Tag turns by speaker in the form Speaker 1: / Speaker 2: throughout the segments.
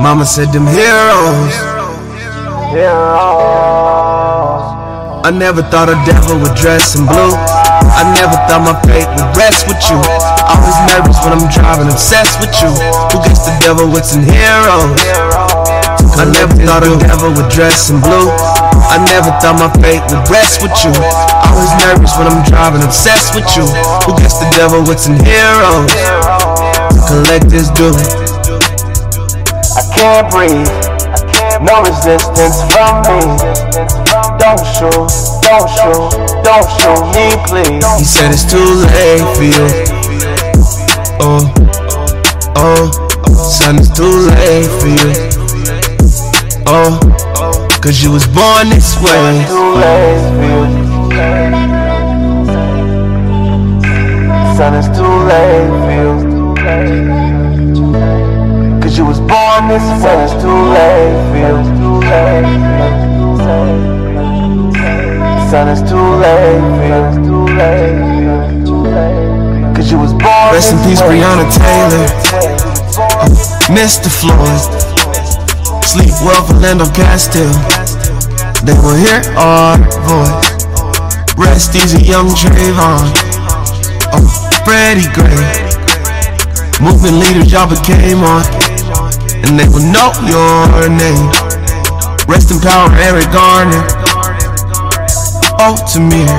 Speaker 1: Mama said them heroes. I never thought a devil would dress in blue. I never thought my fate would rest with you. Always nervous when I'm driving, obsessed with you. Who gets the devil what's in heroes? I never thought a devil would dress in blue. I never thought my fate would rest with you. Always nervous when I'm driving, obsessed with you. Who gets the devil what's in heroes? Collectors do it. I can't breathe. No resistance from me. Don't shoot, don't shoot, don't shoot me, please. He said it's too late for you. Oh, oh, son, it's too late for you. Oh, cause you was born this way. Too late for you. Son, it's too late for you. Cause you was born this way. It's too late, feels too late. Son, it's too late, feels too late. Cause you was born Rest in peace, Breonna Taylor. Mr. Floyd. Sleep well for Lando Castile. They will hear our voice. Rest easy, young Trayvon. Oh, Freddie Gray. Movement leaders, y'all became on. And they will know your name. Rest in power, Eric Garner. Altamir.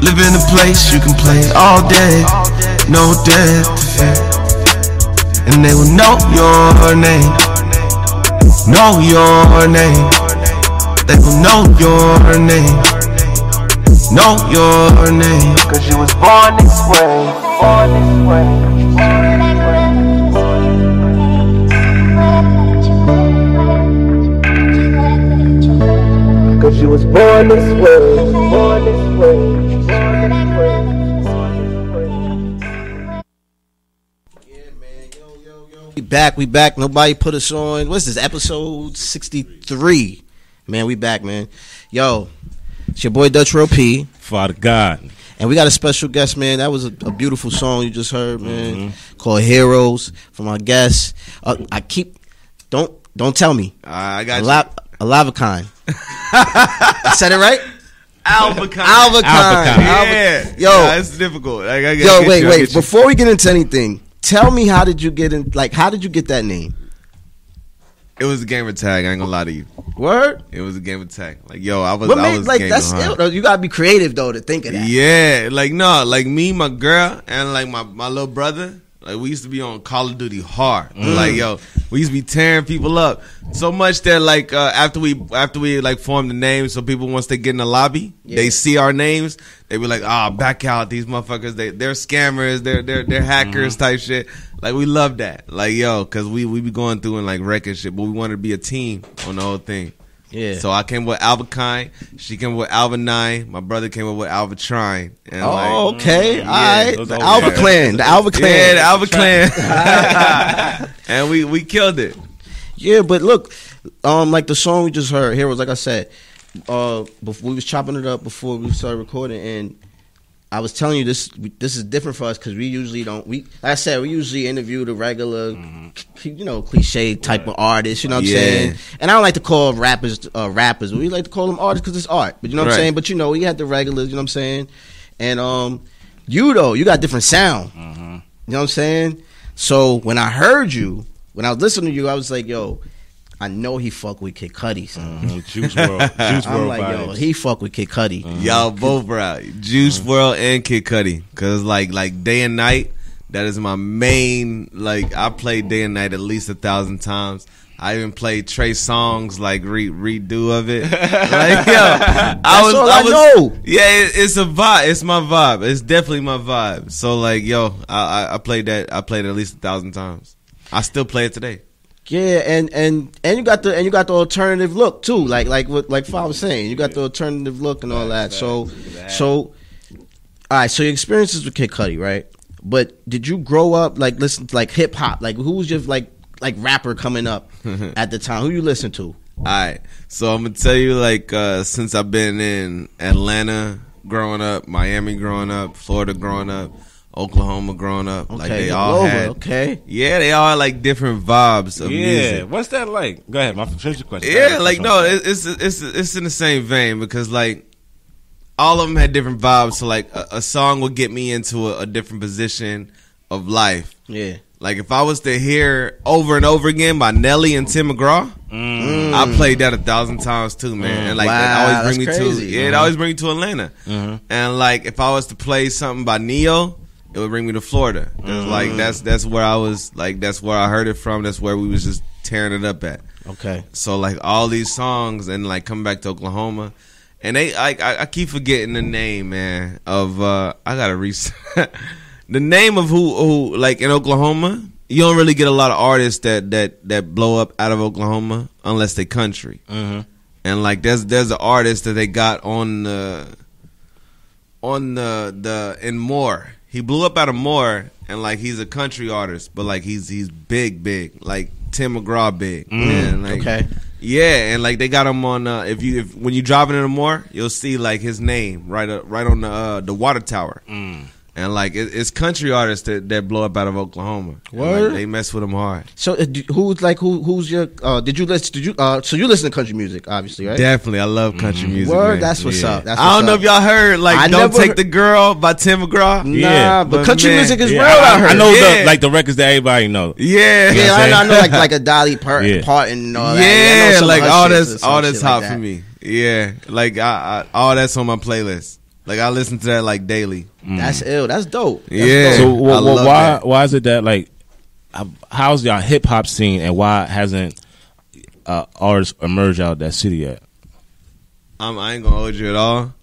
Speaker 1: Live in a place you can play all day. No death to fear. And they will know your name. Know your name. They will know your name. Know your name. Cause you was born this way. Born this way. Cause you was born this way, born this way, born this way, born this
Speaker 2: We back, we back. Nobody put us on. What's this? Episode 63. Man, we back, man. Yo, it's your boy Dutch Row P.
Speaker 3: Father God.
Speaker 2: And we got a special guest, man. That was a, a beautiful song you just heard, man,
Speaker 3: Mm-hmm.
Speaker 2: called "Heroes" from our guest. Uh, I keep don't don't tell me
Speaker 4: I got
Speaker 2: Ala- Alavicon. I said it right.
Speaker 4: Albacon.
Speaker 2: Alvacon.
Speaker 4: Yeah.
Speaker 2: Alva- Yo,
Speaker 4: Nah, it's difficult. Like, I gotta
Speaker 2: yo,
Speaker 4: get
Speaker 2: wait,
Speaker 4: you, I
Speaker 2: wait.
Speaker 4: get you.
Speaker 2: Before we get into anything, tell me how did you get in? Like, how did you get that name?
Speaker 4: It was a gamer tag. I ain't gonna lie to you.
Speaker 2: Word.
Speaker 4: It was a gamer tag. Like, yo, I was,
Speaker 2: What
Speaker 4: I
Speaker 2: made,
Speaker 4: was
Speaker 2: like
Speaker 4: game
Speaker 2: that's
Speaker 4: hard.
Speaker 2: ill, though. You gotta be creative though to think of that.
Speaker 4: Yeah, like no, like me, my girl, and like my my little brother. Like we used to be on Call of Duty hard. Like yo, we used to be tearing people up so much that like uh, after we after we like formed the name, so people once they get in the lobby, they see our names, they be like, ah, back out these motherfuckers. They they're scammers, they're they're they're hackers type shit. Like we love that. Like yo, cause we we be going through and like wrecking shit, but we wanted to be a team on the whole thing.
Speaker 2: Yeah.
Speaker 4: So I came with Alvacine. She came with Alvanine. My brother came up with Alvatrine. And
Speaker 2: Oh,
Speaker 4: like,
Speaker 2: okay. All right.
Speaker 3: those
Speaker 2: The
Speaker 3: are
Speaker 2: Alva
Speaker 3: okay.
Speaker 2: Clan. The Alva Clan.
Speaker 4: yeah, the Alva Clan. and we we killed it.
Speaker 2: Yeah, but look, um, like the song we just heard, Heroes, like I said, uh, before we was chopping it up before we started recording, and I was telling you this this is different for us because we usually don't we like I said we usually interview the regular c- you know cliche type of artists you know what
Speaker 4: Mm-hmm. Yeah.
Speaker 2: I'm saying and I don't like to call rappers uh, rappers we like to call them artists because it's art but you know what
Speaker 4: Right.
Speaker 2: I'm saying but you know we had the regulars you know what I'm saying and um you though you got different sound
Speaker 4: Mm-hmm.
Speaker 2: you know what I'm saying? So when I heard you, when I was listening to you, I was like, yo, I know he fuck with Kid Cudi. son.
Speaker 3: Juice World. Juice
Speaker 2: I'm
Speaker 3: World
Speaker 2: like, yo, he fuck with Kid Cudi.
Speaker 4: Y'all both were out. Juice
Speaker 2: Mm.
Speaker 4: World and Kid Cudi. Cause like like day and night, that is my main like I play day and night at least a thousand times. I even played Trey Songs like re- redo of it. Like yo, I was
Speaker 2: all I
Speaker 4: was
Speaker 2: know.
Speaker 4: yeah, it, it's a vibe. It's my vibe. It's definitely my vibe. So like yo, I, I I played that. I played it at least a thousand times. I still play it today.
Speaker 2: Yeah, and and and you got the and you got the alternative look too. Like like what like Fa was saying, you got the alternative look and all that. So so, all right. So your experiences with Kid Cudi, right? But did you grow up like listen to like hip hop? Like who was your like like rapper coming up at the time? Who you listen to?
Speaker 4: All right. So I'm gonna tell you, like, uh, since I've been in Atlanta growing up, Miami growing up, Florida growing up, Oklahoma growing up.
Speaker 2: Okay,
Speaker 4: like they all
Speaker 2: Lola,
Speaker 4: had,
Speaker 2: okay.
Speaker 4: yeah, they all had like different vibes of
Speaker 3: Yeah,
Speaker 4: music.
Speaker 3: what's that like? Go ahead, my finish question.
Speaker 4: Yeah, like no, it- it's it's it's in the same vein because like all of them had different vibes. So like a, a song would get me into a, a different position of life.
Speaker 2: Yeah.
Speaker 4: Like if I was to hear over and over again by Nelly and Tim McGraw, I played that a thousand times too, man. and like
Speaker 2: Mm. Wow,
Speaker 4: that always bring
Speaker 2: that's
Speaker 4: me
Speaker 2: crazy. Mm-hmm.
Speaker 4: to yeah, it always bring me to Atlanta. And like if I was to play something by Neo, it would bring me to Florida. 'Cause,
Speaker 2: Mm.
Speaker 4: Like that's that's where I was like that's where I heard it from. That's where we was just tearing it up at.
Speaker 2: Okay.
Speaker 4: So like all these songs and like come back to Oklahoma. And they like I, I keep forgetting the name, man, of uh I gotta re the name of who who like in Oklahoma, you don't really get a lot of artists that that that blow up out of Oklahoma unless they country. And like there's there's an artist that they got on the on the the in Moore. He blew up out of Moore and like he's a country artist, but like he's he's big, big, like Tim McGraw big. and, like,
Speaker 2: okay.
Speaker 4: Yeah, and like they got him on uh, if you if when you driving in the Moore, you'll see like his name right up, right on the uh, the water tower. And like it, it's country artists that, that blow up out of Oklahoma. And, like,
Speaker 2: Word.
Speaker 4: they mess with him hard.
Speaker 2: So uh, do- who's like who? Who's your? Uh, did you listen? Did you? Uh, so you listen to country music, obviously, right?
Speaker 4: Definitely, I love country music.
Speaker 2: Word,
Speaker 4: man.
Speaker 2: that's what's
Speaker 4: Yeah.
Speaker 2: up. That's
Speaker 4: I
Speaker 2: what's
Speaker 4: don't know
Speaker 2: up.
Speaker 4: if y'all heard like
Speaker 2: I
Speaker 4: "Don't
Speaker 2: never
Speaker 4: Take
Speaker 2: heard-
Speaker 4: the Girl" by Tim McGraw.
Speaker 2: Nah,
Speaker 3: Yeah,
Speaker 2: but
Speaker 4: but
Speaker 2: country
Speaker 4: man,
Speaker 2: music is
Speaker 3: yeah,
Speaker 2: real out here.
Speaker 3: I, I know
Speaker 4: Yeah.
Speaker 3: the like the records that everybody know.
Speaker 2: Yeah,
Speaker 4: Yeah,
Speaker 2: I, know- I
Speaker 3: saying?
Speaker 2: know like like a Dolly Part
Speaker 3: Yeah.
Speaker 2: Parton and all that. I know
Speaker 4: yeah,
Speaker 2: some
Speaker 4: like
Speaker 2: of her
Speaker 4: all
Speaker 2: shits or
Speaker 4: that's
Speaker 2: some
Speaker 4: all
Speaker 2: shit
Speaker 4: that's
Speaker 2: like
Speaker 4: hot
Speaker 2: that.
Speaker 4: for me. Yeah, like I, I all that's on my playlist. Like I listen to that like daily.
Speaker 2: That's ill. That's dope. That's
Speaker 4: Mm.
Speaker 2: dope.
Speaker 4: Yeah. I
Speaker 3: So wh- wh-
Speaker 4: love
Speaker 3: why
Speaker 4: that.
Speaker 3: why is it that like h- how's y'all hip hop scene and why hasn't uh, artists emerged out of that city yet?
Speaker 4: I'm, I ain't gonna hold you at all.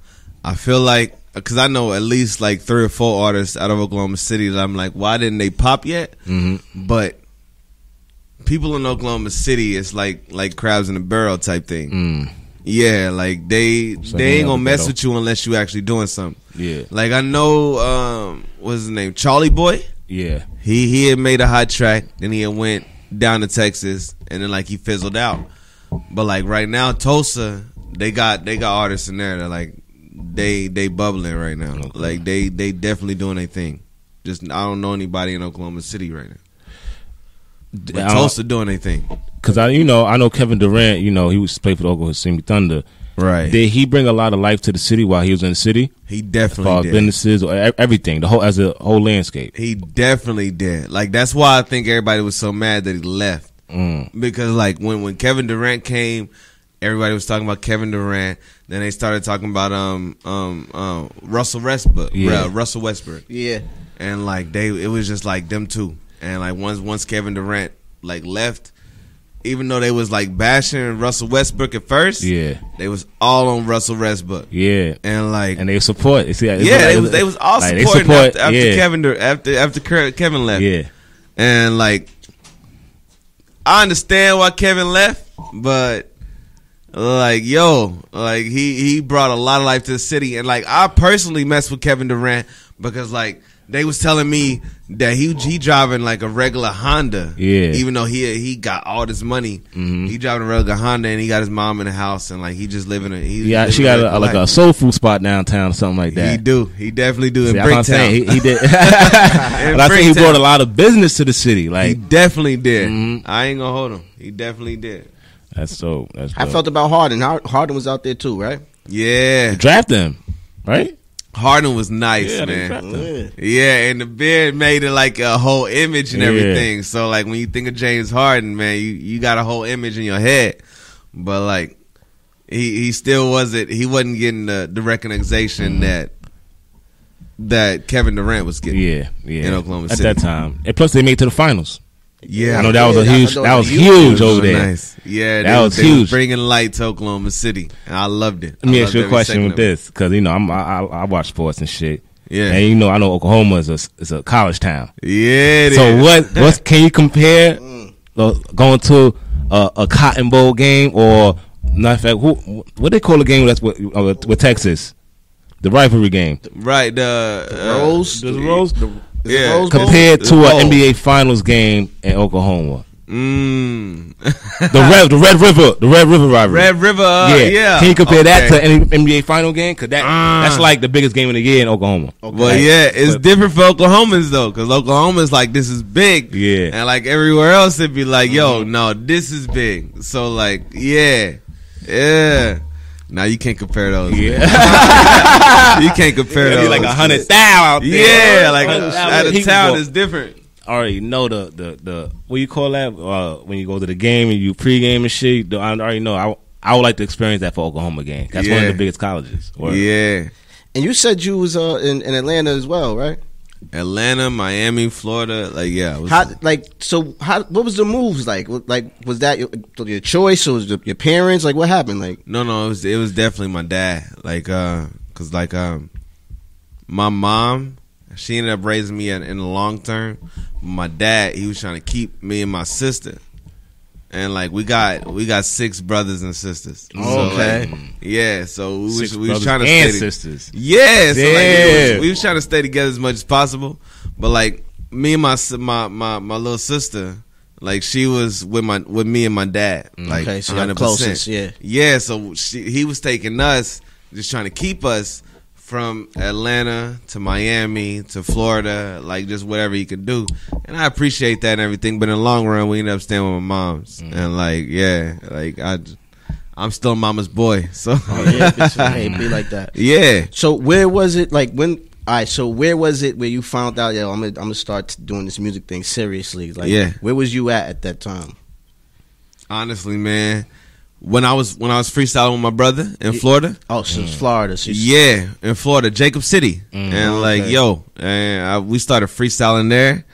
Speaker 4: I feel like because I know at least like three or four artists out of Oklahoma City that I'm like, why didn't they pop yet? Mm-hmm. But people in Oklahoma City, it's like like crabs in a barrel type thing.
Speaker 3: Mm.
Speaker 4: Yeah, like they
Speaker 3: they
Speaker 4: they ain't
Speaker 3: have
Speaker 4: gonna
Speaker 3: a
Speaker 4: mess
Speaker 3: ghetto.
Speaker 4: with you unless you actually doing something.
Speaker 3: Yeah,
Speaker 4: Like I know, um, what's his name, Charlie Boy.
Speaker 3: yeah.
Speaker 4: He he had made a hot track, then he had went down to Texas, and then like he fizzled out. But like right now, Tulsa, they got they got artists in there that like they they bubbling right now. Like they they definitely doing their thing. Just I don't know anybody in Oklahoma City right now. But Tulsa doing their thing.
Speaker 3: because I you know I know Kevin Durant. You know he was played for the Oklahoma City Thunder.
Speaker 4: Right.
Speaker 3: Did he bring a lot of life to the city while he was in the city?
Speaker 4: he
Speaker 3: As far
Speaker 4: definitely
Speaker 3: as
Speaker 4: did.
Speaker 3: businesses or e- everything, the whole as a whole landscape.
Speaker 4: He definitely did. Like that's why I think everybody was so mad that he left.
Speaker 3: Mm.
Speaker 4: because like when when Kevin Durant came, everybody was talking about Kevin Durant. Then they started talking about um um um Russell Westbrook,
Speaker 3: Yeah.
Speaker 4: uh, Russell Westbrook,
Speaker 2: Yeah.
Speaker 4: and like they it was just like them two. And like once once Kevin Durant like left, even though they was like bashing Russell Westbrook at first,
Speaker 3: Yeah,
Speaker 4: they was all on Russell Westbrook,
Speaker 3: yeah.
Speaker 4: and like.
Speaker 3: And they support. It's, yeah, it's
Speaker 4: yeah,
Speaker 3: like-
Speaker 4: they was they was all
Speaker 3: like, they
Speaker 4: supporting
Speaker 3: support,
Speaker 4: after, after
Speaker 3: yeah,
Speaker 4: Kevin Dur- after after Ke- Kevin left
Speaker 3: Yeah,
Speaker 4: and like I understand why Kevin left, but like yo, like he he brought a lot of life to the city, and like I personally messed with Kevin Durant because like they was telling me that he he driving like a regular Honda,
Speaker 3: Yeah. Mm-hmm.
Speaker 4: Even though he he got all this money, he driving a regular Honda, and he got his mom in the house, and like he just living a he
Speaker 3: yeah.
Speaker 4: living
Speaker 3: She got
Speaker 4: regular
Speaker 3: a, like a
Speaker 4: life.
Speaker 3: soul food spot downtown, or something like that.
Speaker 4: He do, he definitely do in
Speaker 3: See, that's what I'm
Speaker 4: Bricktown.
Speaker 3: saying.
Speaker 4: He,
Speaker 3: He, he did. but I think he
Speaker 4: Bricktown.
Speaker 3: brought a lot of business to the city. Like
Speaker 4: definitely did.
Speaker 3: Mm-hmm.
Speaker 4: I ain't gonna hold him. He definitely did.
Speaker 3: that's so. That's
Speaker 2: I
Speaker 3: dope.
Speaker 2: felt about Harden. Har- Harden was out there too, right?
Speaker 4: Yeah,
Speaker 3: draft him, right?
Speaker 4: Harden was nice,
Speaker 3: Yeah, they
Speaker 4: man.
Speaker 3: dropped him.
Speaker 4: Yeah, and the beard made it like a whole image and
Speaker 3: Yeah.
Speaker 4: everything. So like when you think of James Harden, man, you, you got a whole image in your head. But like he he still wasn't he wasn't getting the, the recognition
Speaker 3: Mm-hmm.
Speaker 4: that that Kevin Durant was getting.
Speaker 3: Yeah, yeah.
Speaker 4: In Oklahoma
Speaker 3: at
Speaker 4: City.
Speaker 3: that time, and plus they made it to the finals.
Speaker 4: yeah.
Speaker 3: I know that was a
Speaker 2: Yeah, I
Speaker 3: huge.
Speaker 2: know
Speaker 3: That was
Speaker 2: that was
Speaker 3: huge
Speaker 4: It was
Speaker 3: over there.
Speaker 4: nice. Yeah,
Speaker 3: That
Speaker 4: they-
Speaker 3: was
Speaker 4: they was
Speaker 3: huge.
Speaker 4: bringing light to Oklahoma City, and I loved it.
Speaker 3: Let
Speaker 4: I
Speaker 3: me ask
Speaker 4: loved
Speaker 3: you a
Speaker 4: every
Speaker 3: question
Speaker 4: second
Speaker 3: with
Speaker 4: of it.
Speaker 3: this because you know I'm I, I I watch sports and shit.
Speaker 4: Yeah.
Speaker 3: and you know I know Oklahoma is a is a college town.
Speaker 4: Yeah, it
Speaker 3: So
Speaker 4: is. Mm.
Speaker 3: what what can you compare uh, going to a, a Cotton Bowl game or not? in Fact, who what they call a game that's with, uh, with Texas, the rivalry game
Speaker 4: Right, the, uh,
Speaker 2: Rose.
Speaker 3: the Rose?
Speaker 2: The, is it
Speaker 4: Yeah.
Speaker 2: Rose Bowl?
Speaker 3: compared to
Speaker 4: Bowl.
Speaker 3: an NBA Finals game in Oklahoma.
Speaker 4: Mm.
Speaker 3: The red, the Red River, the Red River rivalry.
Speaker 4: Red River. uh,
Speaker 3: yeah,
Speaker 4: yeah.
Speaker 3: Can you compare that to
Speaker 4: Okay. Uh.
Speaker 3: any NBA final game? Cause that that's like the biggest game of the year in Oklahoma.
Speaker 4: Well, yeah, it's different for Oklahomans though, because Oklahoma's like this is big,
Speaker 3: Yeah. Mm-hmm.
Speaker 4: and like everywhere else it'd be like, yo, no, this is big. So like, yeah, yeah. Now you can't compare those. man. you can't compare
Speaker 3: It'd
Speaker 4: those.
Speaker 3: be like a hundred thou out there.
Speaker 4: Yeah, like uh,
Speaker 3: Hundred thou
Speaker 4: out of
Speaker 3: people
Speaker 4: town
Speaker 3: go-
Speaker 4: is different.
Speaker 3: already know the the the what you call that uh, when you go to the game and you pregame and shit. I already know. I I would like to experience that for Oklahoma game. That's one of
Speaker 4: Yeah.
Speaker 3: the biggest colleges. Or-
Speaker 4: Yeah,
Speaker 2: And you said you was uh, in, in Atlanta as well, right?
Speaker 4: Atlanta, Miami, Florida. Like, yeah, it was-
Speaker 2: How like so? How what was the moves like? What- Like was that your, your choice or was it your parents? Like what happened? Like
Speaker 4: No, no, it was it was definitely my dad. Like, uh, cause like um, my mom, she ended up raising me in, in the long term. My dad, he was trying to keep me and my sister, and like we got we got six brothers and sisters. So, like,
Speaker 2: Okay.
Speaker 4: yeah, so we
Speaker 3: Oh. Six
Speaker 4: was, we was
Speaker 3: brothers
Speaker 4: trying to
Speaker 3: and
Speaker 4: stay to-
Speaker 3: sisters.
Speaker 4: yeah, so like, we,
Speaker 3: Damn.
Speaker 4: was, we was trying to stay together as much as possible, but like me and my si- my my, my little sister, like she was with my with me and my dad, like
Speaker 2: Okay, so y'all
Speaker 4: 100%.
Speaker 2: closest, yeah.
Speaker 4: yeah. So she, he was taking us, just trying to keep us from Atlanta to Miami to Florida, like just whatever he could do, and I appreciate that and everything. But in the long run, we ended up staying with my mom's, and like yeah, like I. I'm still mama's boy, so
Speaker 3: Oh,
Speaker 2: Oh, yeah, it's- hey, be like that.
Speaker 4: yeah.
Speaker 2: So where was it? Like when? All right. So where was it where you found out? Yo, I'm gonna I'm gonna start doing this music thing seriously. Like
Speaker 4: Yeah.
Speaker 2: Where was you at at that time?
Speaker 4: Honestly, man, when I was when I was freestyling with my brother in Florida,
Speaker 2: Oh, so
Speaker 3: Mm.
Speaker 2: it's Florida. So you- Mm,
Speaker 4: yeah, in Florida, Jacob City, and like
Speaker 2: okay.
Speaker 4: yo, and I, we started freestyling there,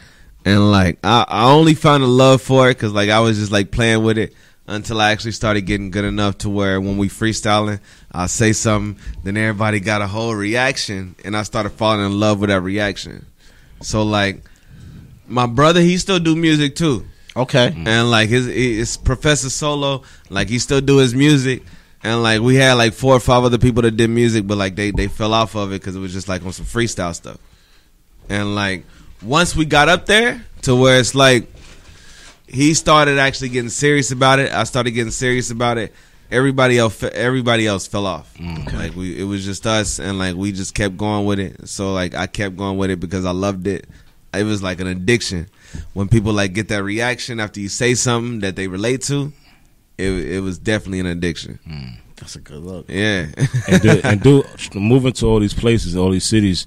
Speaker 4: and like I, I only found a love for it because like I was just like playing with it until I actually started getting good enough to where when we freestyling, I say something, then everybody got a whole reaction, and I started falling in love with that reaction. So like, my brother, he still do music too
Speaker 2: Okay.
Speaker 4: Mm-hmm. and like his it's Professor Solo, like he still do his music, and like we had like four or five other people that did music, but like they they fell off of it because it was just like on some freestyle stuff, and like once we got up there to where it's like he started actually getting serious about it, I started getting serious about it. Everybody else, everybody else fell off. Like we, it was just us, and like we just kept going with it. So like I kept going with it because I loved it. It was like an addiction. When people like get that reaction after you say something that they relate to, it it was definitely an addiction.
Speaker 2: That's a good look.
Speaker 4: Yeah,
Speaker 3: and do, and do moving to all these places, all these cities,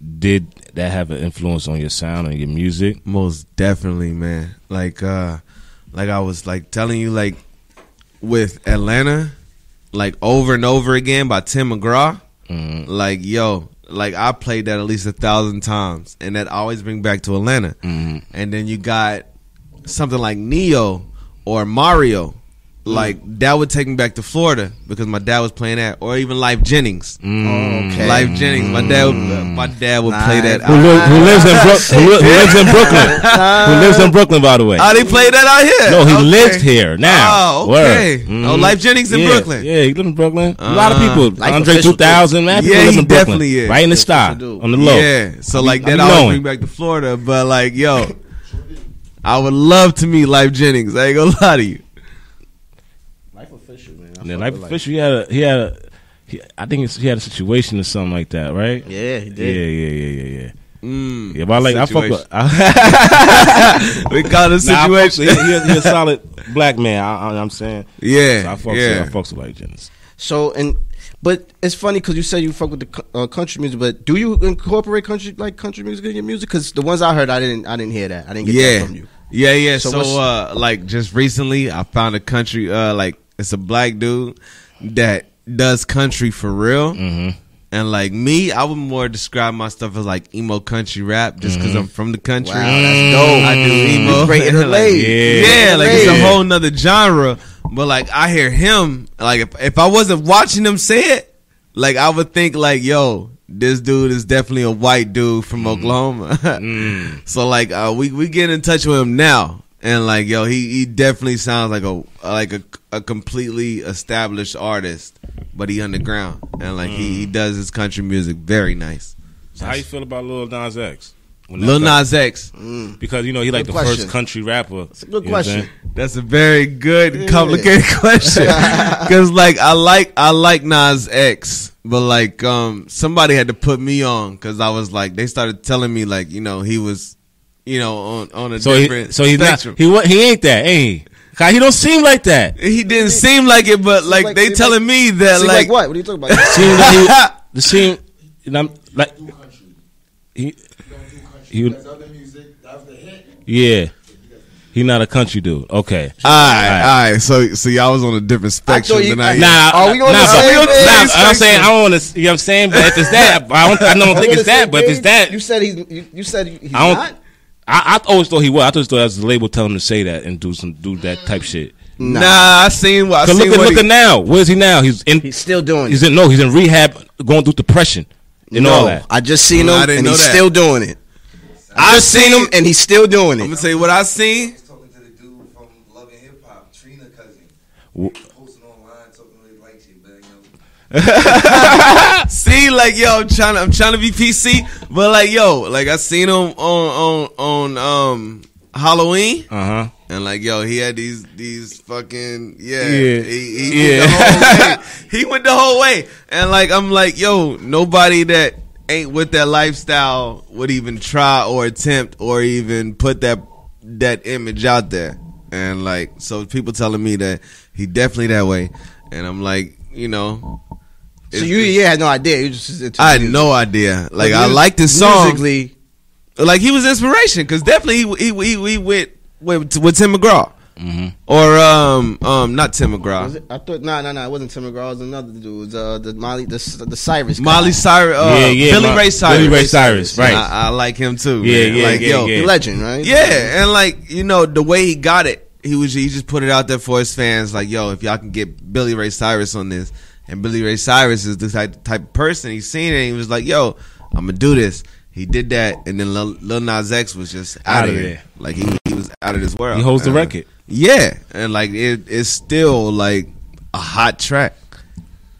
Speaker 3: did that have an influence on your sound and your music?
Speaker 4: most definitely, man. Like uh, like I was like telling you, like with Atlanta, like over and over again by Tim McGraw.
Speaker 3: Mm.
Speaker 4: Like yo, like I played that at least a thousand times, and that always bring back to Atlanta.
Speaker 3: Mhm.
Speaker 4: And then you got something like Neo or Mario, like that would take me back to Florida because my dad was playing that, or even Life Jennings.
Speaker 2: Mm-hmm.
Speaker 3: Mm.
Speaker 2: Okay.
Speaker 4: Life Jennings, my dad, would, my dad would play that.
Speaker 3: Who, li- who lives in Brook who, li- who lives in Brooklyn? who lives in Brooklyn, by the way?
Speaker 4: Oh, they played that out here.
Speaker 3: no, he
Speaker 4: Okay.
Speaker 3: lives here now.
Speaker 4: Oh, okay.
Speaker 3: Word. Mm-hmm.
Speaker 4: Oh, Life Jennings in
Speaker 3: Yeah,
Speaker 4: Brooklyn.
Speaker 3: Yeah, he lives in Brooklyn. a lot of
Speaker 4: Uh,
Speaker 3: people,
Speaker 2: Life
Speaker 3: Andre
Speaker 2: official
Speaker 3: 2000, man, people
Speaker 4: Yeah,
Speaker 3: live
Speaker 4: he
Speaker 3: in Brooklyn,
Speaker 4: definitely is.
Speaker 3: right in the star,
Speaker 2: dude.
Speaker 3: on the low.
Speaker 4: Yeah, so like that
Speaker 3: I be
Speaker 4: always
Speaker 3: knowing.
Speaker 4: bring back to Florida. But like, yo, I would love to meet Life Jennings. I ain't gonna lie to you.
Speaker 2: Life official, man. I
Speaker 3: And then
Speaker 2: fuck
Speaker 3: Life
Speaker 2: with
Speaker 3: Official, he had a, he had a, he, I think it's, he had a situation or something like that, right?
Speaker 2: Yeah, he
Speaker 3: Yeah,
Speaker 2: did.
Speaker 3: yeah, yeah, yeah, yeah.
Speaker 4: Mm,
Speaker 3: Yeah, but I like I fuck with. I,
Speaker 4: we got a
Speaker 3: nah, I fuck
Speaker 4: situation.
Speaker 3: with- he, he, he a solid black man. I, I, I'm saying.
Speaker 4: yeah,
Speaker 3: So I fucks
Speaker 4: yeah.
Speaker 3: with, I fucks with like Jennings.
Speaker 2: So and but it's funny because you said you fuck with the co- uh, country music, but do you incorporate country like country music in your music? Because the ones I heard, I didn't, I didn't hear that. I didn't get that from you.
Speaker 4: Yeah, yeah.
Speaker 2: So
Speaker 4: So,
Speaker 2: what's-
Speaker 4: uh, like just recently, I found a country. Uh, like it's a black dude that does country for real. Mm-hmm. And like me, I would more describe my stuff as like emo country rap, just because I'm from the country.
Speaker 2: Mm-hmm.
Speaker 4: Mm-hmm.
Speaker 2: Wow, that's dope.
Speaker 4: I do emo.
Speaker 2: It's great
Speaker 4: And, like,
Speaker 2: interlaid.
Speaker 4: yeah,
Speaker 3: Yeah.
Speaker 4: like it's a
Speaker 2: Interlaid.
Speaker 4: whole nother genre. But like I hear him, like if, if I wasn't watching him say it, like I would think like, yo, this dude is definitely a white dude from Oklahoma. So like uh, we we get in touch with him now, and like yo, he he definitely sounds like a like a, a completely established artist, but he underground, and like he, he does his country music very nice.
Speaker 3: So how you feel about Lil Nas X? when that
Speaker 4: Lil
Speaker 3: started.
Speaker 4: Nas X.
Speaker 3: because you know he like the
Speaker 2: Good
Speaker 3: first
Speaker 2: question.
Speaker 3: country rapper.
Speaker 2: a good
Speaker 3: you know what I'm
Speaker 2: question.
Speaker 4: That's a very good, complicated question. Cause like I like I like Nas X, but like um somebody had to put me on because I was like they started telling me like you know he was you know on on a
Speaker 3: So
Speaker 4: different
Speaker 3: he, so he's not
Speaker 4: spectrum.
Speaker 3: he wa- he ain't that ain't he? 'Cause he don't seem like that.
Speaker 4: he, didn't seem like it, but like
Speaker 2: like-
Speaker 4: they
Speaker 2: seem
Speaker 4: telling me that
Speaker 2: See,
Speaker 4: like,
Speaker 2: like, what? What are you talking about?
Speaker 3: Seem like he, the seem and I'm like he he
Speaker 5: That's other music. That was the hit.
Speaker 3: yeah he not a country dude. Okay.
Speaker 4: all right, all right. So so y'all was on a different spectrum
Speaker 2: you-
Speaker 4: than I. am.
Speaker 3: Nah,
Speaker 2: Are we on the
Speaker 3: nah, but-
Speaker 2: same
Speaker 3: nah,
Speaker 2: page?
Speaker 3: but I'm saying I don't want to. You know what I'm saying? But if it's that, I don't. I don't think it's that. But if it's that,
Speaker 2: you said he's you, you said he's
Speaker 3: I don't.
Speaker 2: not.
Speaker 3: I, I always thought he was. I just thought that was the label telling him to say that and do some do that type shit.
Speaker 4: Nah, I seen what I seen.
Speaker 3: Cause look at
Speaker 4: what
Speaker 3: look
Speaker 4: he-
Speaker 3: at now. Where's he now? He's in.
Speaker 2: He's still doing
Speaker 3: He's
Speaker 2: it.
Speaker 3: in. No, he's in rehab, going through depression and all that.
Speaker 2: I just seen him
Speaker 4: I didn't
Speaker 2: and
Speaker 4: know
Speaker 2: he's
Speaker 4: that.
Speaker 2: still doing it.
Speaker 4: I
Speaker 2: Just seen him and he's still doing
Speaker 4: I'm gonna
Speaker 2: it.
Speaker 4: tell you what I seen.
Speaker 5: I was talking to the dude from Love and Hip Hop, Trina cousin.
Speaker 3: Wh-
Speaker 5: Posting online talking about his like shit, but you know,
Speaker 4: See, like yo, I'm trying to, I'm trying to be PC, but like yo, like I seen him on on on um Halloween,
Speaker 3: Uh huh.
Speaker 4: and like yo, he had these these fucking yeah,
Speaker 3: Yeah.
Speaker 4: He, he
Speaker 3: Yeah.
Speaker 4: Went the whole way. he went the whole way, and like I'm like yo, nobody that ain't with that lifestyle would even try or attempt or even put that that image out there, and like so people telling me that he definitely that way, and I'm like you know.
Speaker 2: So
Speaker 4: it's-
Speaker 2: you yeah had no idea. You just just into
Speaker 4: I had
Speaker 2: music.
Speaker 4: no idea. Like
Speaker 2: But
Speaker 4: I
Speaker 2: mus-
Speaker 4: liked his song.
Speaker 2: Musically,
Speaker 4: Like he was inspiration because definitely he he he, he went with, with Tim McGraw or um um not Tim
Speaker 2: Mm-hmm. was
Speaker 4: McGraw.
Speaker 2: it, I thought no no no it wasn't Tim McGraw. It was another dude. It was, uh, the Molly the the Cyrus. guy.
Speaker 4: Molly Cyrus, uh,
Speaker 3: Yeah, yeah,
Speaker 4: Billy
Speaker 3: Mo-
Speaker 4: Ray Cyrus,
Speaker 3: Billy Ray Cyrus, right.
Speaker 4: I, I like him too.
Speaker 3: Yeah,
Speaker 4: man.
Speaker 3: yeah,
Speaker 4: like,
Speaker 3: yeah,
Speaker 4: yo,
Speaker 3: yeah.
Speaker 2: The legend, right?
Speaker 4: Yeah, and like you know the way he got it, he was he just put it out there for his fans. Like, yo, if y'all can get Billy Ray Cyrus on this, and Billy Ray Cyrus is the type type of person he's seen it. And he was like, yo, I'm gonna do this. He did that, and then Lil, Lil Nas X was just out, of there. Like he, he was out of this world.
Speaker 3: He holds the
Speaker 4: Uh,
Speaker 3: record.
Speaker 4: Yeah, and like it, it's still like a hot track.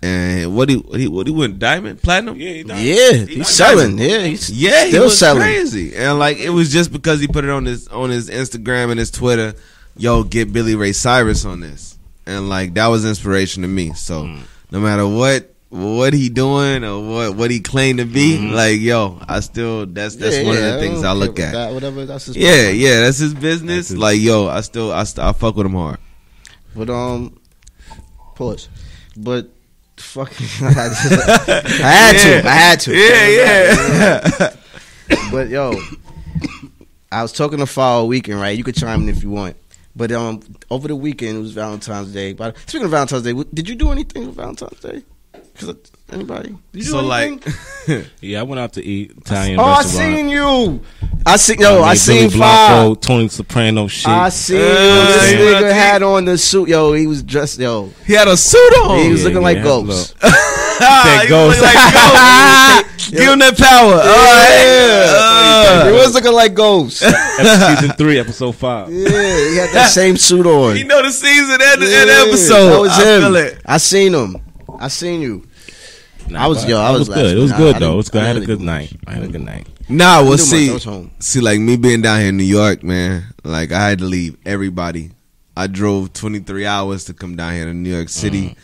Speaker 4: And what he what he what he went diamond platinum? Yeah, he
Speaker 2: yeah. He's selling. Yeah, he's
Speaker 4: yeah, he
Speaker 2: still
Speaker 4: was
Speaker 2: selling.
Speaker 4: crazy, and like it was just because he put it on his on his Instagram and his Twitter. Yo, get Billy Ray Cyrus on this, and like that was inspiration to me. So
Speaker 2: Mm.
Speaker 4: no matter what what he doing or what what he claimed to be, like yo, I still that's that's
Speaker 2: Mm-hmm. Yeah,
Speaker 4: one
Speaker 2: yeah,
Speaker 4: of the things
Speaker 2: don't
Speaker 4: I look
Speaker 2: care
Speaker 4: at.
Speaker 2: about That, whatever. That's his
Speaker 4: Yeah, yeah, that's his business.
Speaker 3: That's his-
Speaker 4: like yo, I still I st- I fuck with him hard.
Speaker 2: But um, pause. But fucking, I had to. I had to. I had to.
Speaker 4: Yeah, yeah.
Speaker 2: But yo, I was talking to Fall weekend, right? You could chime in if you want. But um, over the weekend it was Valentine's Day. But speaking of Valentine's Day, what- did you do anything for Valentine's Day? 'Cause uh, anybody? Did you do
Speaker 4: so like,
Speaker 2: anything?
Speaker 3: Yeah, I went out to eat Italian
Speaker 2: oh, I
Speaker 3: restaurant.
Speaker 2: seen you. I seen yo.
Speaker 3: made
Speaker 2: I seen
Speaker 3: Billy
Speaker 2: five.
Speaker 3: Blanco, Tony Soprano shit.
Speaker 2: I seen
Speaker 4: Uh,
Speaker 2: this
Speaker 4: you know,
Speaker 2: nigga
Speaker 4: I
Speaker 2: had on the suit. Yo, he was dressed. Yo,
Speaker 4: he had a suit on.
Speaker 2: he was
Speaker 3: yeah,
Speaker 2: looking
Speaker 3: yeah,
Speaker 2: like
Speaker 3: have a
Speaker 2: ghosts.
Speaker 3: look.
Speaker 4: Ah,
Speaker 3: That
Speaker 4: you look
Speaker 3: goes.
Speaker 4: like ghost. Give him that power. Oh, yeah.
Speaker 2: He was looking like ghosts.
Speaker 3: Ep- season three, episode five.
Speaker 2: Yeah, he had that same suit on.
Speaker 4: Uh, he know the season and,
Speaker 2: Yeah,
Speaker 4: and episode.
Speaker 2: That was
Speaker 4: I
Speaker 2: him.
Speaker 4: feel it.
Speaker 2: I seen him. I seen you.
Speaker 3: Nah,
Speaker 2: I was-
Speaker 3: but
Speaker 2: yo, I
Speaker 3: it
Speaker 2: was
Speaker 3: good.
Speaker 2: laughing.
Speaker 3: It was
Speaker 2: I-
Speaker 3: good
Speaker 2: I
Speaker 3: though.
Speaker 2: didn't-
Speaker 3: It was good.
Speaker 2: I
Speaker 3: I had a
Speaker 2: didn't
Speaker 3: good
Speaker 2: do
Speaker 3: night. I had a good night.
Speaker 4: Nah, well,
Speaker 2: I knew
Speaker 4: see,
Speaker 2: myself home.
Speaker 4: see, like me being down here in New York, man. Like I had to leave everybody. I drove 23 hours to come down here to New York City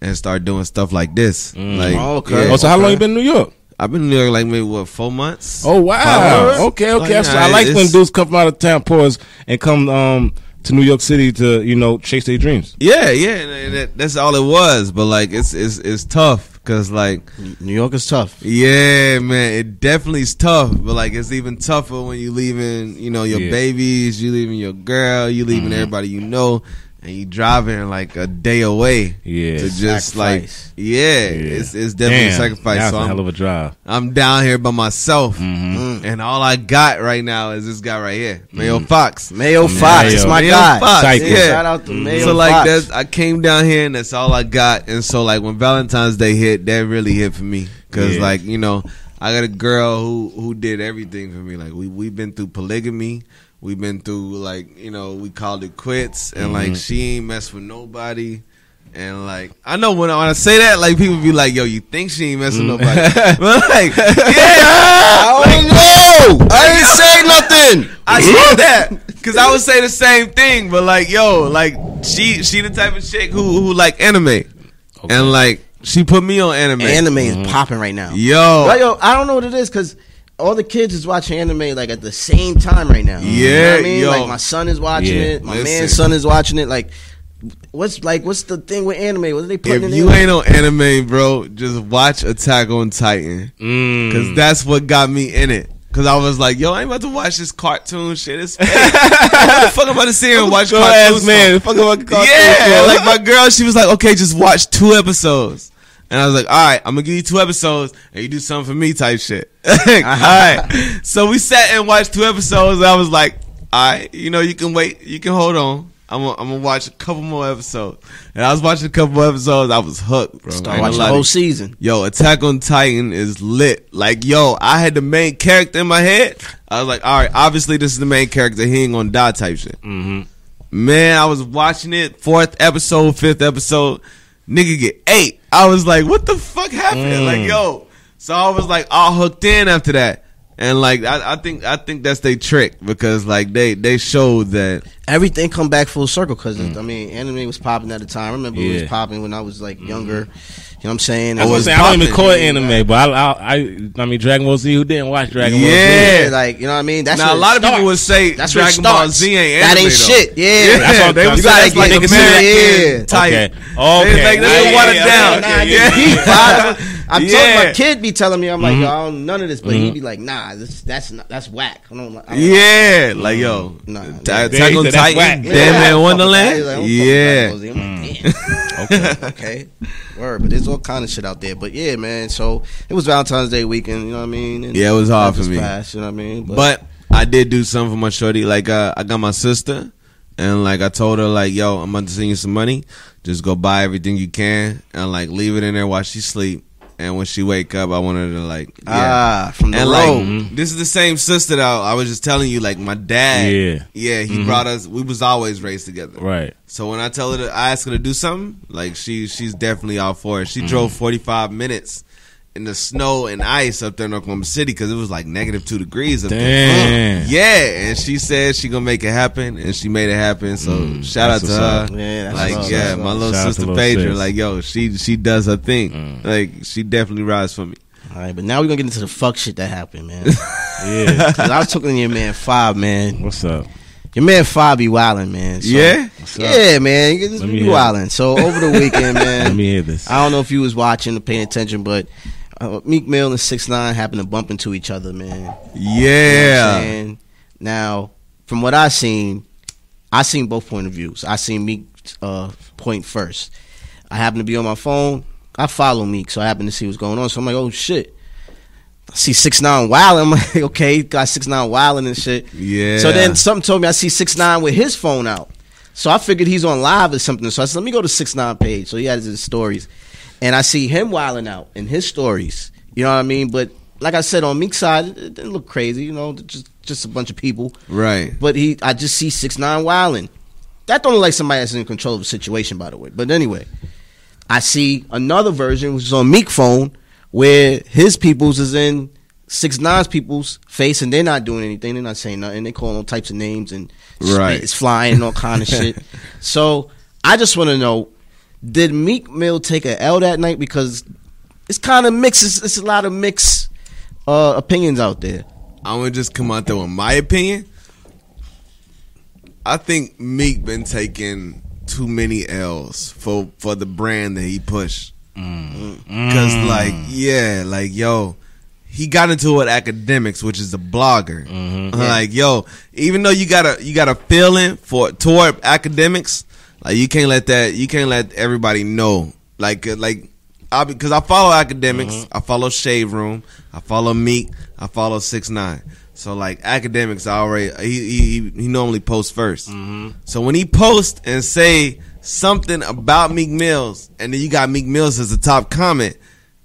Speaker 4: and start doing stuff like this. Like,
Speaker 2: Okay.
Speaker 3: Mm. Oh, so how long
Speaker 2: Okay.
Speaker 3: you been in New York?
Speaker 4: I've been in New York like maybe what four months.
Speaker 3: Oh wow.
Speaker 4: Five hours.
Speaker 3: Okay, okay.
Speaker 4: Like,
Speaker 3: So I like when
Speaker 4: Oh, it's-
Speaker 3: dudes come from out of town, pause, and come um to New York City to you know chase their dreams.
Speaker 4: Yeah, yeah, and- and that, that's all it was. But like, it's it's it's tough because like
Speaker 2: New York is tough.
Speaker 4: Yeah, man, it definitely is tough, but like it's even tougher when you leaving, you know, your
Speaker 3: Yeah. Mm-hmm.
Speaker 4: babies, you leaving your girl, you leaving everybody you know, and you driving like a day away.
Speaker 3: Yeah.
Speaker 4: to just like
Speaker 2: Sacrifice.
Speaker 4: yeah, it's it's definitely a
Speaker 3: Damn,
Speaker 4: sacrifice.
Speaker 3: That's Mm-hmm.
Speaker 4: So
Speaker 3: a hell of
Speaker 4: I'm,
Speaker 3: a drive.
Speaker 4: I'm down here by myself, mm, and all I got right now is this guy right here, Mayo Fox.
Speaker 2: Mayo Fox is my
Speaker 4: Mayo
Speaker 2: guy.
Speaker 4: Fox,
Speaker 3: Mm-hmm. Psycho.
Speaker 4: yeah.
Speaker 2: Shout out to Mayo
Speaker 4: so like
Speaker 2: Fox.
Speaker 4: that's I came down here and that's all I got. And so like when Valentine's Day hit, that really hit for me because
Speaker 3: Yeah.
Speaker 4: like you know I got a girl who who did everything for me. Like we we've been through polygamy.
Speaker 2: Mm-hmm.
Speaker 4: We've been through like you know we called it quits and like she ain't mess with nobody. And like I know when I, when I say that, like people be like, "Yo, you think she ain't messing nobody?" but like, yeah,
Speaker 2: Mm. I don't know. I didn't say nothing.
Speaker 4: I said that because I would say the same thing, but like, yo, like she she the type of chick who who like anime, and like she put me on anime.
Speaker 2: Anime is
Speaker 3: Mm-hmm.
Speaker 2: popping right now.
Speaker 4: yo,
Speaker 2: Like, yo, I don't know what it is because all the kids is watching anime like at the same time right now. you know
Speaker 4: Yeah,
Speaker 2: what I mean,
Speaker 4: yo.
Speaker 2: like my son is watching
Speaker 3: Yeah,
Speaker 2: it, my
Speaker 4: listen.
Speaker 2: man's son is watching it. Like, what's like what's the thing with anime? What are they putting
Speaker 4: if
Speaker 2: in
Speaker 4: you
Speaker 2: there?
Speaker 4: ain't on anime, bro, just watch Attack on Titan because
Speaker 3: Mm.
Speaker 4: that's what got me in it. Cause I was like, yo, I ain't about to watch this cartoon shit. It's fake. what the fuck am I to sit here and watch
Speaker 3: Go ass
Speaker 4: cartoons?
Speaker 3: man. Fuck about cartoons,
Speaker 4: yeah,
Speaker 3: bro.
Speaker 4: like my girl, she was like, okay, just watch two episodes. And I was like, all right, I'm gonna give you two episodes and you do something for me type shit. all right. So we sat and watched two episodes and I was like, all right, you know, you can wait, you can hold on. I'm gonna, I'm gonna watch a couple more episodes. And I was watching a couple more episodes, I was hooked, bro. I
Speaker 2: Start
Speaker 4: ain't
Speaker 2: watching the
Speaker 4: gonna lie to
Speaker 2: whole
Speaker 4: you.
Speaker 2: season.
Speaker 4: Yo, Attack on Titan is lit. Like, yo, I had the main character in my head. I was like, all right, obviously this is the main character. He ain't gonna die type shit.
Speaker 2: Mm-hmm.
Speaker 3: Mhm.
Speaker 4: Man, I was watching it. Fourth episode, fifth episode, nigga get eight. I was like, what the fuck happened?
Speaker 2: Mm.
Speaker 4: Like, yo. So I was like all hooked in after that. And like I, I think I think that's they trick because like they they showed that
Speaker 2: Everything come back full circle because
Speaker 4: Mm.
Speaker 2: I mean, anime was popping at the time. I remember it
Speaker 3: Yeah.
Speaker 2: was popping when I was
Speaker 4: Mm-hmm.
Speaker 2: like younger. You know what I'm saying?
Speaker 4: Oh,
Speaker 3: I,
Speaker 2: And
Speaker 3: was
Speaker 2: it
Speaker 3: saying, I don't even
Speaker 4: popping.
Speaker 3: call it anime, but I, I, I, I mean, Dragon Ball Z. Who didn't watch Dragon Ball Z?
Speaker 4: Yeah.
Speaker 2: yeah, like you know what I mean. That's
Speaker 4: now
Speaker 2: where
Speaker 4: a
Speaker 2: it
Speaker 4: lot of people
Speaker 2: starts.
Speaker 4: would say
Speaker 2: That's where it
Speaker 4: Dragon Ball
Speaker 2: starts.
Speaker 4: Z ain't
Speaker 2: that
Speaker 4: anime,
Speaker 2: ain't
Speaker 4: though.
Speaker 2: shit. Yeah,
Speaker 4: Yeah,
Speaker 3: That's what
Speaker 4: they
Speaker 3: I'm
Speaker 4: was
Speaker 3: saying.
Speaker 4: like, like
Speaker 3: That's what they
Speaker 2: consider-
Speaker 4: American
Speaker 2: yeah.
Speaker 4: type.
Speaker 3: Okay.
Speaker 4: They was
Speaker 3: Okay.
Speaker 4: like, let's
Speaker 3: Yeah,
Speaker 4: water
Speaker 3: yeah,
Speaker 4: down.
Speaker 2: Nah, I
Speaker 4: Yeah.
Speaker 2: get deep. I- I'm talking.
Speaker 4: Yeah. Mm-hmm.
Speaker 2: My kid be telling me, I'm like, yo, I don't none of this, but he'd be like, nah, this, that's not, that's whack. I don't, like- I don't
Speaker 4: Yeah, like yo,
Speaker 2: Nah,
Speaker 4: Ta-
Speaker 2: yeah.
Speaker 4: Attack on
Speaker 3: Yeah, that's whack.
Speaker 4: Titan,
Speaker 2: Yeah, Mm.
Speaker 4: Dead
Speaker 2: I
Speaker 4: Man
Speaker 2: don't
Speaker 4: Wonderland.
Speaker 2: fuck with that. I
Speaker 4: Yeah,
Speaker 2: don't fuck with that. I was like, I'm fucking with those. I'm like, damn. okay, okay, word. But there's all kind of shit out there. But yeah, man. So it was Valentine's Day weekend. You know what I mean? And
Speaker 4: Yeah, it was hard
Speaker 2: that just
Speaker 4: for me.
Speaker 2: Passed, you know what I mean?
Speaker 4: but I did do something for my shorty. Like uh, I got my sister, and like I told her, like yo, I'm about to send you some money. Just go buy everything you can, and like leave it in there while she sleep. And when she wake up, I want her to like, yeah.
Speaker 2: ah, from the
Speaker 4: and like
Speaker 2: road.
Speaker 4: this is the same sister that I, I was just telling you. Like my dad,
Speaker 3: Yeah.
Speaker 4: yeah, he brought us. We was always raised together,
Speaker 3: Right.
Speaker 4: So when I tell her, to, I ask her to do something, like she she's definitely all for it. She
Speaker 2: Mm-hmm.
Speaker 4: drove 45 minutes in the snow and ice up there in Oklahoma City because it was like negative two degrees up there.
Speaker 3: Damn.
Speaker 4: Yeah, and she said she gonna make it happen, and she made it happen. So shout out
Speaker 3: that's
Speaker 4: to
Speaker 3: what's
Speaker 4: her.
Speaker 3: up.
Speaker 2: Yeah, that's
Speaker 4: like
Speaker 2: what's Mm, up.
Speaker 4: yeah,
Speaker 2: That's
Speaker 4: my
Speaker 2: what's
Speaker 4: little
Speaker 3: Shout out to
Speaker 4: sister
Speaker 3: little
Speaker 4: Phaedra,
Speaker 3: sis.
Speaker 4: like yo, she she does her thing.
Speaker 2: Mm.
Speaker 4: Like she definitely rides for me.
Speaker 2: All right, but now we're gonna get into the fuck shit that happened, man.
Speaker 3: Yeah.
Speaker 2: 'Cause I was talking to your man Five, man.
Speaker 3: What's up?
Speaker 2: Your man Five be wilding, man. So-
Speaker 4: yeah,
Speaker 2: yeah, man. You just
Speaker 3: Let me
Speaker 2: be
Speaker 3: hear it.
Speaker 2: wilding. So over the weekend, man.
Speaker 3: Let me hear this.
Speaker 2: I don't know if you was watching or paying attention, but uh, Meek Mill and Six Nine happened to bump into each other, man. You know what
Speaker 4: yeah.
Speaker 2: I'm saying? now, from what I seen, I seen both point of views. I seen Meek uh, point first. I happened to be on my phone. I follow Meek, so I happened to see what's going on. So I'm like, oh shit. I see six nine wilding. I'm like, okay, he got six nine wilding and shit.
Speaker 4: Yeah.
Speaker 2: So then something told me I see six nine with his phone out. So I figured he's on live or something. So I said, let me go to six nine page. So he has his stories, and I see him wilding out in his stories. You know what I mean? But like I said, on Meek's side, it it didn't look crazy. You know, just just a bunch of people.
Speaker 4: right.
Speaker 2: But he, I just see six nine wilding. That don't look like somebody that's in control of the situation, by the way. But anyway, I see another version which is on Meek phone where his peoples is in six nine's people's face and they're not doing anything. They're not saying nothing. They calling all types of names and
Speaker 4: Right.
Speaker 2: spit is flying and all kind of shit. So I just want to know: Did Meek Mill take a L that night? Because it's kind of mixed. It's, it's a lot of mixed uh, opinions out there.
Speaker 4: I'm gonna just come out there with my opinion. I think Meek been taking too many L's for for the brand that he pushed. Cause like yeah, like yo, he got into it academics, which is a blogger. Like yo, even though you got a you got a feeling for toward academics, like you can't let that you can't let everybody know. Like uh, like I because I follow academics, I follow Shave Room, I follow Meek, I follow Six Nine. So like academics, I already he he, he- he normally posts 1st So when he posts and say something about Meek Mills, and then you got Meek Mills as the top comment, and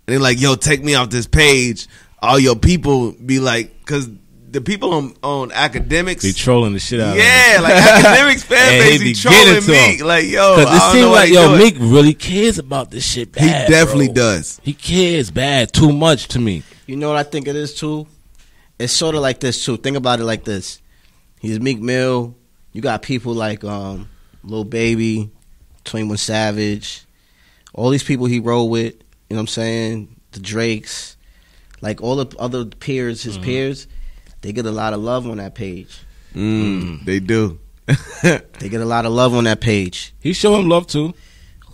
Speaker 4: they're like, "Yo, take me off this page." All your people be like, "Cause the people on on academics.
Speaker 3: They trolling the shit out of him.
Speaker 4: Yeah, like academics fan
Speaker 3: And
Speaker 4: base
Speaker 3: they
Speaker 4: be
Speaker 3: be
Speaker 4: trolling
Speaker 3: getting to
Speaker 4: Meek.
Speaker 3: him.
Speaker 4: Like yo,
Speaker 3: Cause
Speaker 4: I
Speaker 3: it
Speaker 4: don't
Speaker 3: seems
Speaker 4: know why
Speaker 3: like
Speaker 4: he
Speaker 3: yo,
Speaker 4: do it.
Speaker 3: Meek really cares about this shit.
Speaker 4: He
Speaker 3: Bad,
Speaker 4: definitely
Speaker 3: bro.
Speaker 4: does.
Speaker 3: He cares bad, too much to me.
Speaker 2: You know what I think it is too? It's sort of like this too. Think about it like this. He's Meek Mill. You got people like um Lil Baby, 21 Savage, all these people he rode with, you know what I'm saying? The Drakes, like all the other peers, his peers, they get a lot of love on that page.
Speaker 4: Mm, they do. That's
Speaker 2: They get a lot of love on that page.
Speaker 3: He show him love too.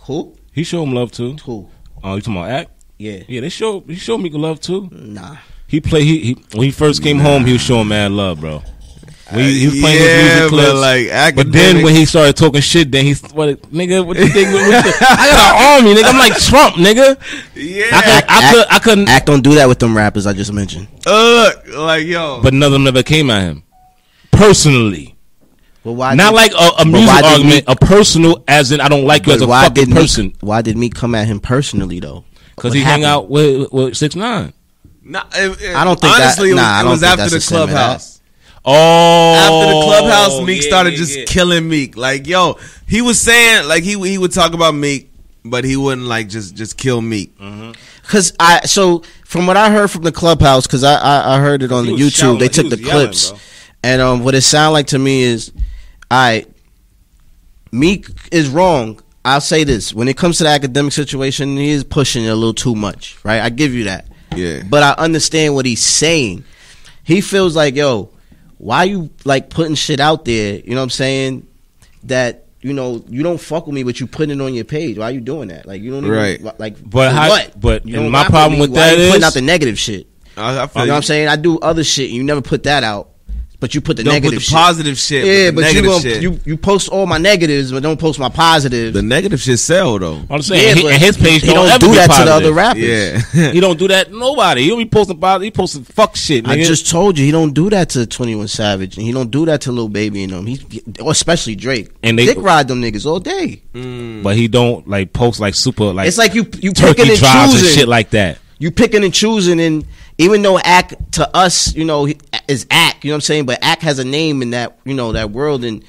Speaker 2: Who?
Speaker 3: He show him love too.
Speaker 2: Who?
Speaker 3: Oh, you talking about act?
Speaker 2: Yeah.
Speaker 3: Yeah, they show he showed Meek love too.
Speaker 2: Nah.
Speaker 3: He play he, he when he first came home, he was showing mad love, bro. When he, he was playing
Speaker 4: Yeah,
Speaker 3: his music
Speaker 4: but,
Speaker 3: clips,
Speaker 4: like,
Speaker 3: but then when
Speaker 4: academics-
Speaker 3: he started talking shit, then he's what nigga? What you think? What, what you- I got an army, nigga. I'm like Trump, nigga.
Speaker 4: Yeah,
Speaker 3: I could, I could, I couldn't.
Speaker 2: Act don't do that with them rappers I just mentioned.
Speaker 4: Ugh, like yo,
Speaker 3: But none of them never came at him personally.
Speaker 2: Well, why
Speaker 3: Not
Speaker 2: did-
Speaker 3: like a, a
Speaker 2: but
Speaker 3: music
Speaker 2: why did
Speaker 3: argument,
Speaker 2: Meek-
Speaker 3: a personal, as in I don't like you as a
Speaker 2: But why
Speaker 3: fucking
Speaker 2: did Meek-
Speaker 3: person
Speaker 2: why did Meek come at him personally though?
Speaker 3: because
Speaker 2: What
Speaker 3: he hung
Speaker 2: happened?
Speaker 3: out with, with six nine.
Speaker 4: Nah, it- it-
Speaker 2: I don't think that-
Speaker 4: honestly, it was-
Speaker 2: nah, I
Speaker 4: it
Speaker 2: don't
Speaker 4: was,
Speaker 2: think
Speaker 4: after
Speaker 2: that's
Speaker 4: the
Speaker 2: a sentiment.
Speaker 4: clubhouse.
Speaker 3: Oh,
Speaker 4: After the clubhouse, Meek
Speaker 3: yeah,
Speaker 4: started
Speaker 3: yeah,
Speaker 4: just
Speaker 3: yeah.
Speaker 4: killing Meek. Like yo, he was saying like he he would talk about Meek, but he wouldn't like just just kill Meek.
Speaker 2: Cause I so from what I heard from the clubhouse, cause I I, I heard it on
Speaker 3: He
Speaker 2: the
Speaker 3: was
Speaker 2: YouTube.
Speaker 3: shouting,
Speaker 2: they
Speaker 3: he
Speaker 2: took the
Speaker 3: was yelling,
Speaker 2: clips,
Speaker 3: bro.
Speaker 2: and um, what it sounded like to me is, I Meek is wrong. I'll say this: when it comes to the academic situation, he is pushing it a little too much, right? I give you that.
Speaker 4: Yeah.
Speaker 2: But I understand what he's saying. He feels like, yo, why you like putting shit out there? You know what I'm saying? That you know you don't fuck with me, but you putting it on your page. Why you doing that? Like you don't even,
Speaker 4: Right.
Speaker 2: wh- Like
Speaker 3: But
Speaker 2: for
Speaker 3: how-
Speaker 2: what?
Speaker 3: but
Speaker 2: You
Speaker 3: and
Speaker 2: don't
Speaker 3: my
Speaker 2: rock with
Speaker 3: problem
Speaker 2: me.
Speaker 3: with
Speaker 2: Why
Speaker 3: that
Speaker 2: you putting
Speaker 3: is-
Speaker 2: out the negative shit.
Speaker 4: I, I feel
Speaker 2: You know
Speaker 4: you.
Speaker 2: what I'm saying? I do other shit. You never put that out, but you put the
Speaker 4: Don't put
Speaker 2: negative
Speaker 4: the
Speaker 2: shit.
Speaker 4: positive shit.
Speaker 2: yeah,
Speaker 4: but,
Speaker 2: but
Speaker 4: the
Speaker 2: you
Speaker 4: negative
Speaker 2: gonna
Speaker 4: shit.
Speaker 2: you you post all my negatives, but don't post my positives.
Speaker 4: the negative shit sell though.
Speaker 3: I'm
Speaker 2: Yeah,
Speaker 3: saying, he-
Speaker 2: but
Speaker 3: and his page
Speaker 2: he
Speaker 3: don't, ever
Speaker 2: do
Speaker 3: be
Speaker 2: that to
Speaker 3: positive.
Speaker 2: the other rappers.
Speaker 4: Yeah,
Speaker 3: He don't do that. to Nobody. He don't be posting positive. He posting fuck shit.
Speaker 2: I
Speaker 3: Nigga.
Speaker 2: just told you he don't do that to Twenty One Savage, and he don't do that to Lil Baby and them. He, or especially Drake,
Speaker 3: And they-
Speaker 2: dick ride them niggas all day.
Speaker 3: but he don't like post like super like.
Speaker 2: it's like you you picking
Speaker 3: turkey
Speaker 2: and
Speaker 3: drives and
Speaker 2: choosing,
Speaker 3: shit like that.
Speaker 2: you picking and choosing, and even though Act to us, you know, he- is Act, you know what I'm saying, but Act has a name in that you know that world, and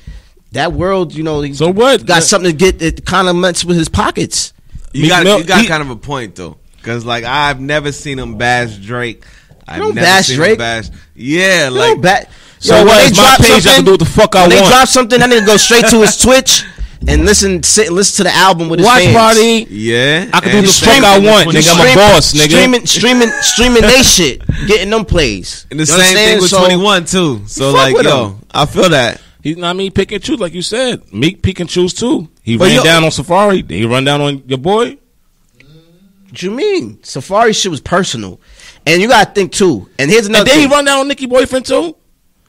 Speaker 2: that world, you know, he
Speaker 3: So what?
Speaker 2: got something to get that kind of mess with his pockets.
Speaker 4: you
Speaker 3: Meek
Speaker 4: got
Speaker 3: Mill-
Speaker 4: you got
Speaker 3: he-
Speaker 4: kind of a point though, because like I've never seen him bash Drake. I've
Speaker 2: don't
Speaker 4: never
Speaker 2: bash
Speaker 4: seen Him
Speaker 2: Drake.
Speaker 4: bash. Yeah,
Speaker 2: You
Speaker 4: like
Speaker 2: know, back.
Speaker 3: So
Speaker 2: when
Speaker 3: what?
Speaker 2: they
Speaker 3: It's my
Speaker 2: drop
Speaker 3: page, I can
Speaker 2: something-
Speaker 3: do what the fuck I
Speaker 2: when They
Speaker 3: want.
Speaker 2: drop something, I need to go straight to his Twitch and listen, sit and listen to the album with his
Speaker 3: Watch
Speaker 2: fans.
Speaker 3: party.
Speaker 4: yeah,
Speaker 3: I can
Speaker 4: and
Speaker 3: do the
Speaker 4: shit.
Speaker 3: fuck I want, nigga. I'm a
Speaker 2: Stream-
Speaker 3: boss, nigga.
Speaker 2: Streaming, streaming, streaming they shit, getting them plays.
Speaker 4: And the
Speaker 2: You
Speaker 4: same
Speaker 2: understand?
Speaker 4: thing with
Speaker 2: So,
Speaker 4: 21 too. So
Speaker 2: fuck
Speaker 4: like,
Speaker 2: with
Speaker 4: yo, I feel that.
Speaker 3: He's not I mean pick and choose like you said. Meek pick and choose too. He
Speaker 4: But
Speaker 3: ran
Speaker 4: yo-
Speaker 3: down on Safari. Then he run down on your boy.
Speaker 2: What you mean? Safari shit was personal, and you gotta think too. And here's another.
Speaker 3: And then he
Speaker 2: thing.
Speaker 3: run down on Nikki boyfriend too.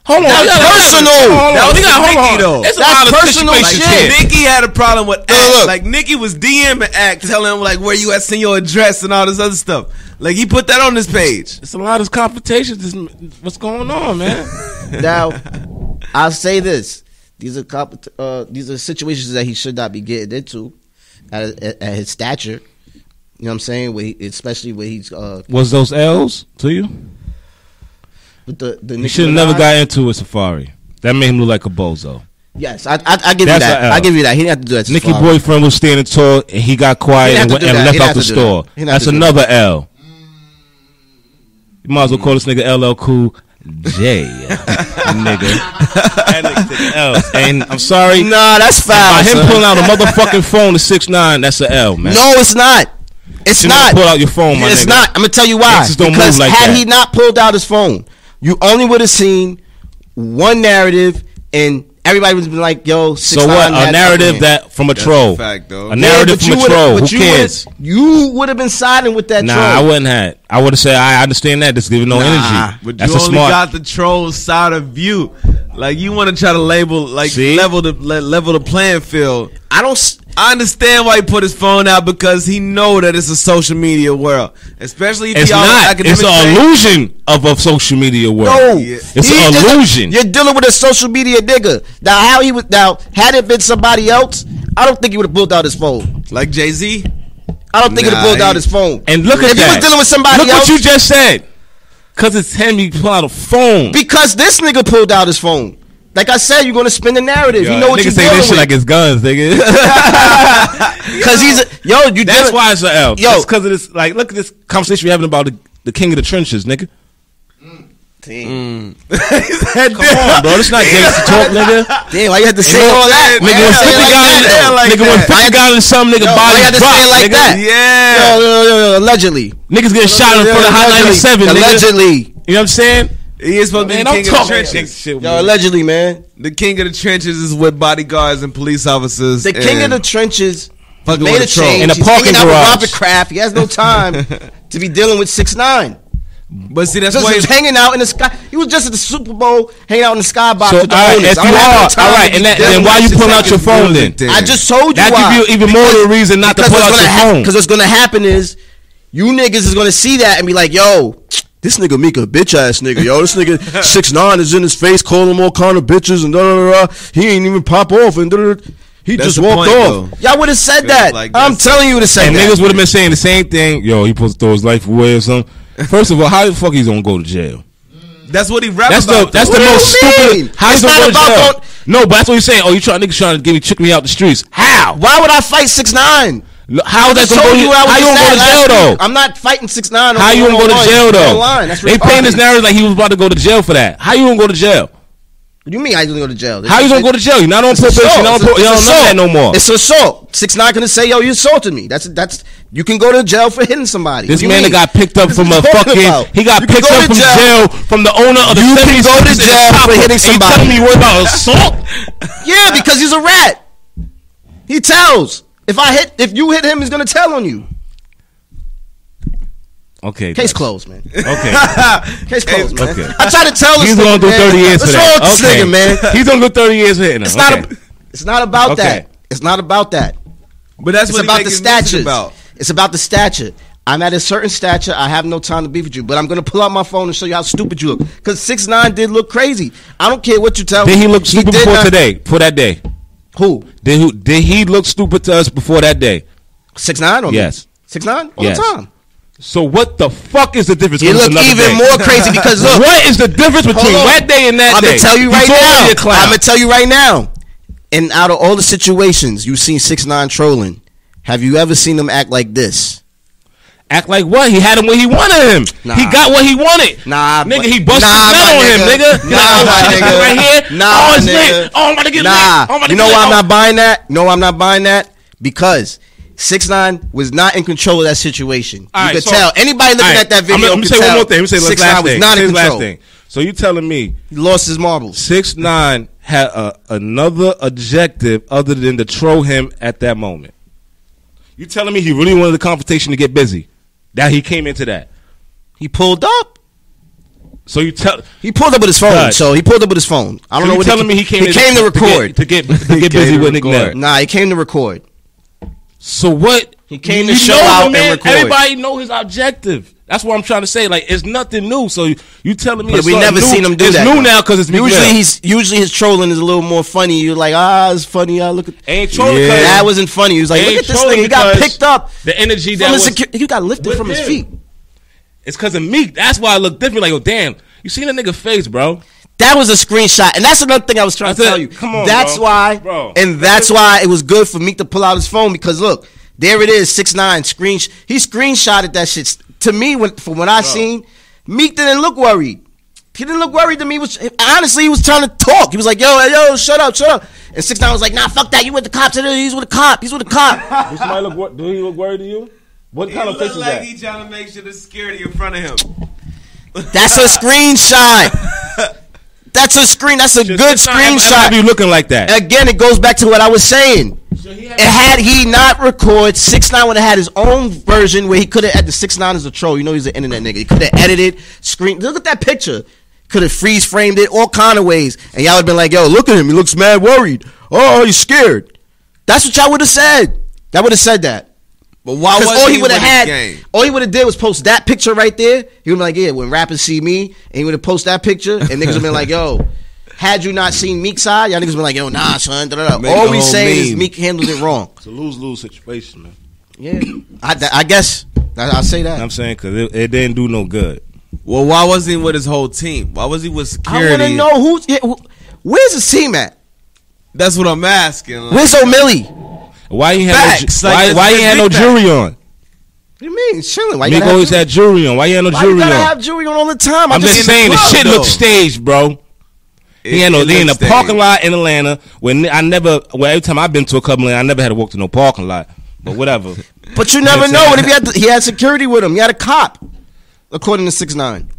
Speaker 3: Hold on,
Speaker 2: That's
Speaker 3: we gotta-
Speaker 2: personal.
Speaker 3: Hold on,
Speaker 4: That was
Speaker 3: we gotta-
Speaker 4: Nikki,
Speaker 3: hold
Speaker 4: though.
Speaker 3: on. It's a
Speaker 2: That's
Speaker 3: lot of
Speaker 2: personal
Speaker 3: situations
Speaker 2: shit.
Speaker 3: here.
Speaker 4: Nikki had a problem with Act.
Speaker 3: look.
Speaker 4: Like Nikki was DMing Act, telling him like where you at, send your address and all this other stuff. Like he put that on his page.
Speaker 3: It's a lot of confrontations. It's- What's going on, man?
Speaker 2: Now, I'll say this: these are comp- uh, these are situations that he should not be getting into at, at, at his stature. You know what I'm saying? Where he, especially where he's uh,
Speaker 3: Was those L's to you?
Speaker 2: with the the
Speaker 3: You
Speaker 2: Nicki
Speaker 3: should have never
Speaker 2: Minaj.
Speaker 3: got into a Safari. That made him look like a bozo.
Speaker 2: Yes, I I, I give
Speaker 3: That's
Speaker 2: you
Speaker 3: a
Speaker 2: that.
Speaker 3: L.
Speaker 2: I give you that. He didn't have to do that. to
Speaker 3: Nikki
Speaker 2: Safari.
Speaker 3: boyfriend was standing tall and he got
Speaker 2: He
Speaker 3: quiet
Speaker 2: didn't have
Speaker 3: and, went,
Speaker 2: to do
Speaker 3: and
Speaker 2: that.
Speaker 3: left
Speaker 2: He didn't
Speaker 3: out the
Speaker 2: have to do
Speaker 3: store.
Speaker 2: that. He didn't have
Speaker 3: That's
Speaker 2: to do
Speaker 3: another L. You might as well call this nigga LL Cool J, nigga. And it took L's. And I'm sorry,
Speaker 2: Nah, that's foul.
Speaker 3: by him
Speaker 2: son.
Speaker 3: pulling out a motherfucking phone to six nine, that's an L, man.
Speaker 2: No, it's not. It's
Speaker 3: You
Speaker 2: not.
Speaker 3: never pull out your phone, Oh, my
Speaker 2: it's
Speaker 3: nigga.
Speaker 2: not. I'm gonna tell you why.
Speaker 3: Gangsters don't
Speaker 2: because
Speaker 3: move like
Speaker 2: had
Speaker 3: that.
Speaker 2: he not pulled out his phone, you only would have seen one narrative, and everybody would have been like, "Yo, six
Speaker 3: So what?
Speaker 2: nine had
Speaker 3: A narrative
Speaker 2: something.
Speaker 3: that from a
Speaker 4: a
Speaker 3: troll.
Speaker 4: fact, though.
Speaker 3: Oh, A
Speaker 4: Yeah,
Speaker 2: Yeah,
Speaker 3: narrative
Speaker 2: but
Speaker 3: from
Speaker 2: you
Speaker 3: a
Speaker 2: would've-
Speaker 3: troll.
Speaker 2: but
Speaker 3: Who
Speaker 2: you would've-
Speaker 3: cares?
Speaker 2: You would have been siding with that
Speaker 3: Nah,
Speaker 2: troll.
Speaker 3: I wouldn't have. I would have said I understand that. Just giving no energy.
Speaker 4: But
Speaker 3: That's
Speaker 4: you
Speaker 3: a
Speaker 4: only
Speaker 3: smart.
Speaker 4: got the troll side of you. Like you want to try to label, like
Speaker 3: See?
Speaker 4: level the le- level the playing field.
Speaker 2: I don't. s-
Speaker 4: I understand why he put his phone out because he know that it's a social media world, especially if
Speaker 3: it's
Speaker 4: y'all
Speaker 3: not.
Speaker 4: academic
Speaker 3: It's an
Speaker 4: thing.
Speaker 3: illusion of a social media
Speaker 2: No,
Speaker 3: world.
Speaker 4: Yeah.
Speaker 3: It's
Speaker 2: He
Speaker 3: an
Speaker 2: just-
Speaker 3: illusion.
Speaker 2: you're dealing with a social media nigga. Now, how he would now had it been somebody else, I don't think he would have pulled out his phone.
Speaker 4: Like Jay Z,
Speaker 2: I don't think he'd
Speaker 4: Nah,
Speaker 2: have pulled
Speaker 4: he-
Speaker 2: out his phone.
Speaker 3: And look at
Speaker 2: if
Speaker 3: that.
Speaker 2: you was dealing with somebody
Speaker 3: look
Speaker 2: else,
Speaker 3: what you just said. Cause it's him. You pull out a phone.
Speaker 2: Because this nigga pulled out his phone. Like I said, you're gonna spin the narrative.
Speaker 3: Yo,
Speaker 2: you know what
Speaker 3: nigga
Speaker 2: you're
Speaker 3: say
Speaker 2: dealing
Speaker 3: this
Speaker 2: with.
Speaker 3: shit like it's guns, nigga.
Speaker 2: Cause he's a, yo, you.
Speaker 3: That's
Speaker 2: dealing-
Speaker 3: why it's a L.
Speaker 2: Yo.
Speaker 3: Yo, because of this. Like, look at this conversation we're having about the, the king of the trenches, nigga.
Speaker 2: Damn,
Speaker 3: Come on, bro. It's not gangster talk, nigga.
Speaker 2: Damn, why you had to say all that?
Speaker 3: Nigga, when
Speaker 2: Yeah,
Speaker 3: fifty
Speaker 2: like
Speaker 3: got
Speaker 2: that, yeah,
Speaker 3: in,
Speaker 2: like
Speaker 3: nigga, when
Speaker 2: that.
Speaker 3: fifty got in some nigga
Speaker 2: Yo, why
Speaker 3: body
Speaker 2: you had to
Speaker 3: dropped,
Speaker 2: say it like
Speaker 3: nigga.
Speaker 2: that?
Speaker 4: Yeah.
Speaker 2: Yo, yo, yo, yo, allegedly.
Speaker 3: Niggas getting shot in front of High 97, nigga.
Speaker 2: Allegedly.
Speaker 3: You know what I'm saying?
Speaker 4: He is supposed to be
Speaker 3: Man,
Speaker 4: the
Speaker 3: don't
Speaker 4: king of the
Speaker 3: talk
Speaker 4: trenches.
Speaker 3: shit.
Speaker 2: Yo, allegedly, man.
Speaker 4: The king of the trenches is with bodyguards and police officers.
Speaker 2: The king of
Speaker 4: and
Speaker 2: the trenches
Speaker 4: fucking
Speaker 2: made a
Speaker 4: with the troll.
Speaker 2: change.
Speaker 3: In a
Speaker 2: He's
Speaker 3: parking
Speaker 2: hanging out with
Speaker 3: garage.
Speaker 2: Robert Kraft. He has no time to be dealing with six nine.
Speaker 4: But see, that's
Speaker 2: Just
Speaker 4: why
Speaker 2: was hanging out in the sky. He was just at the Super Bowl, hanging out in the skybox.
Speaker 3: So,
Speaker 2: with the
Speaker 3: all right,
Speaker 2: owners.
Speaker 3: if
Speaker 2: I
Speaker 3: you
Speaker 2: don't have no
Speaker 3: are,
Speaker 2: time
Speaker 3: all
Speaker 2: to
Speaker 3: right,
Speaker 2: be
Speaker 3: and, that,
Speaker 2: dealing
Speaker 3: then
Speaker 2: with
Speaker 3: why you
Speaker 2: six
Speaker 3: pulling
Speaker 2: nine.
Speaker 3: out your phone then?
Speaker 4: music thing.
Speaker 2: I just told you
Speaker 3: That
Speaker 2: why.
Speaker 3: give you even more of a reason not to
Speaker 2: Because
Speaker 3: pull
Speaker 2: what's
Speaker 3: out
Speaker 2: gonna
Speaker 3: your
Speaker 2: hap-
Speaker 3: phone.
Speaker 2: Because what's gonna happen is you niggas is gonna see that and be like, yo. This nigga Mika bitch ass nigga, yo. This nigga six nine is in his face calling him all kind of bitches and da da da. He ain't even pop off and da da. He
Speaker 4: That's
Speaker 2: just
Speaker 4: the
Speaker 2: walked
Speaker 4: point,
Speaker 2: off. Y'all would have said that.
Speaker 4: like,
Speaker 2: I'm
Speaker 4: that's-
Speaker 2: telling you to say
Speaker 3: And
Speaker 2: that.
Speaker 3: niggas would have been saying the same thing. Yo, he supposed to throw his life away or something. First of all, how the fuck he's gonna go to jail?
Speaker 4: that's what he rap
Speaker 3: That's the
Speaker 4: about.
Speaker 3: that's the
Speaker 2: What do
Speaker 3: most
Speaker 2: you mean?
Speaker 3: stupid. How
Speaker 2: It's
Speaker 3: you
Speaker 2: not
Speaker 3: gonna go to
Speaker 2: about
Speaker 3: jail?
Speaker 2: don't-
Speaker 3: No, but that's what you're saying. Oh, you trying niggas trying to give me trick me out the streets? How?
Speaker 2: Why would I fight six nine?
Speaker 3: No, How
Speaker 2: I
Speaker 3: that
Speaker 2: told
Speaker 3: gonna go?
Speaker 2: you where I was
Speaker 3: How you
Speaker 2: at
Speaker 3: gonna go to
Speaker 2: last
Speaker 3: jail
Speaker 2: week.
Speaker 3: though?
Speaker 2: I'm not fighting six nine.
Speaker 3: How you gonna go to jail though? They paint this
Speaker 2: now.
Speaker 3: narrative like he was about to go to jail for that. How you gonna go to jail?
Speaker 2: You mean I gonna go to jail?
Speaker 3: How you gonna go to jail? You're not on probation. You don't pro- you don't know that no more.
Speaker 2: It's assault. Six nine gonna say, "Yo, you assaulted me." That's that's. You can go to jail for hitting somebody.
Speaker 3: This
Speaker 2: What do you
Speaker 3: man that
Speaker 2: mean?
Speaker 3: got picked up
Speaker 2: What
Speaker 3: from
Speaker 2: you
Speaker 3: a
Speaker 2: talking
Speaker 3: fucking.
Speaker 2: about?
Speaker 3: He got
Speaker 2: You can
Speaker 3: picked
Speaker 2: go
Speaker 3: up
Speaker 2: to
Speaker 3: from jail. from the owner of the.
Speaker 2: You can
Speaker 3: 70s
Speaker 2: go to
Speaker 3: in
Speaker 2: jail for
Speaker 3: Chicago.
Speaker 2: hitting
Speaker 3: And
Speaker 2: somebody.
Speaker 3: Tell me what about assault?
Speaker 2: Yeah, because he's a rat. He tells. If I hit, if you hit him, he's gonna tell on you.
Speaker 3: Okay.
Speaker 2: Case closed, man.
Speaker 3: Okay.
Speaker 2: Case closed, man.
Speaker 3: okay.
Speaker 2: I try to tell this
Speaker 3: He's
Speaker 2: nigga,
Speaker 3: gonna do
Speaker 2: man.
Speaker 3: 30 years for
Speaker 2: What's
Speaker 3: that.
Speaker 2: wrong with this
Speaker 3: okay.
Speaker 2: nigga, man?
Speaker 3: He's gonna do 30 years for hitting him.
Speaker 2: It's not.
Speaker 3: Okay.
Speaker 2: A, it's not about
Speaker 3: Okay.
Speaker 2: that. It's not about that.
Speaker 4: but that's
Speaker 2: It's
Speaker 4: what he
Speaker 2: about the
Speaker 4: making music
Speaker 2: stature.
Speaker 4: About.
Speaker 2: It's about the stature. I'm at a certain stature. I have no time to beef with you, but I'm gonna pull out my phone and show you how stupid you look. Cause six nine did look crazy. I don't care what you tell
Speaker 3: Did
Speaker 2: me.
Speaker 3: he look stupid
Speaker 2: did
Speaker 3: before
Speaker 2: not-
Speaker 3: today? For that day?
Speaker 2: Who
Speaker 3: Did who? Did he look stupid to us before that day?
Speaker 2: six nine? Or
Speaker 3: Yes.
Speaker 2: six nine all
Speaker 3: Yes.
Speaker 2: the time.
Speaker 3: So what the fuck is the difference?
Speaker 2: He
Speaker 3: when it's
Speaker 2: look
Speaker 3: another
Speaker 2: even
Speaker 3: day?
Speaker 2: more crazy because look,
Speaker 3: what is the difference between
Speaker 2: Hold on.
Speaker 3: that day and that
Speaker 2: I'm
Speaker 3: day?
Speaker 2: gonna tell you right
Speaker 3: already
Speaker 2: now.
Speaker 3: a clown.
Speaker 2: I'm gonna tell you right now. And out of all the situations you've seen six nine trolling, have you ever seen him act like this?
Speaker 3: Act like what? He had him when he wanted him.
Speaker 2: Nah.
Speaker 3: He got what he wanted.
Speaker 2: Nah,
Speaker 3: nigga,
Speaker 2: but-
Speaker 3: he busted
Speaker 2: Nah,
Speaker 3: nah,
Speaker 2: my
Speaker 3: on him,
Speaker 2: nigga.
Speaker 3: nigga. He
Speaker 2: Nah,
Speaker 3: like, oh,
Speaker 2: my
Speaker 3: shit,
Speaker 2: nigga.
Speaker 3: right here.
Speaker 2: Nah,
Speaker 3: oh, it's
Speaker 2: my nigga.
Speaker 3: lit. Oh, I'm about to get
Speaker 2: Nah,
Speaker 3: lit. Oh, I'm about to
Speaker 2: you know
Speaker 3: get
Speaker 2: why I'm
Speaker 3: lit.
Speaker 2: not buying that? No, I'm not buying that because six nine was not in control of that situation.
Speaker 3: All
Speaker 2: you
Speaker 3: right,
Speaker 2: could
Speaker 3: so-
Speaker 2: tell. Anybody looking
Speaker 3: Alright,
Speaker 2: at that video
Speaker 3: I'm, gonna- I'm
Speaker 2: could
Speaker 3: gonna say
Speaker 2: tell
Speaker 3: one more thing. Let me say
Speaker 2: six
Speaker 3: last
Speaker 2: nine
Speaker 3: thing.
Speaker 2: was not
Speaker 3: Say
Speaker 2: in
Speaker 3: this last
Speaker 2: control.
Speaker 3: thing. So you telling me
Speaker 2: He lost his marbles.
Speaker 3: six nine had a, another objective other than to troll him at that moment? You telling me he really wanted the confrontation to get busy? That he came into that.
Speaker 2: He pulled up.
Speaker 3: So you tell.
Speaker 2: He pulled up with his phone.
Speaker 3: Dutch.
Speaker 2: So he pulled up with his phone. I don't
Speaker 3: so
Speaker 2: know
Speaker 3: you
Speaker 2: what
Speaker 3: telling
Speaker 2: he,
Speaker 3: me he came.
Speaker 2: He
Speaker 3: in
Speaker 2: came to
Speaker 3: to
Speaker 2: record.
Speaker 3: get, to get, to get
Speaker 4: came
Speaker 3: busy
Speaker 4: to
Speaker 3: with Nick
Speaker 4: record.
Speaker 3: Nabb.
Speaker 2: Nah, he came to record.
Speaker 3: So what? He
Speaker 2: came to show out and record.
Speaker 3: Everybody know his objective. That's what I'm trying to say. Like it's nothing new. So you, you telling me?
Speaker 2: But
Speaker 3: it's
Speaker 2: we
Speaker 3: something
Speaker 2: never
Speaker 3: new.
Speaker 2: seen him do
Speaker 3: it's
Speaker 2: that.
Speaker 3: new
Speaker 2: though.
Speaker 3: now because it's Meek
Speaker 2: usually
Speaker 3: Mill.
Speaker 2: he's usually his trolling is a little more funny. You're like, ah, it's funny. I look at
Speaker 3: Ain't trolling
Speaker 2: Yeah.
Speaker 3: 'cause-
Speaker 2: That wasn't funny. He was like,
Speaker 3: Ain't
Speaker 2: look at this
Speaker 3: trolling
Speaker 2: thing. He got
Speaker 3: because
Speaker 2: picked up
Speaker 3: The energy that
Speaker 2: from his
Speaker 3: was
Speaker 2: secu- He got lifted
Speaker 3: with
Speaker 2: from his
Speaker 3: him.
Speaker 2: feet.
Speaker 3: it's because of Meek. That's why I look different. Like oh damn, you seen that nigga face, bro?
Speaker 2: That was a screenshot, and that's another thing I was trying to
Speaker 3: That's
Speaker 2: tell
Speaker 3: it.
Speaker 2: you.
Speaker 3: Come on,
Speaker 2: that's
Speaker 3: bro.
Speaker 2: why,
Speaker 3: Bro.
Speaker 2: and that's why it was good for me to pull out his phone because look, there it is, six nine screen. He screenshotted that shit to me when from what I seen. Meek didn't look worried. He didn't look worried to me. He was honestly, he was trying to talk. He was like, "Yo, yo, shut up, shut up." And six nine was like, "Nah, fuck that. You with the cops? He's with the cop. He's with the cop."
Speaker 3: Do somebody look? Do he look worried to you? What
Speaker 4: He look like he trying to make sure the security in front of him.
Speaker 2: that's a screenshot. That's a screen. That's a good screenshot.
Speaker 3: Have you looking like that?
Speaker 2: again, it goes back to what I was saying. And had he not record six nine would have had his own version where he could have at the six nine is a troll. You know he's an internet nigga. He could have edited screen. Look at that picture. Could have freeze framed it all kind of ways, and y'all would have been like, "Yo, look at him. He looks mad worried. Oh, he's scared." That's what y'all would have said. That would have said that.
Speaker 4: But why
Speaker 2: Because
Speaker 4: was
Speaker 2: all he would have
Speaker 4: with his
Speaker 2: had,
Speaker 4: Game?
Speaker 2: all he would have did was post that picture right there. He would be like, "Yeah, when rappers see me," and he would have posted that picture, and niggas would been like, "Yo, had you not seen Meek's side, y'all niggas been like, yo, nah, son." Da, da, da.
Speaker 4: Make
Speaker 2: All
Speaker 4: the
Speaker 2: we
Speaker 4: whole
Speaker 2: saying is
Speaker 4: meme.
Speaker 2: Meek handled it wrong.
Speaker 3: It's a lose lose situation, man.
Speaker 2: yeah, I, I guess I, I say
Speaker 3: I'm
Speaker 2: that.
Speaker 3: saying because it, it didn't do no good.
Speaker 4: Well, why wasn't he with his whole team? Why was he with
Speaker 2: I
Speaker 4: security?
Speaker 2: want to know who's. Yeah, who, where's his team at?
Speaker 4: That's what I'm asking. Like,
Speaker 2: Where's O'Milly?
Speaker 3: Why you had
Speaker 4: Facts,
Speaker 3: no, ju-
Speaker 4: like,
Speaker 3: why,
Speaker 4: it's
Speaker 3: why
Speaker 4: a
Speaker 3: you had no
Speaker 4: big
Speaker 3: jury on?
Speaker 2: What do you mean? It's Chilling. Why you
Speaker 3: Meek
Speaker 2: gotta
Speaker 3: always
Speaker 2: have
Speaker 3: had jury on. Why you had no
Speaker 2: Why you
Speaker 3: jury
Speaker 2: gotta
Speaker 3: on?
Speaker 2: have jury on all the time?
Speaker 3: I'm just saying the
Speaker 4: club,
Speaker 3: shit
Speaker 4: though.
Speaker 3: looks staged, bro. He had no. They in the parking lot in Atlanta. When I never, well, every time I've been to a club, in Atlanta, I never had to walk to no parking lot. But whatever.
Speaker 2: But you never
Speaker 3: Yeah,
Speaker 2: know.
Speaker 3: so-
Speaker 2: What if he had he had security with him? He had a cop, according to six nine.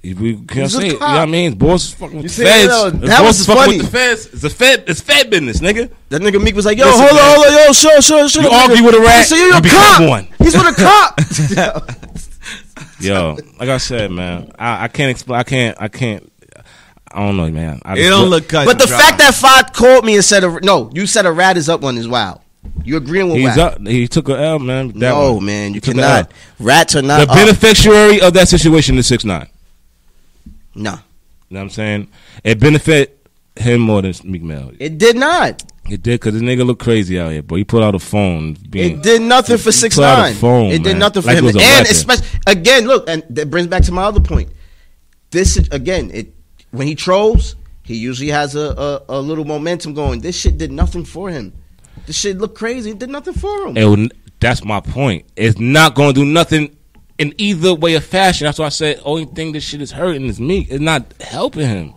Speaker 3: If we can't
Speaker 2: He's a
Speaker 3: say, it, you know
Speaker 2: cop.
Speaker 3: what I mean? Boss is fucking with the
Speaker 2: see,
Speaker 3: feds.
Speaker 2: yo,
Speaker 3: The
Speaker 2: that
Speaker 3: boss
Speaker 2: was
Speaker 3: is fucking
Speaker 2: funny.
Speaker 3: with the feds. It's a fed. It's fed business, nigga.
Speaker 2: That nigga Meek was like, "Yo,
Speaker 3: Listen,
Speaker 2: hold
Speaker 3: man.
Speaker 2: on, hold on, yo, show, show, show."
Speaker 3: You argue with a rat,
Speaker 2: so you're
Speaker 3: you
Speaker 2: a
Speaker 3: become
Speaker 2: cop.
Speaker 3: one.
Speaker 2: He's with a cop.
Speaker 3: Yo, like I said, man, I, I can't explain. I can't. I can't. I don't know, man. I
Speaker 4: It don't look cut.
Speaker 2: but the
Speaker 4: and dry.
Speaker 2: fact that Fod called me and said, a, "No, you said a rat is up one" is wild. You agreeing with
Speaker 3: he's
Speaker 2: Wack?
Speaker 3: up. He took a L, man. That
Speaker 2: No,
Speaker 3: one.
Speaker 2: man, you
Speaker 3: He took a
Speaker 2: cannot.
Speaker 3: L.
Speaker 2: Rats are
Speaker 3: The
Speaker 2: not. up.
Speaker 3: beneficiary of that situation is six nine.
Speaker 2: No,
Speaker 3: You know what I'm saying? It benefit him more than Meek Mill. It,
Speaker 2: it did not.
Speaker 3: did because the nigga look crazy out here, bro. He pulled out a phone. being-
Speaker 2: It did nothing for
Speaker 3: He
Speaker 2: six
Speaker 3: pulled out a
Speaker 2: nine.
Speaker 3: phone,
Speaker 2: it did
Speaker 3: man.
Speaker 2: nothing for
Speaker 3: Like it
Speaker 2: him.
Speaker 3: was a
Speaker 2: And
Speaker 3: weapon.
Speaker 2: especially again, look, and that brings back to my other point. This is again, it when he trolls, he usually has a, a, a little momentum going. This shit did nothing for him. This shit looked crazy. It did nothing for him.
Speaker 3: It will- that's my point. It's not going to do nothing in either way of fashion. That's why I said only thing this shit is hurting is Meek. It's not helping him.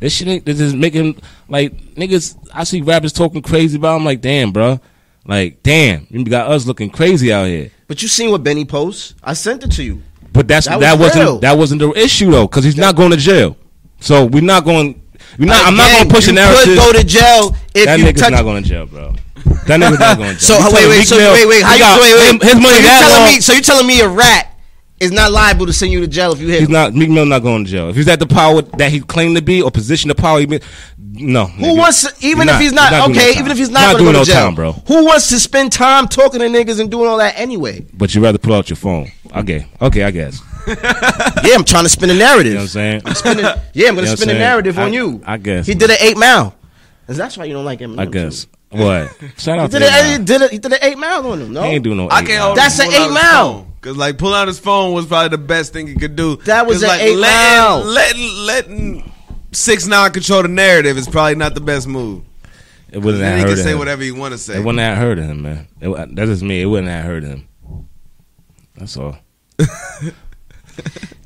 Speaker 3: This shit ain't, this is making like niggas. I see rappers talking crazy about. him like, damn, bro. Like, damn, you got us looking crazy out here.
Speaker 2: But you seen what Benny posts? I sent it to you.
Speaker 3: But that's
Speaker 2: That
Speaker 3: that,
Speaker 2: was
Speaker 3: was not
Speaker 2: real.
Speaker 3: that wasn't the issue though, because he's not going to jail. So we're not going. We're not, I'm not
Speaker 2: Again,
Speaker 3: going to push the
Speaker 2: you
Speaker 3: narrative.
Speaker 2: Could go to jail if
Speaker 3: that
Speaker 2: you
Speaker 3: nigga's
Speaker 2: touch.
Speaker 3: not going to jail, bro. That nigga's not going to
Speaker 2: so
Speaker 3: jail.
Speaker 2: wait,
Speaker 3: You telling
Speaker 2: wait,
Speaker 3: Meek
Speaker 2: so
Speaker 3: Mill-
Speaker 2: wait, wait.
Speaker 3: he
Speaker 2: How
Speaker 3: got-
Speaker 2: you wait, wait?
Speaker 3: His money
Speaker 2: so you
Speaker 3: that
Speaker 2: telling
Speaker 3: long.
Speaker 2: me? So you telling me a rat is not liable to send you to jail if you hit?
Speaker 3: He's
Speaker 2: him?
Speaker 3: not Meek Mill not going to jail. If he's at the power that he claimed to be or position of power, he be, no.
Speaker 2: Who wants to, even if he's not,
Speaker 3: doing
Speaker 2: okay,
Speaker 3: no
Speaker 2: even
Speaker 3: time.
Speaker 2: if he's not, gonna
Speaker 3: doing
Speaker 2: go
Speaker 3: no
Speaker 2: to jail,
Speaker 3: time, bro.
Speaker 2: Who wants to spend time talking to niggas and doing all that anyway?
Speaker 3: But you rather pull out your phone. Okay, okay, I guess.
Speaker 2: yeah, I'm trying to spin a narrative.
Speaker 3: You know what I'm saying?
Speaker 2: Spin a- yeah, I'm gonna
Speaker 3: You know what
Speaker 2: spin a
Speaker 3: I'm saying?
Speaker 2: narrative
Speaker 3: I-
Speaker 2: on you.
Speaker 3: I guess.
Speaker 2: he did an eight mile, and that's why you don't like him.
Speaker 3: I guess. What? Shout
Speaker 2: He
Speaker 3: out to
Speaker 2: did, a,
Speaker 3: him. man.
Speaker 2: he, did a, he did an eight mile on him. No,
Speaker 3: He ain't do no.
Speaker 4: I
Speaker 3: eight,
Speaker 4: can't.
Speaker 3: man.
Speaker 4: hold
Speaker 2: That's
Speaker 4: him
Speaker 2: an
Speaker 4: to
Speaker 2: eight
Speaker 4: pull out his
Speaker 2: mile.
Speaker 4: phone. Cause like pulling out his phone was probably the best thing he could do.
Speaker 2: That was
Speaker 4: 'Cause,
Speaker 2: an
Speaker 4: like,
Speaker 2: eight
Speaker 4: letting,
Speaker 2: mile.
Speaker 4: Letting letting six nine control the narrative is probably not the best move.
Speaker 3: It wouldn't
Speaker 4: Then
Speaker 3: have
Speaker 4: he
Speaker 3: hurt
Speaker 4: can
Speaker 3: him.
Speaker 4: say whatever he want to
Speaker 3: It
Speaker 4: say.
Speaker 3: wouldn't have hurt him, man. It, wa- that's just me. It wouldn't have hurt him. That's all.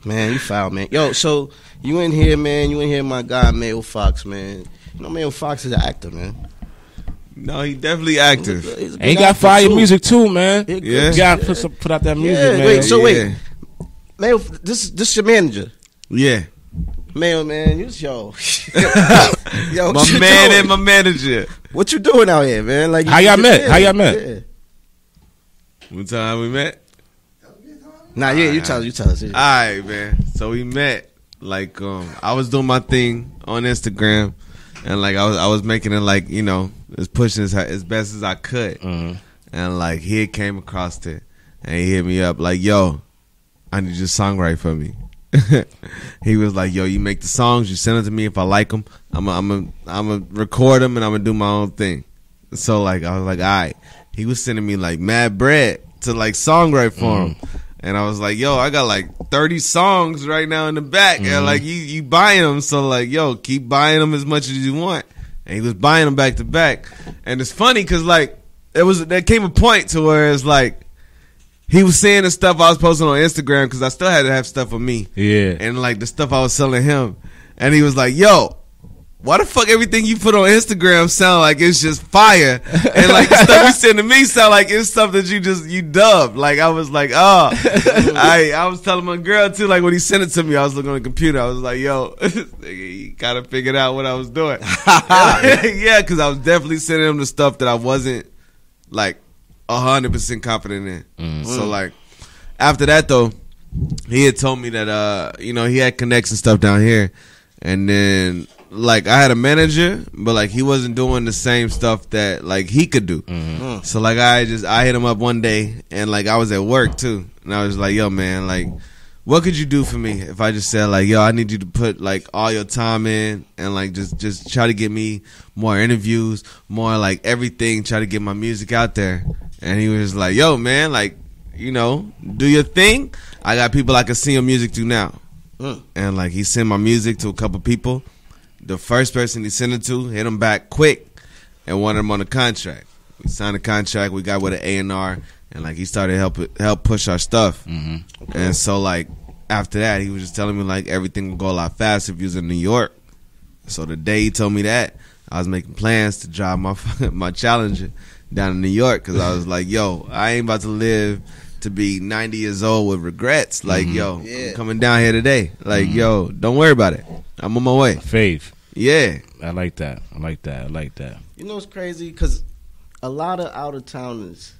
Speaker 2: man, you foul, man. Yo, so you in here, man? You in here, my guy, Mayo Fox, man. You know, Mayo Fox is an actor, man.
Speaker 4: No, he definitely active.
Speaker 2: He's a
Speaker 3: And he
Speaker 2: good
Speaker 3: got
Speaker 2: actor,
Speaker 3: fire
Speaker 2: too.
Speaker 3: music too, man.
Speaker 2: He
Speaker 4: Yeah.
Speaker 3: You gotta put, some, put out that music,
Speaker 2: Yeah,
Speaker 3: man.
Speaker 2: wait, so wait.
Speaker 4: Yeah.
Speaker 2: Mayo, this this your manager.
Speaker 4: Yeah,
Speaker 2: Mayo man, you yo, yo, what
Speaker 4: my
Speaker 2: you
Speaker 4: man
Speaker 2: doing?
Speaker 4: and my manager.
Speaker 2: what you doing out here, man? Like,
Speaker 3: How
Speaker 2: you
Speaker 3: y'all
Speaker 2: just
Speaker 3: met?
Speaker 2: there.
Speaker 3: How y'all met?
Speaker 2: Yeah.
Speaker 4: One time we met.
Speaker 2: Nah, yeah, you tell us, you tell us. yeah.
Speaker 4: All right, man. So we met. Like, um, I was doing my thing on Instagram, and like I was, I was making it like you know, as pushing as, as best as I could.
Speaker 3: Mm-hmm.
Speaker 4: And like he had came across it, and he hit me up like, "Yo, I need you to songwrite for me." he was like, "Yo, you make the songs, you send them to me. If I like them, I'm i I'm i I'm gonna record them, and I'm gonna do my own thing." So like I was like, all right. He was sending me like mad bread to like songwrite for him. And I was like, yo, I got like 30 songs right now in the back. And like you you buying them. So like, yo, keep buying them as much as you want. And he was buying them back to back. And it's funny because like it was there came a point to where it's like he was seeing the stuff I was posting on Instagram because I still had to have stuff for me
Speaker 3: Yeah.
Speaker 4: and like the stuff I was selling him, and he was like, "Yo, why the fuck everything you put on Instagram sound like it's just fire, and like the stuff you send to me sound like it's stuff that you just you dubbed." Like I was like, "Oh, I I was telling my girl too. Like when he sent it to me, I was looking on the computer. I was like, "Yo, he gotta figured out what I was doing." yeah, because I was definitely sending him the stuff that I wasn't like hundred percent confident in. So like after that though, he had told me that uh you know he had connects and stuff down here, and then like I had a manager, but like he wasn't doing the same stuff that like he could do. So like I just I hit him up one day, and like I was at work too, and I was like, yo man, like. What could you do for me if I just said like, yo, I need you to put like all your time in and like just just try to get me more interviews, more like everything, try to get my music out there. And he was like, yo man, like you know, do your thing. I got people I can send your music to now. and like he sent my music to a couple people. The first person he sent it to hit him back quick and wanted him on a contract. We signed a contract. We got with an A and R, and like he started help help push our stuff. And so like after that, he was just telling me like everything would go a lot faster if he was in New York. So the day he told me that, I was making plans to drive my my Challenger down to New York because I was like, "Yo, I ain't about to live to be 90 years old with regrets." Like, yo,
Speaker 2: Yeah.
Speaker 4: I'm coming down here today. Like, yo, don't worry about it. I'm on my way.
Speaker 3: Faith.
Speaker 4: Yeah,
Speaker 3: I like that. I like that. I like that.
Speaker 2: You know what's crazy? Because a lot of out of towners,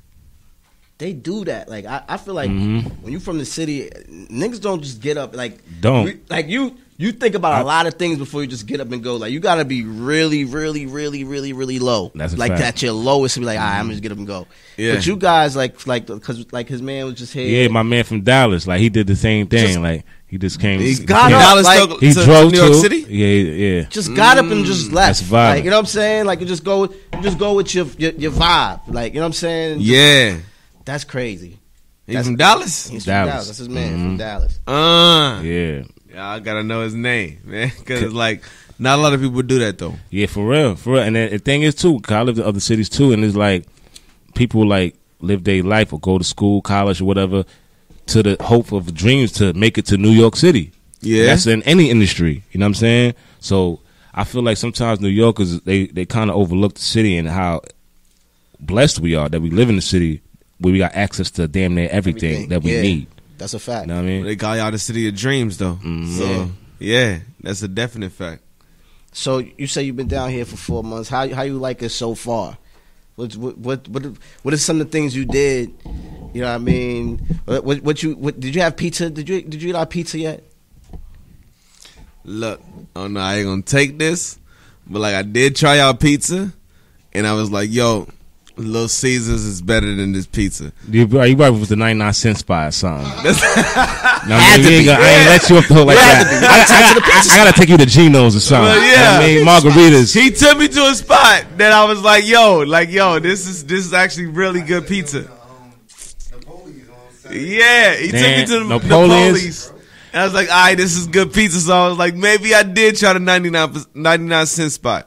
Speaker 2: they do that. Like I, I feel like
Speaker 3: Mm-hmm.
Speaker 2: when you from the city, niggas don't just get up. Like
Speaker 3: Don't.
Speaker 2: re- like you. You think about a lot of things before you just get up and go. Like you gotta be really, really, really, really, really low.
Speaker 3: That's a
Speaker 2: like
Speaker 3: fact. Mm-hmm.
Speaker 2: at your lowest to be like, all right, I'm just get up and go.
Speaker 4: Yeah.
Speaker 2: But you guys like like because like his man was just here.
Speaker 3: Yeah, my man from Dallas, like he did the same thing.
Speaker 2: Just-
Speaker 3: like he just came.
Speaker 4: he
Speaker 2: got
Speaker 3: came-
Speaker 2: up,
Speaker 4: Dallas
Speaker 2: like-
Speaker 4: to-
Speaker 3: He
Speaker 4: to
Speaker 3: drove
Speaker 4: New York
Speaker 3: to-
Speaker 4: City.
Speaker 3: Yeah, yeah.
Speaker 2: just got up and just left.
Speaker 3: Mm, that's violent.
Speaker 2: like, you know what I'm saying? Like you just go, you just go with your your, your vibe. Like you know what I'm saying?
Speaker 4: Yeah,
Speaker 2: That's crazy.
Speaker 4: he
Speaker 2: That's-
Speaker 4: from Dallas.
Speaker 2: He's
Speaker 3: Dallas.
Speaker 2: from Dallas. That's his man from
Speaker 3: Mhm.
Speaker 2: Dallas.
Speaker 4: Uh,
Speaker 3: Yeah,
Speaker 4: I gotta know his name, man, because like not a lot of people do that though.
Speaker 3: yeah, for real, for real. And then, the thing is too, 'cause I lived in other cities too, and it's like people like live their life or go to school, college, or whatever, to the hope of dreams to make it to New York City.
Speaker 4: Yeah.
Speaker 3: that's in any industry. You know what I'm saying? So I feel like sometimes New Yorkers they they kind of overlook the city and how blessed we are that we live in the city where we got access to damn near everything,
Speaker 2: Everything,
Speaker 3: that we
Speaker 2: yeah.
Speaker 3: need.
Speaker 2: That's a fact.
Speaker 3: You know what I mean?
Speaker 4: They call y'all the city of dreams though.
Speaker 3: Mm-hmm.
Speaker 4: So yeah, that's a definite fact.
Speaker 2: So you say you've been down here for four months. How how you like it so far? What what what what, what are some of the things you did? You know what I mean? What, what, what you what, did you have pizza? Did you did you eat our pizza yet?
Speaker 4: Look, oh no, I ain't gonna take this, but like I did try out pizza, and I was like, yo, Little Caesars is better than this pizza.
Speaker 3: You, bro, you probably was the 99 cent spy or something. no,
Speaker 4: Had
Speaker 3: I, mean,
Speaker 4: to
Speaker 3: you ain't
Speaker 4: be.
Speaker 3: gonna- I ain't let you up the hook like that. I, I, I, I gotta take you to Geno's or something.
Speaker 4: Well,
Speaker 3: You know what
Speaker 4: yeah.
Speaker 3: I mean, margaritas.
Speaker 4: He took me to a spot that I was like, yo, like yo, this is this is actually really good pizza.
Speaker 5: Napoleon's on Saturday.
Speaker 4: Yeah, he
Speaker 3: Damn,
Speaker 4: took me to the
Speaker 3: Napoleon's.
Speaker 4: Napoleon's. And I was like, all right, this is good pizza. So I was like, maybe I did try the 99, 99 cent spot.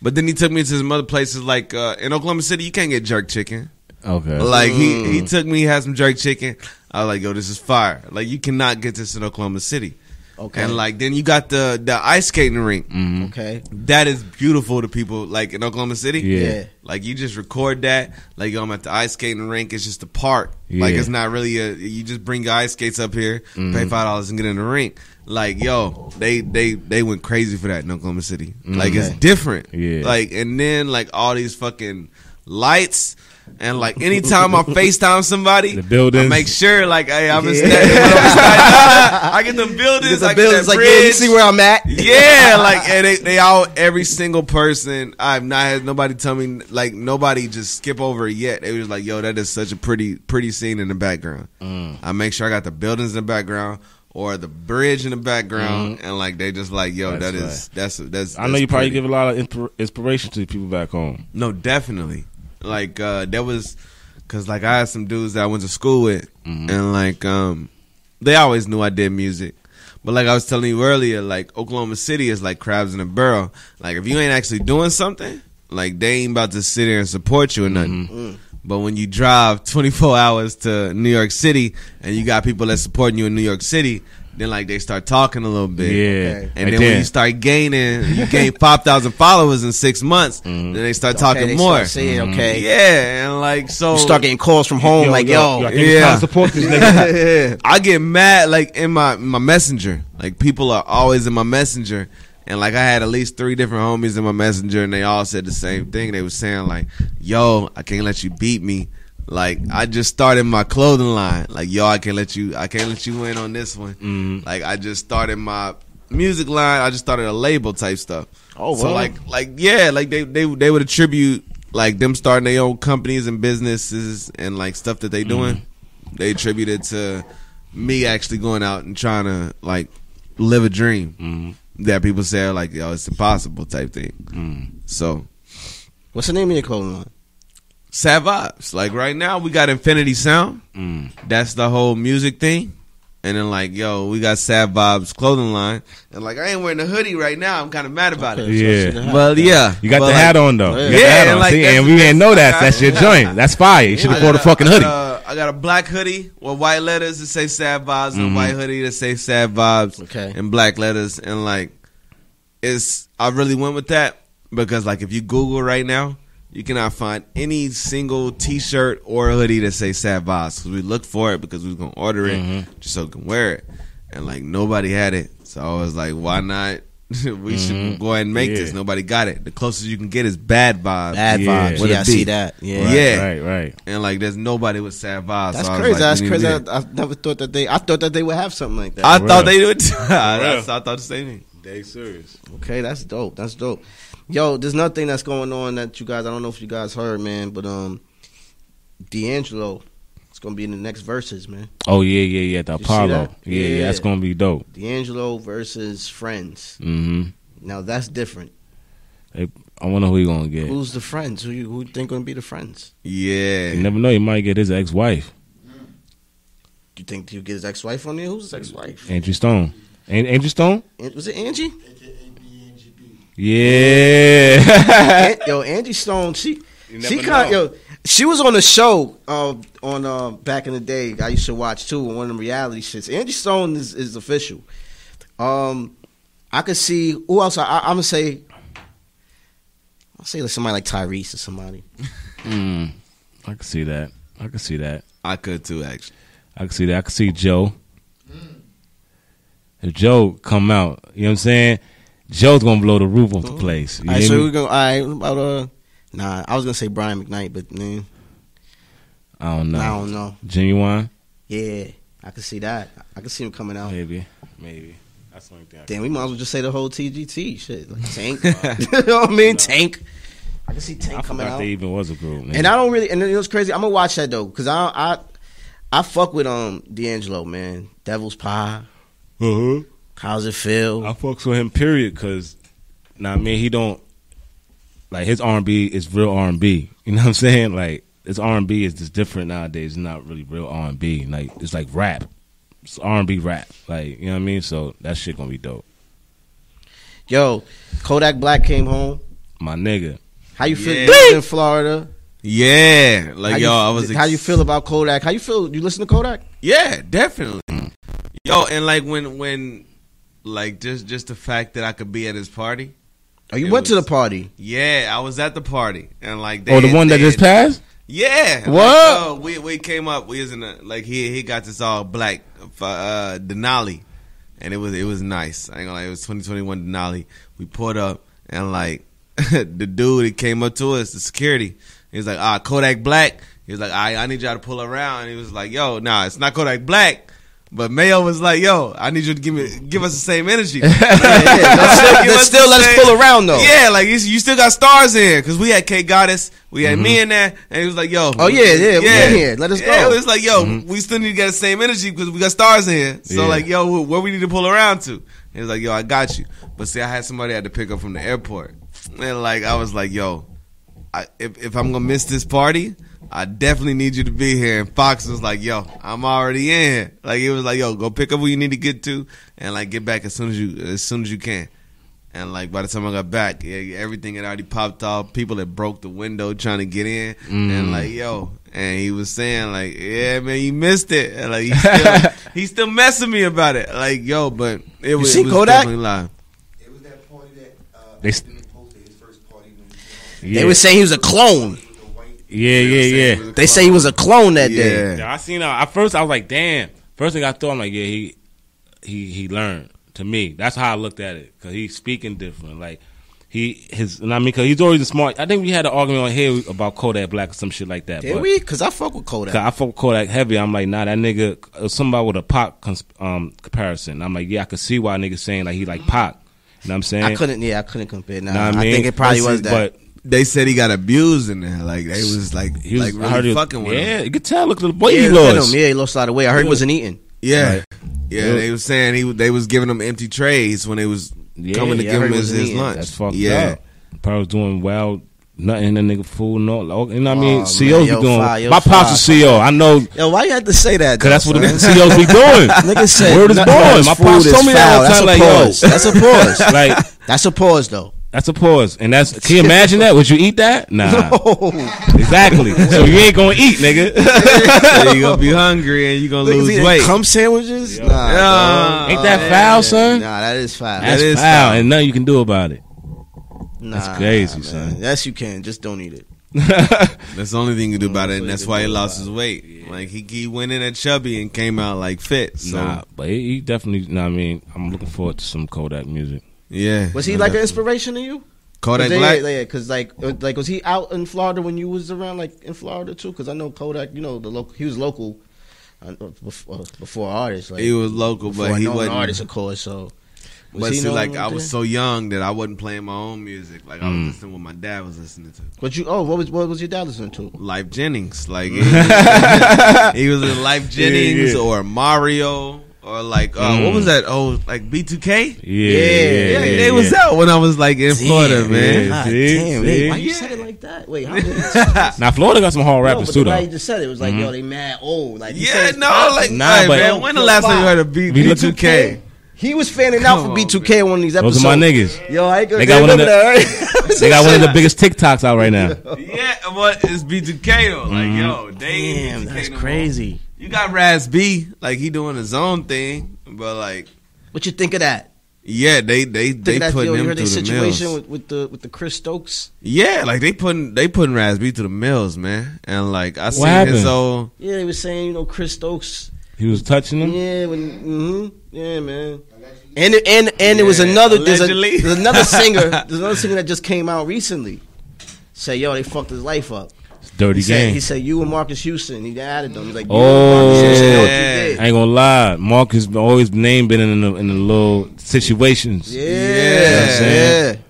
Speaker 4: But then he took me to some other places like uh, in Oklahoma City, you can't get jerk chicken.
Speaker 3: okay.
Speaker 4: Like he he took me, had some jerk chicken. I was like, yo, this is fire. Like you cannot get this in Oklahoma City.
Speaker 2: Okay. Mm-hmm.
Speaker 4: And like then you got the the ice skating rink.
Speaker 2: Okay.
Speaker 4: That is beautiful to people like in Oklahoma City.
Speaker 3: Yeah.
Speaker 2: Yeah.
Speaker 4: Like you just record that. Like yo, I'm at the ice skating rink. It's just a park. Like
Speaker 3: Yeah.
Speaker 4: it's not really a. You just bring your ice skates up here, pay five dollars, and get in the rink. Like yo, they they they went crazy for that in Oklahoma City. Like it's different.
Speaker 3: Yeah.
Speaker 4: Like and then like all these fucking lights. And like anytime I FaceTime somebody,
Speaker 3: The buildings.
Speaker 4: I make sure like hey, I'm in
Speaker 2: Yeah.
Speaker 4: Staten Island. I get them
Speaker 2: Because
Speaker 4: buildings,
Speaker 2: the
Speaker 4: I get
Speaker 2: bill is
Speaker 4: that
Speaker 2: like, yeah, you
Speaker 4: bridge.
Speaker 2: see where I'm at?
Speaker 4: Yeah, like and they, they all every single person. I've not had nobody tell me like nobody just skip over it yet. They was like, "Yo, that is such a pretty pretty scene in the background."
Speaker 3: Mm.
Speaker 4: I make sure I got the buildings in the background or the bridge in the background, and like they just like, "Yo,
Speaker 3: Mm-hmm. That's
Speaker 4: that's that
Speaker 3: right.
Speaker 4: is that's that's."
Speaker 3: I know you
Speaker 4: that's
Speaker 3: probably
Speaker 4: pretty.
Speaker 3: give a lot of inspir- inspiration to people back home.
Speaker 4: no definitely like uh that was because like I had some dudes that I went to school with, and like um they always knew I did music. But like I was telling you earlier, like Oklahoma City is like crabs in a barrel. Like if you ain't actually doing something, like they ain't about to sit there and support you or nothing. But when you drive 24 hours to New York City and you got people that's supporting you in New York City, then like they start talking a little bit.
Speaker 3: Yeah.
Speaker 2: Okay.
Speaker 4: And
Speaker 3: Like
Speaker 4: then when
Speaker 3: that.
Speaker 4: you start gaining, you gain 5,000 followers in six months, then they start talking
Speaker 2: okay,
Speaker 4: more. Mm-hmm.
Speaker 2: Saying, okay.
Speaker 4: Yeah, and like so,
Speaker 2: You start getting calls from home, like, yo,
Speaker 3: I think it's
Speaker 4: Oh, yeah.
Speaker 3: time to support this nigga.
Speaker 4: yeah, I get mad like in my my messenger. Like people are always in my messenger, and like I had at least three different homies in my messenger, and they all said the same thing. They was saying like, "Yo, I can't let you beat me." Like I just started my clothing line. Like yo, I can't let you. I can't let you win on this one. Like I just started my music line. I just started a label type stuff.
Speaker 2: Oh,
Speaker 4: so
Speaker 2: wow.
Speaker 4: like like yeah, like they they they would attribute like them starting their own companies and businesses and like stuff that they
Speaker 3: Mm.
Speaker 4: doing. They attribute it to me actually going out and trying to like live a dream
Speaker 3: Mm-hmm.
Speaker 4: that people say are like yo, it's impossible type thing.
Speaker 3: Mm.
Speaker 4: So
Speaker 2: what's the name of your clothing line?
Speaker 3: Mm.
Speaker 4: sad vibes. Like right now, we got Infinity Sound. That's the whole music thing, And then like, yo, we got Sad Bob's clothing line, and like, I ain't wearing a hoodie right now. I'm kind of mad about it.
Speaker 3: Yeah.
Speaker 4: But yeah,
Speaker 3: You got
Speaker 4: but
Speaker 3: the
Speaker 4: like-
Speaker 3: hat on though.
Speaker 4: Yeah,
Speaker 3: You got the hat
Speaker 4: and
Speaker 3: on.
Speaker 4: like,
Speaker 3: See,
Speaker 4: that's Uh,
Speaker 3: and
Speaker 4: the
Speaker 3: we
Speaker 4: best
Speaker 3: didn't know
Speaker 4: I
Speaker 3: that.
Speaker 4: got.
Speaker 3: That's your joint. That's fire. You should
Speaker 4: I
Speaker 3: have bought a
Speaker 4: got
Speaker 3: fucking
Speaker 4: I
Speaker 3: hoodie.
Speaker 4: got a- I got a black hoodie with white letters that say sad vibes and a white
Speaker 3: Mm-hmm.
Speaker 4: hoodie that say sad vibes
Speaker 2: Okay.
Speaker 4: and black letters and like it's I really went with that because like if you Google right now, you cannot find any single t shirt or hoodie that say sad vibes. Cause we looked for it because we was gonna order it
Speaker 3: Mm-hmm.
Speaker 4: just so we can wear it. And like nobody had it. So I was like, why not? we should go ahead and make this.
Speaker 3: Mm-hmm. Yeah.
Speaker 4: Nobad got it. The closest you can get is bad vibes.
Speaker 2: Bad
Speaker 3: Yeah.
Speaker 2: vibes.
Speaker 4: With a
Speaker 2: Yeah, I see
Speaker 4: beat.
Speaker 2: that. Yeah.
Speaker 4: Right. Yeah.
Speaker 3: Right, right.
Speaker 4: and like there's nobody with sad vibes.
Speaker 2: That's
Speaker 4: So I was
Speaker 2: crazy.
Speaker 4: like,
Speaker 2: That's
Speaker 4: we need to
Speaker 2: crazy.
Speaker 4: do
Speaker 2: I,
Speaker 4: that.
Speaker 2: I never thought that they. I thought that they would have something like that.
Speaker 4: I
Speaker 3: For
Speaker 4: thought
Speaker 3: real.
Speaker 4: they would. too. That's- I thought the same thing.
Speaker 3: They serious.
Speaker 2: Okay, that's dope. That's dope. Yo, there's another thing that's going on that you guys. I don't know if you guys heard, man, but um, D'Angelo, it's gonna be in the next verses, man.
Speaker 3: Oh yeah, yeah, yeah. The
Speaker 2: see
Speaker 3: Apollo.
Speaker 2: that?
Speaker 3: Yeah, yeah.
Speaker 2: Yeah.
Speaker 3: That's gonna be dope.
Speaker 2: D'Angelo versus Friends.
Speaker 3: hmm
Speaker 2: Now that's different.
Speaker 3: I wonder who he gonna get.
Speaker 2: Who's the friends? Who you who you think gonna be the friends?
Speaker 4: Yeah.
Speaker 3: You never know. You might get his ex-wife,
Speaker 2: You think you get his ex-wife on there? Who's his ex-wife?
Speaker 3: Angie Stone. An- Angie Stone.
Speaker 2: An- was it Angie?
Speaker 3: Yeah.
Speaker 2: An- yo, Angie Stone. She
Speaker 3: never
Speaker 2: she kind
Speaker 3: know.
Speaker 2: yo. She was on a show uh, on uh, back in the day. I used to watch too. One of them reality shits. Angie Stone is, is official. Um, I could see who else. I, I, I'm gonna say. I'll say like somebody like Tyrese or somebody.
Speaker 3: mm, I can see that. I can see that.
Speaker 4: I could too, actually.
Speaker 3: I can see that. I can see Joe. If Joe come out, you know what I'm saying? Joe's gonna blow the roof off the place. You
Speaker 2: all right,
Speaker 3: hear
Speaker 2: so
Speaker 3: me?
Speaker 2: we're gonna. All right, what about uh. Nah, I was gonna say Brian McKnight, but man,
Speaker 3: I don't know.
Speaker 2: I don't know.
Speaker 3: Genuine,
Speaker 2: Yeah, I can see that. I can see him coming out.
Speaker 3: maybe, maybe. That's the only thing. I
Speaker 2: Damn, we might as well just say the whole TGT shit. Like Tank. you know what I mean? Tank. I can see Tank
Speaker 3: I
Speaker 2: coming
Speaker 3: forgot
Speaker 2: out.
Speaker 3: they even was a group. Man.
Speaker 2: And I don't really. And it was crazy. I'm gonna watch that though, cause I I I fuck with um D'Angelo man. Devil's Pie.
Speaker 3: Uh-huh.
Speaker 2: How's it feel?
Speaker 3: I fucks with him, period, because now nah, I mean he don't like his R and B is real R and B. You know what I'm saying? Like his R and B is just different nowadays. It's not really real R and B. Like it's like rap. It's R and B rap. Like you know what I mean? So that shit gonna be dope.
Speaker 2: Yo, Kodak Black came home.
Speaker 3: My nigga.
Speaker 2: How you feel
Speaker 4: Yeah.
Speaker 2: you in Florida?
Speaker 4: Yeah. Like
Speaker 2: How
Speaker 4: yo,
Speaker 2: you,
Speaker 4: I was.
Speaker 2: How you feel about Kodak? How you feel? You listen to Kodak?
Speaker 4: Yeah, definitely. Yo, and like when when like just just the fact that I could be at his party.
Speaker 2: Oh, you
Speaker 4: It
Speaker 2: went to the
Speaker 4: was-
Speaker 2: party.
Speaker 4: Yeah, I was at the party and like. They
Speaker 3: Oh, the
Speaker 4: had-
Speaker 3: one that
Speaker 4: they
Speaker 3: just
Speaker 4: had-
Speaker 3: passed.
Speaker 4: Yeah. Like,
Speaker 3: What?
Speaker 4: yo, we we came up. We was in a like he he got this all black uh, Denali, and it was it was nice. I ain't gonna lie, it was 2021 Denali. We pulled up and like the dude that came up to us, the security, he was like, ah, Kodak Black. He was like, I I need y'all to pull around. And he was like, yo, nah, it's not Kodak Black. But Mayo was like, "Yo, I need you to give me, give us the same energy."
Speaker 2: Let's still,
Speaker 4: Give
Speaker 2: let's,
Speaker 4: us
Speaker 2: still
Speaker 4: the
Speaker 2: let's
Speaker 4: same-
Speaker 2: pull around though.
Speaker 4: yeah, like you, you still got stars in here because we had K Goddess, we had me in there, and he was like, "Yo,
Speaker 2: Mm-hmm. Oh, yeah, yeah, we in here. Let us
Speaker 4: yeah,
Speaker 2: go. Mm-hmm.
Speaker 4: It was like, "Yo, we still need to get the same energy because we got stars in here." So
Speaker 3: Yeah.
Speaker 4: like, yo, wh- where we need to pull around to? He was like, "Yo, I got you," but see, I had somebody I had to pick up from the airport, and like, I was like, "Yo, I, if if I'm gonna miss this party." I definitely need you to be here. And Fox was like, "Yo, I'm already in." here. Like it was like, "Yo, go pick up who you need to get to, and like get back as soon as you as soon as you can." And like by the time I got back, yeah, everything had already popped off. People had broke the window trying to get in,
Speaker 2: Mm.
Speaker 4: and like yo, and he was saying like, yeah, man, you missed it. And like he still, he still messing me about it. Like yo, but it was,
Speaker 2: see
Speaker 4: it was
Speaker 2: Kodak?
Speaker 4: definitely live.
Speaker 5: It was that party that uh,
Speaker 3: They
Speaker 5: they
Speaker 3: s-
Speaker 5: didn't post at his first party when he came
Speaker 3: Yeah.
Speaker 2: They were saying he was a clone.
Speaker 5: home with the white.
Speaker 3: yeah, yeah, yeah.
Speaker 2: They say he was a clone that day.
Speaker 4: Yeah.
Speaker 3: Yeah, I seen him. At first, I was like, "Damn!" First thing I thought, I'm like, "Yeah, he, he, he learned." To me, that's how I looked at it because he's speaking different. Like he, his, and I mean, because he's always a smart. I think we had an argument on here about Kodak Black or some shit like that.
Speaker 2: Did
Speaker 3: but-
Speaker 2: we? Cause I fuck with Kodak.
Speaker 3: 'cause I fuck with Kodak heavy. I'm like, nah, that nigga, it was somebody with a pop cons- um, comparison. I'm like, yeah, I could see why niggas saying like he like pop. You know what I'm saying?
Speaker 2: I couldn't. Yeah, I couldn't compare. Nah,
Speaker 3: Know what
Speaker 2: I,
Speaker 3: mean?
Speaker 2: think it probably
Speaker 3: Listen,
Speaker 2: was that.
Speaker 3: But
Speaker 4: They said he got abused in there. Like they was like
Speaker 3: he was
Speaker 4: like
Speaker 3: I heard
Speaker 4: really
Speaker 3: it-
Speaker 4: fucking with
Speaker 3: yeah,
Speaker 4: him.
Speaker 3: you could tell. Look at the boy
Speaker 2: yeah,
Speaker 3: he
Speaker 2: look at
Speaker 3: lost.
Speaker 2: him. Yeah, he lost a lot of weight. I heard he wasn't eating.
Speaker 4: Yeah.
Speaker 3: Right.
Speaker 4: Yeah,
Speaker 3: Yeah.
Speaker 4: they was saying he they was giving him empty trays when they was
Speaker 3: Yeah,
Speaker 4: coming to
Speaker 2: yeah, I
Speaker 4: give
Speaker 2: heard
Speaker 4: him
Speaker 2: he
Speaker 4: his,
Speaker 2: was
Speaker 4: his
Speaker 2: eating.
Speaker 4: lunch.
Speaker 3: That's fucked
Speaker 4: yeah.
Speaker 3: up. Probably was doing well nothing in the nigga food. No, like, you know what I mean.
Speaker 2: Oh,
Speaker 3: COs be
Speaker 2: man, yo,
Speaker 3: doing.
Speaker 2: fire, yo,
Speaker 3: My pops is CO. I know because
Speaker 2: Yo, why you had to say that?
Speaker 3: that's
Speaker 2: though,
Speaker 3: what the
Speaker 2: son?
Speaker 3: COs be doing.
Speaker 2: Nigga said,
Speaker 3: Word is
Speaker 2: "Nothing
Speaker 3: born."
Speaker 2: about
Speaker 3: My
Speaker 2: food
Speaker 3: pops
Speaker 2: is
Speaker 3: told me that all the
Speaker 2: foul."
Speaker 3: time, like, yo.
Speaker 2: That's a pause. That's a pause.
Speaker 3: like
Speaker 2: That's a pause, though.
Speaker 3: that's a pause, and that's can you imagine that? Would you eat that? Nah, exactly. So you ain't gonna eat, nigga.
Speaker 4: So you gonna be hungry and you gonna
Speaker 2: Niggas
Speaker 4: lose
Speaker 2: eating
Speaker 4: weight.
Speaker 2: Cum sandwiches? Nah,
Speaker 4: Yeah.
Speaker 2: dog.
Speaker 3: Ain't that foul, son?
Speaker 2: Nah, that is foul.
Speaker 3: That's
Speaker 4: is
Speaker 3: foul,
Speaker 4: foul.
Speaker 3: and nothing you can do about it.
Speaker 2: nah,
Speaker 3: that's crazy,
Speaker 2: man.
Speaker 3: son.
Speaker 2: Yes, you can. Just don't eat it.
Speaker 4: That's the only thing you can do about it, and that's why he lost his weight. Like he, he went in at chubby and came out like fit. So
Speaker 3: nah, but he, he definitely. Nah, I mean, I'm looking forward to some Kodak music.
Speaker 4: yeah,
Speaker 2: Was he like an inspiration to you?
Speaker 4: Kodak
Speaker 2: Cause
Speaker 3: Oh,
Speaker 2: they-
Speaker 4: Black?
Speaker 2: yeah, because like, uh, like was he out in Florida when you was around, like in Florida too? Because I know Kodak, you know, the local, he was local uh, before, before artists. Like,
Speaker 4: He was local,
Speaker 2: before
Speaker 4: but he
Speaker 2: known
Speaker 4: wasn't.
Speaker 2: artist, of course. So, was
Speaker 4: but
Speaker 2: he
Speaker 4: see,
Speaker 2: known
Speaker 4: like
Speaker 2: out
Speaker 4: I was
Speaker 2: there?
Speaker 4: so young that I wasn't playing my own music. Like
Speaker 3: Mm.
Speaker 4: I was listening to what my dad was listening to.
Speaker 2: What you? Oh, what was what was your dad listening to?
Speaker 4: Life Jennings. Like he was, he was in Life Jennings
Speaker 3: Mm. yeah. Mm.
Speaker 4: or Mario or like uh, what was that? Oh, like B2K.
Speaker 3: Yeah,
Speaker 2: Yeah,
Speaker 3: yeah,
Speaker 4: Yeah,
Speaker 3: yeah,
Speaker 4: they was out when I was like in Florida, man.
Speaker 3: yeah.
Speaker 2: God
Speaker 3: See?
Speaker 2: damn, wait, why
Speaker 3: See?
Speaker 2: you said it like that? Wait, how did it?
Speaker 3: Now Florida got some hard
Speaker 2: No,
Speaker 3: rappers
Speaker 2: but
Speaker 3: too,
Speaker 2: the
Speaker 3: though.
Speaker 2: way you just said it was like, yo, they mad old. Mm-hmm. Like, he
Speaker 4: Yeah,
Speaker 2: said-
Speaker 4: no, like
Speaker 3: Nah,
Speaker 4: nah,
Speaker 3: but-
Speaker 4: man. When the last time you heard of B-
Speaker 3: We look-
Speaker 4: B2K?
Speaker 2: he was fanning out for
Speaker 4: on,
Speaker 2: B2K on one of these episodes.
Speaker 3: Those are my niggas.
Speaker 2: Yo, I ain't gonna
Speaker 3: They got one of
Speaker 2: remember
Speaker 3: the-
Speaker 2: that, right?
Speaker 3: They got one of the biggest TikToks out right now.
Speaker 4: Yeah, but it's B2K though. Like, yo, they ain't
Speaker 2: Mm-hmm. Damn,
Speaker 4: B2K
Speaker 2: that's
Speaker 4: no more.
Speaker 2: crazy.
Speaker 4: You got Raz B, like he doing his own thing, but like,
Speaker 2: What you think of that?
Speaker 4: yeah, they they they
Speaker 2: Think of that
Speaker 4: putting
Speaker 2: yo, you
Speaker 4: him
Speaker 2: heard
Speaker 4: through
Speaker 2: their
Speaker 4: the
Speaker 2: situation
Speaker 4: mills.
Speaker 2: with, with the with the Chris Stokes?
Speaker 4: yeah, like they putting they putting Raz B to the mills, man. And like I seen
Speaker 3: happened?
Speaker 4: his old
Speaker 2: Yeah, they were saying you know Chris Stokes.
Speaker 3: He was touching them.
Speaker 2: Yeah, when mm-hmm, yeah, man. And and and there was
Speaker 4: Yeah,
Speaker 2: another there's, a,
Speaker 4: allegedly.
Speaker 2: there's another singer there's another singer that just came out recently. Say yo, they fucked his life up.
Speaker 3: It's dirty
Speaker 2: He said,
Speaker 3: game.
Speaker 2: he said you and Marcus Houston. He added them. He's like, you and
Speaker 3: Oh.
Speaker 2: Marcus Houston, know what you
Speaker 4: Yeah.
Speaker 2: did.
Speaker 3: I ain't gonna lie, Marcus been- always name been in the, in the little situations.
Speaker 2: Yeah.
Speaker 4: Yeah.
Speaker 3: I'm
Speaker 2: yeah.
Speaker 3: saying?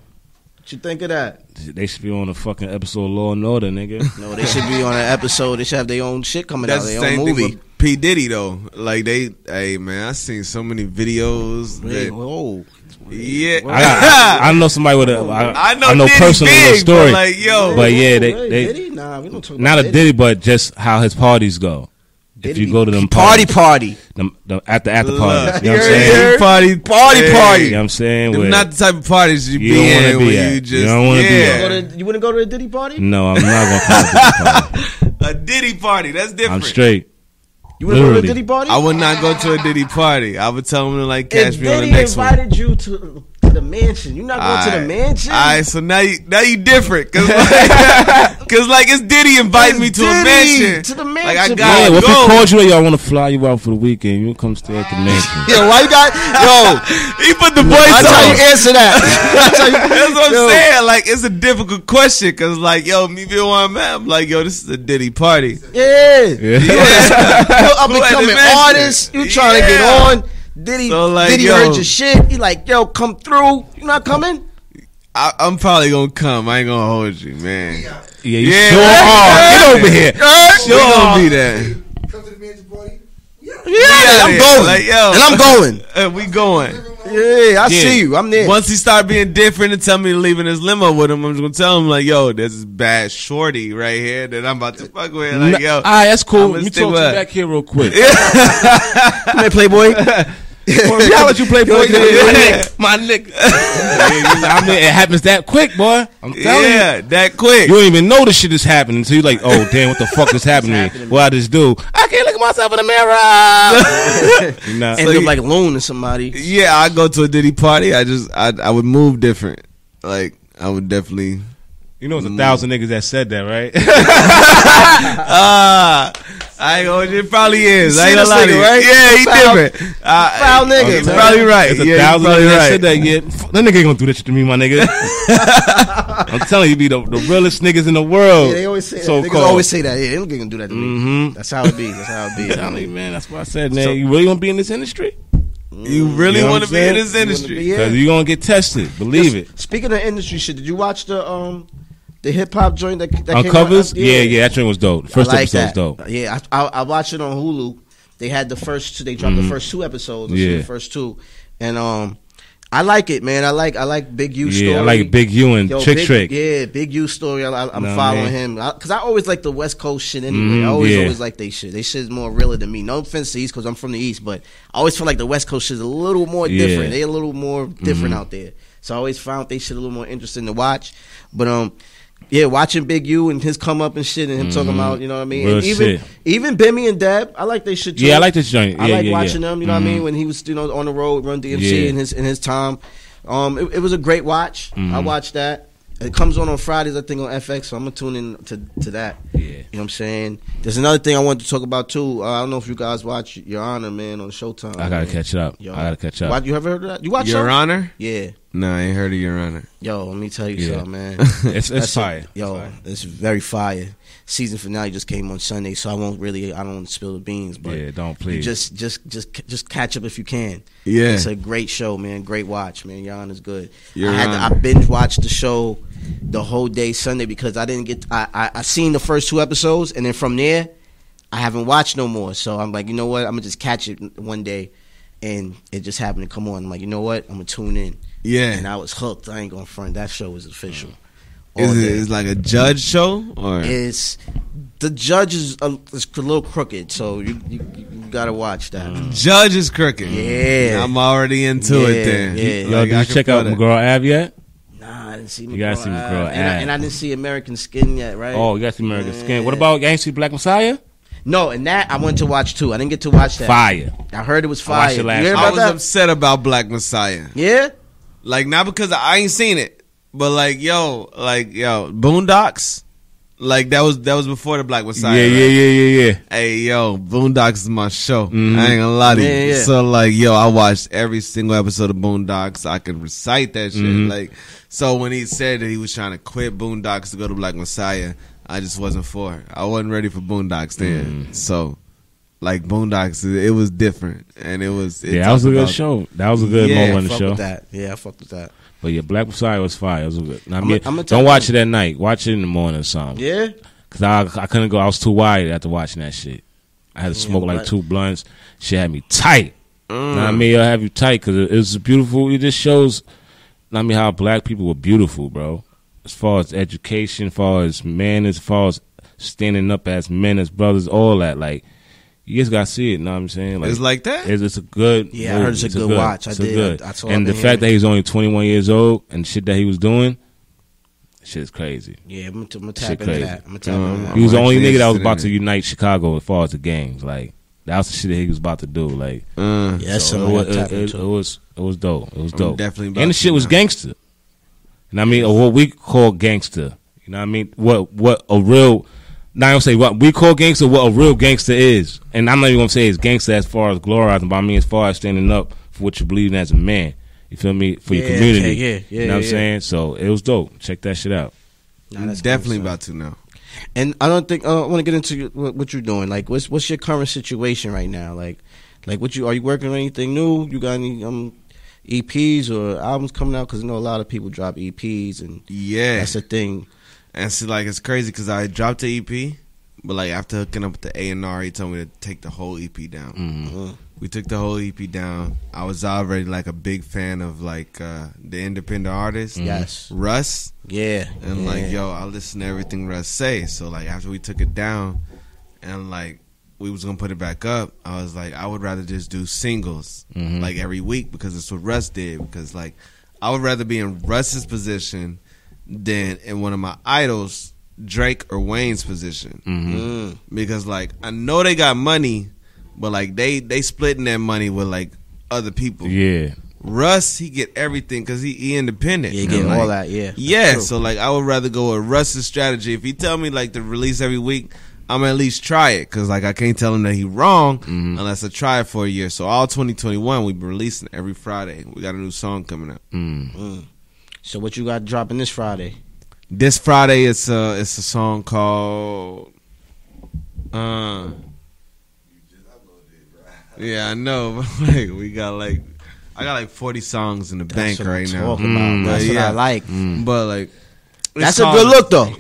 Speaker 2: What you think of that?
Speaker 3: They should be on a fucking episode of Law and Order, nigga.
Speaker 2: No, they should be on an episode. They should have their own shit coming
Speaker 4: that's
Speaker 2: out,
Speaker 4: the
Speaker 2: their
Speaker 4: same
Speaker 2: own
Speaker 4: thing
Speaker 2: movie.
Speaker 4: with P Diddy though. Like they, hey man, I seen so many videos.
Speaker 2: Wait,
Speaker 4: That,
Speaker 2: whoa.
Speaker 4: yeah,
Speaker 3: I, got, I know somebody with a. I,
Speaker 4: I
Speaker 3: I know,
Speaker 4: know
Speaker 3: I know
Speaker 4: Diddy
Speaker 3: personally a
Speaker 4: big, but,
Speaker 3: story.
Speaker 4: like, yo.
Speaker 3: but yeah, they,
Speaker 2: Wait,
Speaker 3: they
Speaker 2: Diddy? Nah, we don't talk
Speaker 3: not a
Speaker 2: about
Speaker 3: Diddy, but just how his parties go. if
Speaker 2: Diddy
Speaker 3: you
Speaker 2: be-
Speaker 3: go to them
Speaker 2: Party
Speaker 3: parties,
Speaker 2: party.
Speaker 3: them, them after after
Speaker 4: Look,
Speaker 3: parties, you know
Speaker 4: you're-
Speaker 3: what I'm saying?
Speaker 4: you're Party, party, party.
Speaker 3: You know what I'm saying?
Speaker 4: Them
Speaker 3: Where-
Speaker 4: not the type of parties you,
Speaker 3: You
Speaker 4: be
Speaker 3: don't wanna
Speaker 4: in
Speaker 3: be
Speaker 4: where
Speaker 3: at.
Speaker 4: you
Speaker 3: You
Speaker 4: just
Speaker 3: don't wanna be
Speaker 4: yeah.
Speaker 2: Go to- you want to go to a Diddy party?
Speaker 3: no, I'm not gonna. Party.
Speaker 4: a Diddy party. That's
Speaker 3: I'm
Speaker 4: different.
Speaker 3: straight.
Speaker 2: You want to go to a
Speaker 3: Literally.
Speaker 2: Diddy party?
Speaker 4: I would not go to a Diddy party. I would tell him to like catch
Speaker 2: if
Speaker 4: me on the
Speaker 2: Diddy
Speaker 4: next one.
Speaker 2: invited you to, to the mansion, you're not going to the mansion.
Speaker 4: All right, so now you now you different, cause like, 'cause, like, it's Diddy inviting me to a
Speaker 2: Diddy,
Speaker 4: mansion.
Speaker 2: to the
Speaker 4: Like I
Speaker 2: mansion,
Speaker 3: Man,
Speaker 2: Nah,
Speaker 4: gotta
Speaker 3: what if he
Speaker 4: go.
Speaker 3: called you? Yo, I want to fly you out for the weekend. You come stay at the mansion.
Speaker 2: Yo, why you got yo?
Speaker 4: He put the voice
Speaker 2: That's how you
Speaker 4: on.
Speaker 2: answer that. That's how you-
Speaker 4: That's what I'm
Speaker 2: Yo.
Speaker 4: saying. Like it's a difficult question, cause like yo, me being where I'm at, I'm like yo, this is a Diddy party.
Speaker 2: Yeah, Yo, up
Speaker 4: Who
Speaker 2: and
Speaker 4: had the
Speaker 2: coming
Speaker 4: mansion?
Speaker 2: artist. You trying to
Speaker 4: Yeah.
Speaker 2: get on? Diddy,
Speaker 4: So, like,
Speaker 2: Diddy
Speaker 4: yo.
Speaker 2: heard your shit. He like, yo, come through. You not coming?
Speaker 4: I, I'm probably gonna come. I ain't gonna hold you, man.
Speaker 3: Yeah, you
Speaker 4: Yeah,
Speaker 3: sure
Speaker 4: right,
Speaker 3: are.
Speaker 4: right.
Speaker 3: Get over here.
Speaker 4: Sure, we gonna be there.
Speaker 5: Come to the man's party.
Speaker 2: Yeah,
Speaker 4: Yeah,
Speaker 2: I'm
Speaker 4: yeah.
Speaker 2: going.
Speaker 4: Like, yo.
Speaker 2: And I'm going.
Speaker 4: Uh, we going.
Speaker 2: Yeah, I
Speaker 3: Yeah.
Speaker 2: see you. I'm there.
Speaker 4: Once he start being different and tell me to leave in his limo with him, I'm just gonna tell him like, yo, this is bad shorty right here that I'm about to fuck with. Like,
Speaker 3: Nah,
Speaker 4: yo,
Speaker 3: all right, that's
Speaker 4: I'ma
Speaker 3: cool. Let me
Speaker 4: stick
Speaker 3: talk to you
Speaker 4: with-
Speaker 3: back here real quick.
Speaker 2: Come here, Playboy.
Speaker 3: Yeah, let you play boy.
Speaker 4: yeah, yeah.
Speaker 3: My nigga. I mean, it happens that quick, boy. I'm telling you.
Speaker 4: yeah, that quick.
Speaker 3: You don't even know this shit is happening until you're like, oh, damn, what the fuck is happening?
Speaker 2: happening?
Speaker 3: What I just do? I can't look at myself in the mirror. You know?
Speaker 2: And
Speaker 4: So
Speaker 2: look
Speaker 4: you-
Speaker 2: like loan to somebody.
Speaker 4: Yeah, I go to a Diddy party. I just, I, I would move different. Like, I would definitely.
Speaker 3: you know, it's a thousand niggas that said that, right?
Speaker 4: Ah, I ain't gonna. It probably is. I ain't
Speaker 2: see
Speaker 4: gonna
Speaker 2: this
Speaker 4: lie to you.
Speaker 2: nigga, right?
Speaker 4: Yeah, he
Speaker 2: Foul-
Speaker 4: different. Uh,
Speaker 2: foul nigga,
Speaker 4: You're
Speaker 2: man.
Speaker 4: probably right.
Speaker 3: It's a
Speaker 4: yeah, you're
Speaker 3: thousand
Speaker 4: probably
Speaker 3: niggas that
Speaker 4: right.
Speaker 3: said that. Yeah, Fuck, that nigga ain't gonna do that shit to me, my nigga. I'm telling you, be the, the realest niggas in the world.
Speaker 2: Yeah, they always say that.
Speaker 3: So
Speaker 2: Niggas
Speaker 3: called.
Speaker 2: always say that. Yeah, they don't gonna do that to me.
Speaker 3: Mhm.
Speaker 2: That's how it be. That's how it be.
Speaker 3: I mean, man, that's why I said, man, you really gonna be in this industry?
Speaker 4: You really
Speaker 3: You know
Speaker 4: want
Speaker 3: what
Speaker 4: to
Speaker 3: I'm
Speaker 4: be in
Speaker 3: saying?
Speaker 4: this industry?
Speaker 2: Yeah.
Speaker 3: Because you gonna get tested. Believe it.
Speaker 2: Speaking of industry shit, did you watch the um the hip hop joint that, that came out?
Speaker 3: Uncovers? Yeah, yeah, that joint was dope. First
Speaker 2: I like
Speaker 3: episode was
Speaker 2: that.
Speaker 3: dope.
Speaker 2: Yeah, I, I, I watched it on Hulu. They had the first two. They dropped the first two episodes. Yeah,
Speaker 3: Mm-hmm. Yeah.
Speaker 2: the first two, and um, I like it, man. I like I like Big U story.
Speaker 3: Yeah, I like Big U and
Speaker 2: Yo,
Speaker 3: Trick
Speaker 2: Big-
Speaker 3: Trick.
Speaker 2: Yeah, Big U story. I, I, am
Speaker 3: Nah,
Speaker 2: following him
Speaker 3: man.
Speaker 2: because I, always like the West Coast shit anyway.
Speaker 3: Mm,
Speaker 2: I always
Speaker 3: yeah.
Speaker 2: always like they shit. They shit is more realer than me. No offense to East because I'm from the East, but I always feel like the West Coast shit is a little more
Speaker 3: Yeah. Mm-hmm.
Speaker 2: different. They a little more different out there. So I always found they shit a little more interesting to watch. But um. Yeah, watching Big U and his come up and shit, and him talking about you know what I mean.
Speaker 3: Mm-hmm. Real
Speaker 2: and even
Speaker 3: shit.
Speaker 2: even Bimmy and Deb, I like they shit. Too.
Speaker 3: Yeah, I like this joint.
Speaker 2: I
Speaker 3: Yeah,
Speaker 2: like
Speaker 3: yeah,
Speaker 2: watching
Speaker 3: yeah.
Speaker 2: them. You know what I mean? When he was you know on the road, Run DMC
Speaker 3: Yeah.
Speaker 2: in his in his time. Um, it, it was a great watch.
Speaker 3: Mm-hmm.
Speaker 2: I watched that. It comes on on Fridays, I think, on FX. So I'm gonna tune in to to that.
Speaker 3: Yeah.
Speaker 2: You know what I'm saying? There's another thing I wanted to talk about too. Uh, I don't know if you guys watch Your Honor, man, on Showtime.
Speaker 3: I
Speaker 2: man.
Speaker 3: gotta catch up.
Speaker 2: Yo.
Speaker 3: I gotta catch up.
Speaker 2: Why- you ever heard of that? You watch
Speaker 4: Your
Speaker 2: Show-
Speaker 4: Honor?
Speaker 2: Yeah.
Speaker 4: No, I ain't heard of Your Honor.
Speaker 2: Yo, let me tell you
Speaker 3: Yeah.
Speaker 2: something, man.
Speaker 3: It's
Speaker 2: That's
Speaker 3: it's
Speaker 2: it.
Speaker 3: fire.
Speaker 2: Yo,
Speaker 3: It's fire.
Speaker 2: it's very fire. Season finale just came on Sunday, so I won't really. I don't want to spill the beans, but
Speaker 3: yeah, don't
Speaker 2: You
Speaker 3: please.
Speaker 2: just just just just catch up if you can.
Speaker 4: Yeah.
Speaker 2: it's a great show, man. Great watch, man. Yon is good.
Speaker 4: Your
Speaker 2: I had to, I
Speaker 4: Honor.
Speaker 2: binge watched the show the whole day Sunday because I didn't get I, I I seen the first two episodes and then from there I haven't watched no more. So I'm like, you know what? I'm gonna just catch it one day, and it just happened to come on. I'm like, you know what? I'm gonna tune in.
Speaker 4: Yeah.
Speaker 2: And I was hooked. I ain't gonna front. That show was official. All
Speaker 4: Is it
Speaker 2: day
Speaker 4: is like a judge show or
Speaker 2: is the judge is a, is a little crooked, so you, you, you gotta watch that.
Speaker 4: judge is crooked?
Speaker 2: Yeah.
Speaker 4: I'm already into
Speaker 2: Yeah,
Speaker 4: it then.
Speaker 2: yeah.
Speaker 4: Like,
Speaker 3: Yo, did
Speaker 4: I
Speaker 3: you
Speaker 4: can
Speaker 3: check
Speaker 4: feel
Speaker 3: out
Speaker 4: that.
Speaker 3: McGraw Ave yet?
Speaker 2: Nah, I didn't see.
Speaker 3: You gotta see McGraw
Speaker 2: Ave. and I,
Speaker 3: Ave.
Speaker 2: and I didn't see American Skin yet, right?
Speaker 3: Oh, you got the American
Speaker 2: Yeah.
Speaker 3: Skin. What about Gangsta Black Messiah?
Speaker 2: no, and that I wanted to watch too. I didn't get to watch that.
Speaker 3: Fire.
Speaker 2: I heard it was
Speaker 3: I watched
Speaker 2: fire.
Speaker 3: it last
Speaker 2: you hear
Speaker 3: night.
Speaker 4: I
Speaker 2: about
Speaker 4: was
Speaker 2: that?
Speaker 4: upset about Black Messiah.
Speaker 2: yeah,
Speaker 4: Like not because I ain't seen it, but like yo, like yo, Boondocks. Like that was that was before the Black Messiah.
Speaker 3: yeah, yeah,
Speaker 4: right?
Speaker 3: yeah, yeah, yeah.
Speaker 4: Hey yo, Boondocks is my show.
Speaker 3: Mhm.
Speaker 4: I ain't gonna lie to
Speaker 2: Yeah,
Speaker 4: you.
Speaker 2: yeah.
Speaker 4: So like yo, I watched every single episode of Boondocks. I could recite that shit.
Speaker 3: Mhm.
Speaker 4: Like so when he said that he was trying to quit Boondocks to go to Black Messiah, I just wasn't for it. I wasn't ready for Boondocks then.
Speaker 3: Mm.
Speaker 4: So like Boondocks, it was different, and it was it
Speaker 3: Yeah, that was a
Speaker 4: talked
Speaker 3: good
Speaker 4: about-
Speaker 3: show. That was a good
Speaker 4: Yeah,
Speaker 3: moment
Speaker 2: I
Speaker 3: on the
Speaker 2: fucked
Speaker 3: show.
Speaker 2: with that. Yeah, I fucked with that.
Speaker 3: But yeah, Black Messiah was fire. It was good. Now, I
Speaker 2: I'ma-
Speaker 3: mean,
Speaker 2: I'ma tell
Speaker 3: don't watch it at night. Watch it in the morning or something.
Speaker 2: Yeah,
Speaker 3: Cause I I couldn't go. I was too wired after watching that shit. I had to smoke like
Speaker 2: but-
Speaker 3: two blunts. Shit had me tight.
Speaker 4: Mm.
Speaker 3: Know what I mean, I have you tight because it, it's beautiful. It just shows. know what I mean, how black people were beautiful, bro. As far as education, as far as manners, as far as standing up as men, as brothers, all that. Like you just gotta see it. Know what I'm saying?
Speaker 4: It's like that.
Speaker 3: It's, it's a good.
Speaker 2: Yeah, I heard it's a good watch. I
Speaker 3: a
Speaker 2: did.
Speaker 3: good-
Speaker 2: That's all I've
Speaker 3: and the
Speaker 2: been hearing.
Speaker 3: fact that he's only 21 years old and shit that he was doing, shit is crazy.
Speaker 2: yeah. I'm gonna, I'm gonna
Speaker 3: Shit
Speaker 2: tap into
Speaker 3: crazy.
Speaker 2: that. I'm gonna tap
Speaker 4: Um,
Speaker 2: into that.
Speaker 3: He was the only
Speaker 4: actually
Speaker 3: nigga that was
Speaker 4: interested
Speaker 3: about
Speaker 4: in
Speaker 3: to
Speaker 4: it.
Speaker 3: unite Chicago as far as the games. Like that was the shit that he was about to do. Like
Speaker 4: Uh.
Speaker 2: yeah, that's
Speaker 3: so
Speaker 2: something
Speaker 3: it,
Speaker 2: I'm
Speaker 3: it,
Speaker 2: tap
Speaker 3: it, it
Speaker 2: into.
Speaker 3: was it was dope. It was
Speaker 4: I'm
Speaker 3: dope.
Speaker 4: definitely about
Speaker 3: and the
Speaker 4: to
Speaker 3: shit was
Speaker 4: now.
Speaker 3: gangster. And I mean, or what we call gangster. You know what I mean? What what a real not gonna say what we call gangster, what a real gangster is. And I'm not even gonna say it's gangster as far as glorizing, but I mean as far as standing up for what you believe in as a man. You feel me? For your
Speaker 2: Yeah,
Speaker 3: community.
Speaker 2: okay, yeah, yeah,
Speaker 3: You know what
Speaker 2: yeah.
Speaker 3: I'm saying? So it was dope. Check that shit out.
Speaker 2: Nah,
Speaker 4: I'm
Speaker 2: that's cool,
Speaker 4: definitely
Speaker 2: son.
Speaker 4: about to now.
Speaker 2: And I don't think uh, I want to get into your- what, what you're doing. Like, what's what's your current situation right now? Like, like what you are you working on anything new? You got any um EPs or albums coming out? Because I know a lot of people drop EPs, and
Speaker 4: Yeah,
Speaker 2: that's the thing.
Speaker 4: and so like it's crazy because I dropped the EP, but like after hooking up with the A and R, he told me to take the whole EP down.
Speaker 3: Mm.
Speaker 2: Uh,
Speaker 4: We took the whole EP down. I was already like a big fan of like uh the independent artists,
Speaker 2: Yes.
Speaker 4: Russ,
Speaker 2: Yeah,
Speaker 4: and
Speaker 2: yeah.
Speaker 4: like yo, I listen to everything Russ say. So like after we took it down, and like we was gonna put it back up, I was like, I would rather just do singles
Speaker 2: Mm-hmm.
Speaker 3: Mhm.
Speaker 4: like every week because it's what Russ did. Because like I would rather be in Russ's position than in one of my idols, Drake or Wayne's position.
Speaker 2: Mm.
Speaker 4: Because like I know they got money, but like they they splitting that money with like other people.
Speaker 3: Yeah.
Speaker 4: Russ he get everything because he, he independent.
Speaker 2: Yeah, you getting
Speaker 4: And, like,
Speaker 2: all that. Yeah, that's
Speaker 4: yeah,
Speaker 2: true.
Speaker 4: so like I would rather go with Russ's strategy. If he tell me like to release every week, I'm gonna at least try it because like I can't tell him that he wrong
Speaker 2: Mm-hmm.
Speaker 4: unless I try it for a year. So all 2021 we've been releasing every Friday. We got a new song coming out.
Speaker 3: Mm.
Speaker 2: So what you got dropping this Friday?
Speaker 4: This Friday it's a it's a song called. Uh, yeah, I know. But like we got like I got like 40 songs in the
Speaker 2: That's
Speaker 4: bank
Speaker 2: what I'm
Speaker 4: right now.
Speaker 2: talking about.
Speaker 3: Mm,
Speaker 2: That's
Speaker 4: but
Speaker 2: what I
Speaker 4: yeah. Mm.
Speaker 2: like.
Speaker 4: But like it's
Speaker 2: That's a
Speaker 4: called-
Speaker 2: good look though.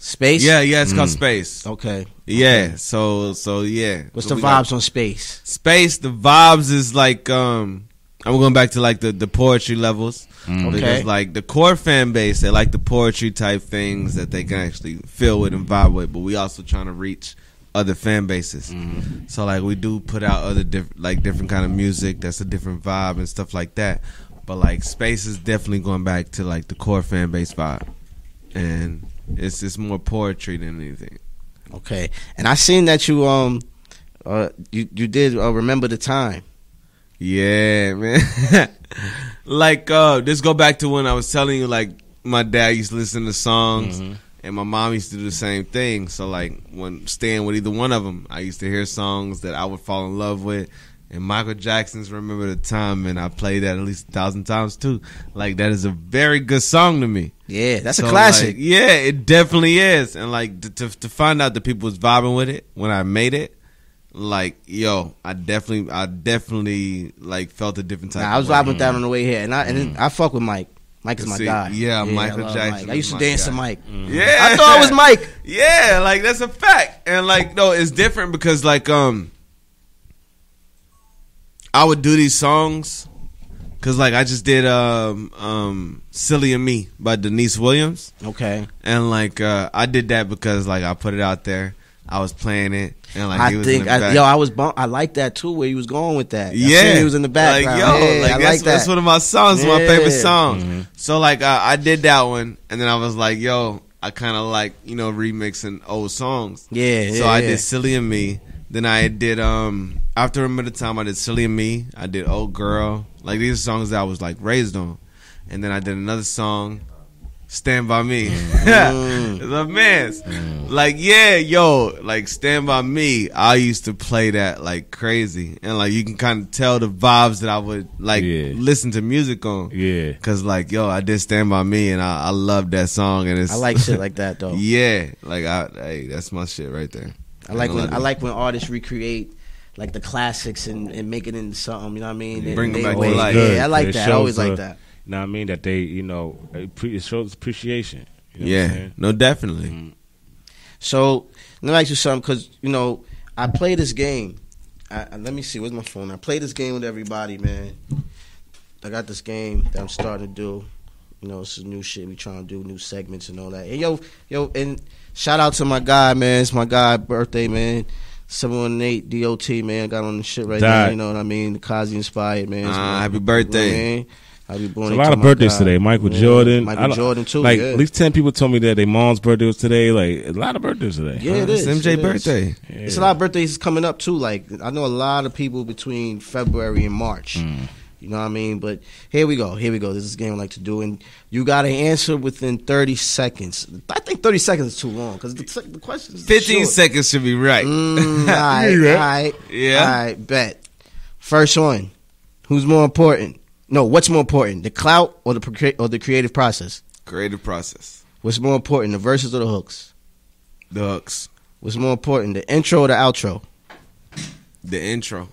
Speaker 2: Space.
Speaker 4: Yeah, yeah, it's called Space.
Speaker 2: Mm. Oh, Okay.
Speaker 4: Yeah. So so yeah.
Speaker 2: What's
Speaker 4: So
Speaker 2: the
Speaker 4: we got-
Speaker 2: vibes on space?
Speaker 4: Space. The vibes is like um I'm going back to like the, the poetry levels
Speaker 2: Mm.
Speaker 4: because like the core fan base they like the poetry type things that they can actually feel with and vibe with, but we also trying to reach other fan bases.
Speaker 2: Mm-hmm.
Speaker 4: So like we do put out other diff- like different kind of music that's a different vibe and stuff like that. But like space is definitely going back to like the core fan base vibe, and it's it's more poetry than anything.
Speaker 2: Okay, and I seen that you um, uh, you you did uh, remember the time.
Speaker 4: Yeah, man. like uh this go back to when I was telling you like my dad used to listen to songs and my mom used to do the same thing. So like when staying with either one of them, I used to hear songs that I would fall in love with. And Michael Jackson's "Remember the Time" and I played that at least a thousand times too. Like that is a very good song to me.
Speaker 2: Yeah, that's
Speaker 4: So,
Speaker 2: a
Speaker 4: like,
Speaker 2: classic.
Speaker 4: yeah, it definitely is. And like to, to to find out that people was vibing with it when I made it, like yo, I definitely I definitely like felt a different type.
Speaker 2: Nah, I was
Speaker 4: of way.
Speaker 2: vibing with that on the way here, and I and then I fuck with Mike. Mike is my
Speaker 4: Mm. See,
Speaker 2: guy.
Speaker 4: yeah,
Speaker 2: I
Speaker 4: Michael
Speaker 2: love
Speaker 4: Jackson
Speaker 2: Mike. I
Speaker 4: is
Speaker 2: used to
Speaker 4: my
Speaker 2: dance to
Speaker 4: guy. Mm.
Speaker 2: Mike.
Speaker 4: Mm-hmm. Yeah,
Speaker 2: I thought it was Mike.
Speaker 4: Yeah, like that's a fact. And like no, it's different because like um, I would do these songs because like I just did um um "Silly and Me" by Denise Williams.
Speaker 2: Okay,
Speaker 4: And like uh, I did that because like I put it out there. I was playing it, and like he
Speaker 2: I
Speaker 4: was
Speaker 2: think
Speaker 4: in the
Speaker 2: I,
Speaker 4: back.
Speaker 2: yo, I was bum- I like that too where he was going with that. I seen
Speaker 4: yeah,
Speaker 2: he was in the background.
Speaker 4: Like yo,
Speaker 2: Yeah,
Speaker 4: like
Speaker 2: I
Speaker 4: that's,
Speaker 2: like that.
Speaker 4: that's one of my songs, my
Speaker 2: Yeah. Mm-hmm.
Speaker 4: favorite song. So like uh, I, I did that one, and then I was like, yo, I kind of like you know remixing old songs.
Speaker 2: yeah,
Speaker 4: So
Speaker 2: yeah,
Speaker 4: I
Speaker 2: yeah.
Speaker 4: did Silly and Me. Then I did um after a minute time I did Silly and Me. I did Old Girl. Like these are songs that I was like raised on. And then I did another song, Stand by Me. it's
Speaker 3: Mm.
Speaker 4: a mess. Like yeah, yo, like Stand by Me. I used to play that like crazy, and like you can kind of tell the vibes that I would like
Speaker 3: Yeah.
Speaker 4: listen to music on.
Speaker 3: Yeah.
Speaker 4: Cause like yo, I did Stand by Me, and I, I love that song. And it's
Speaker 2: I like shit like that though.
Speaker 4: yeah, like I, hey, that's my shit right there.
Speaker 2: I like when
Speaker 4: Ain't
Speaker 2: I
Speaker 4: no
Speaker 2: like when artists recreate like the classics and, and make it into something. You know what I mean? They-
Speaker 4: Bring 'em
Speaker 2: they
Speaker 4: back to
Speaker 2: always-
Speaker 4: life.
Speaker 2: Yeah, I like
Speaker 3: It
Speaker 2: that. I always
Speaker 3: shows,
Speaker 2: like
Speaker 3: uh,
Speaker 2: that.
Speaker 3: You know what I mean? That they, you know, appre- it shows appreciation. You know what I'm
Speaker 4: Yeah,
Speaker 3: saying?
Speaker 4: no, definitely.
Speaker 2: So let me ask you something because you know I play this game. I, I- let me see where's my phone. I play this game with everybody, man. I got this game that I'm starting to do. You know, it's new shit we trying to do, new segments and all that. And yo, yo, and shout out to my guy, man. It's my guy birthday, man. Seven one eight DOT, man. Got on the shit right now.
Speaker 3: Dot.
Speaker 2: You know what I mean? The Kazi inspired, man.
Speaker 4: Ah,
Speaker 2: So,
Speaker 4: happy
Speaker 2: you know
Speaker 4: birthday.
Speaker 2: what I mean? Happy
Speaker 3: There's
Speaker 2: birthday.
Speaker 3: a lot
Speaker 2: to
Speaker 3: of
Speaker 2: my
Speaker 3: birthdays
Speaker 2: guy.
Speaker 3: today. Michael
Speaker 2: Yeah,
Speaker 3: Jordan. I
Speaker 2: Michael
Speaker 3: don't-
Speaker 2: Jordan too.
Speaker 3: Like
Speaker 2: yeah.
Speaker 3: at least ten people told me that their mom's birthday was today. Like a lot of birthdays today.
Speaker 2: yeah, it
Speaker 4: It's
Speaker 2: is.
Speaker 4: MJ
Speaker 2: It is.
Speaker 4: birthday.
Speaker 2: It's a lot of birthdays coming up too. Like I know a lot of people between February and March.
Speaker 4: Hmm.
Speaker 2: You know what I mean? But here we go. Here we go. This is a game I like to do, and you got to answer within thirty seconds. I think thirty seconds is too long because the, the question is
Speaker 4: Fifteen
Speaker 2: short.
Speaker 4: seconds should be right.
Speaker 2: Mm, all right, all right,
Speaker 4: Yeah.
Speaker 2: all right. Bet first one. Who's more important? No, what's more important, the clout or the procre- or the creative process?
Speaker 4: Creative process.
Speaker 2: What's more important, the verses or the hooks?
Speaker 4: The hooks.
Speaker 2: What's more important, the intro or the outro?
Speaker 4: The intro.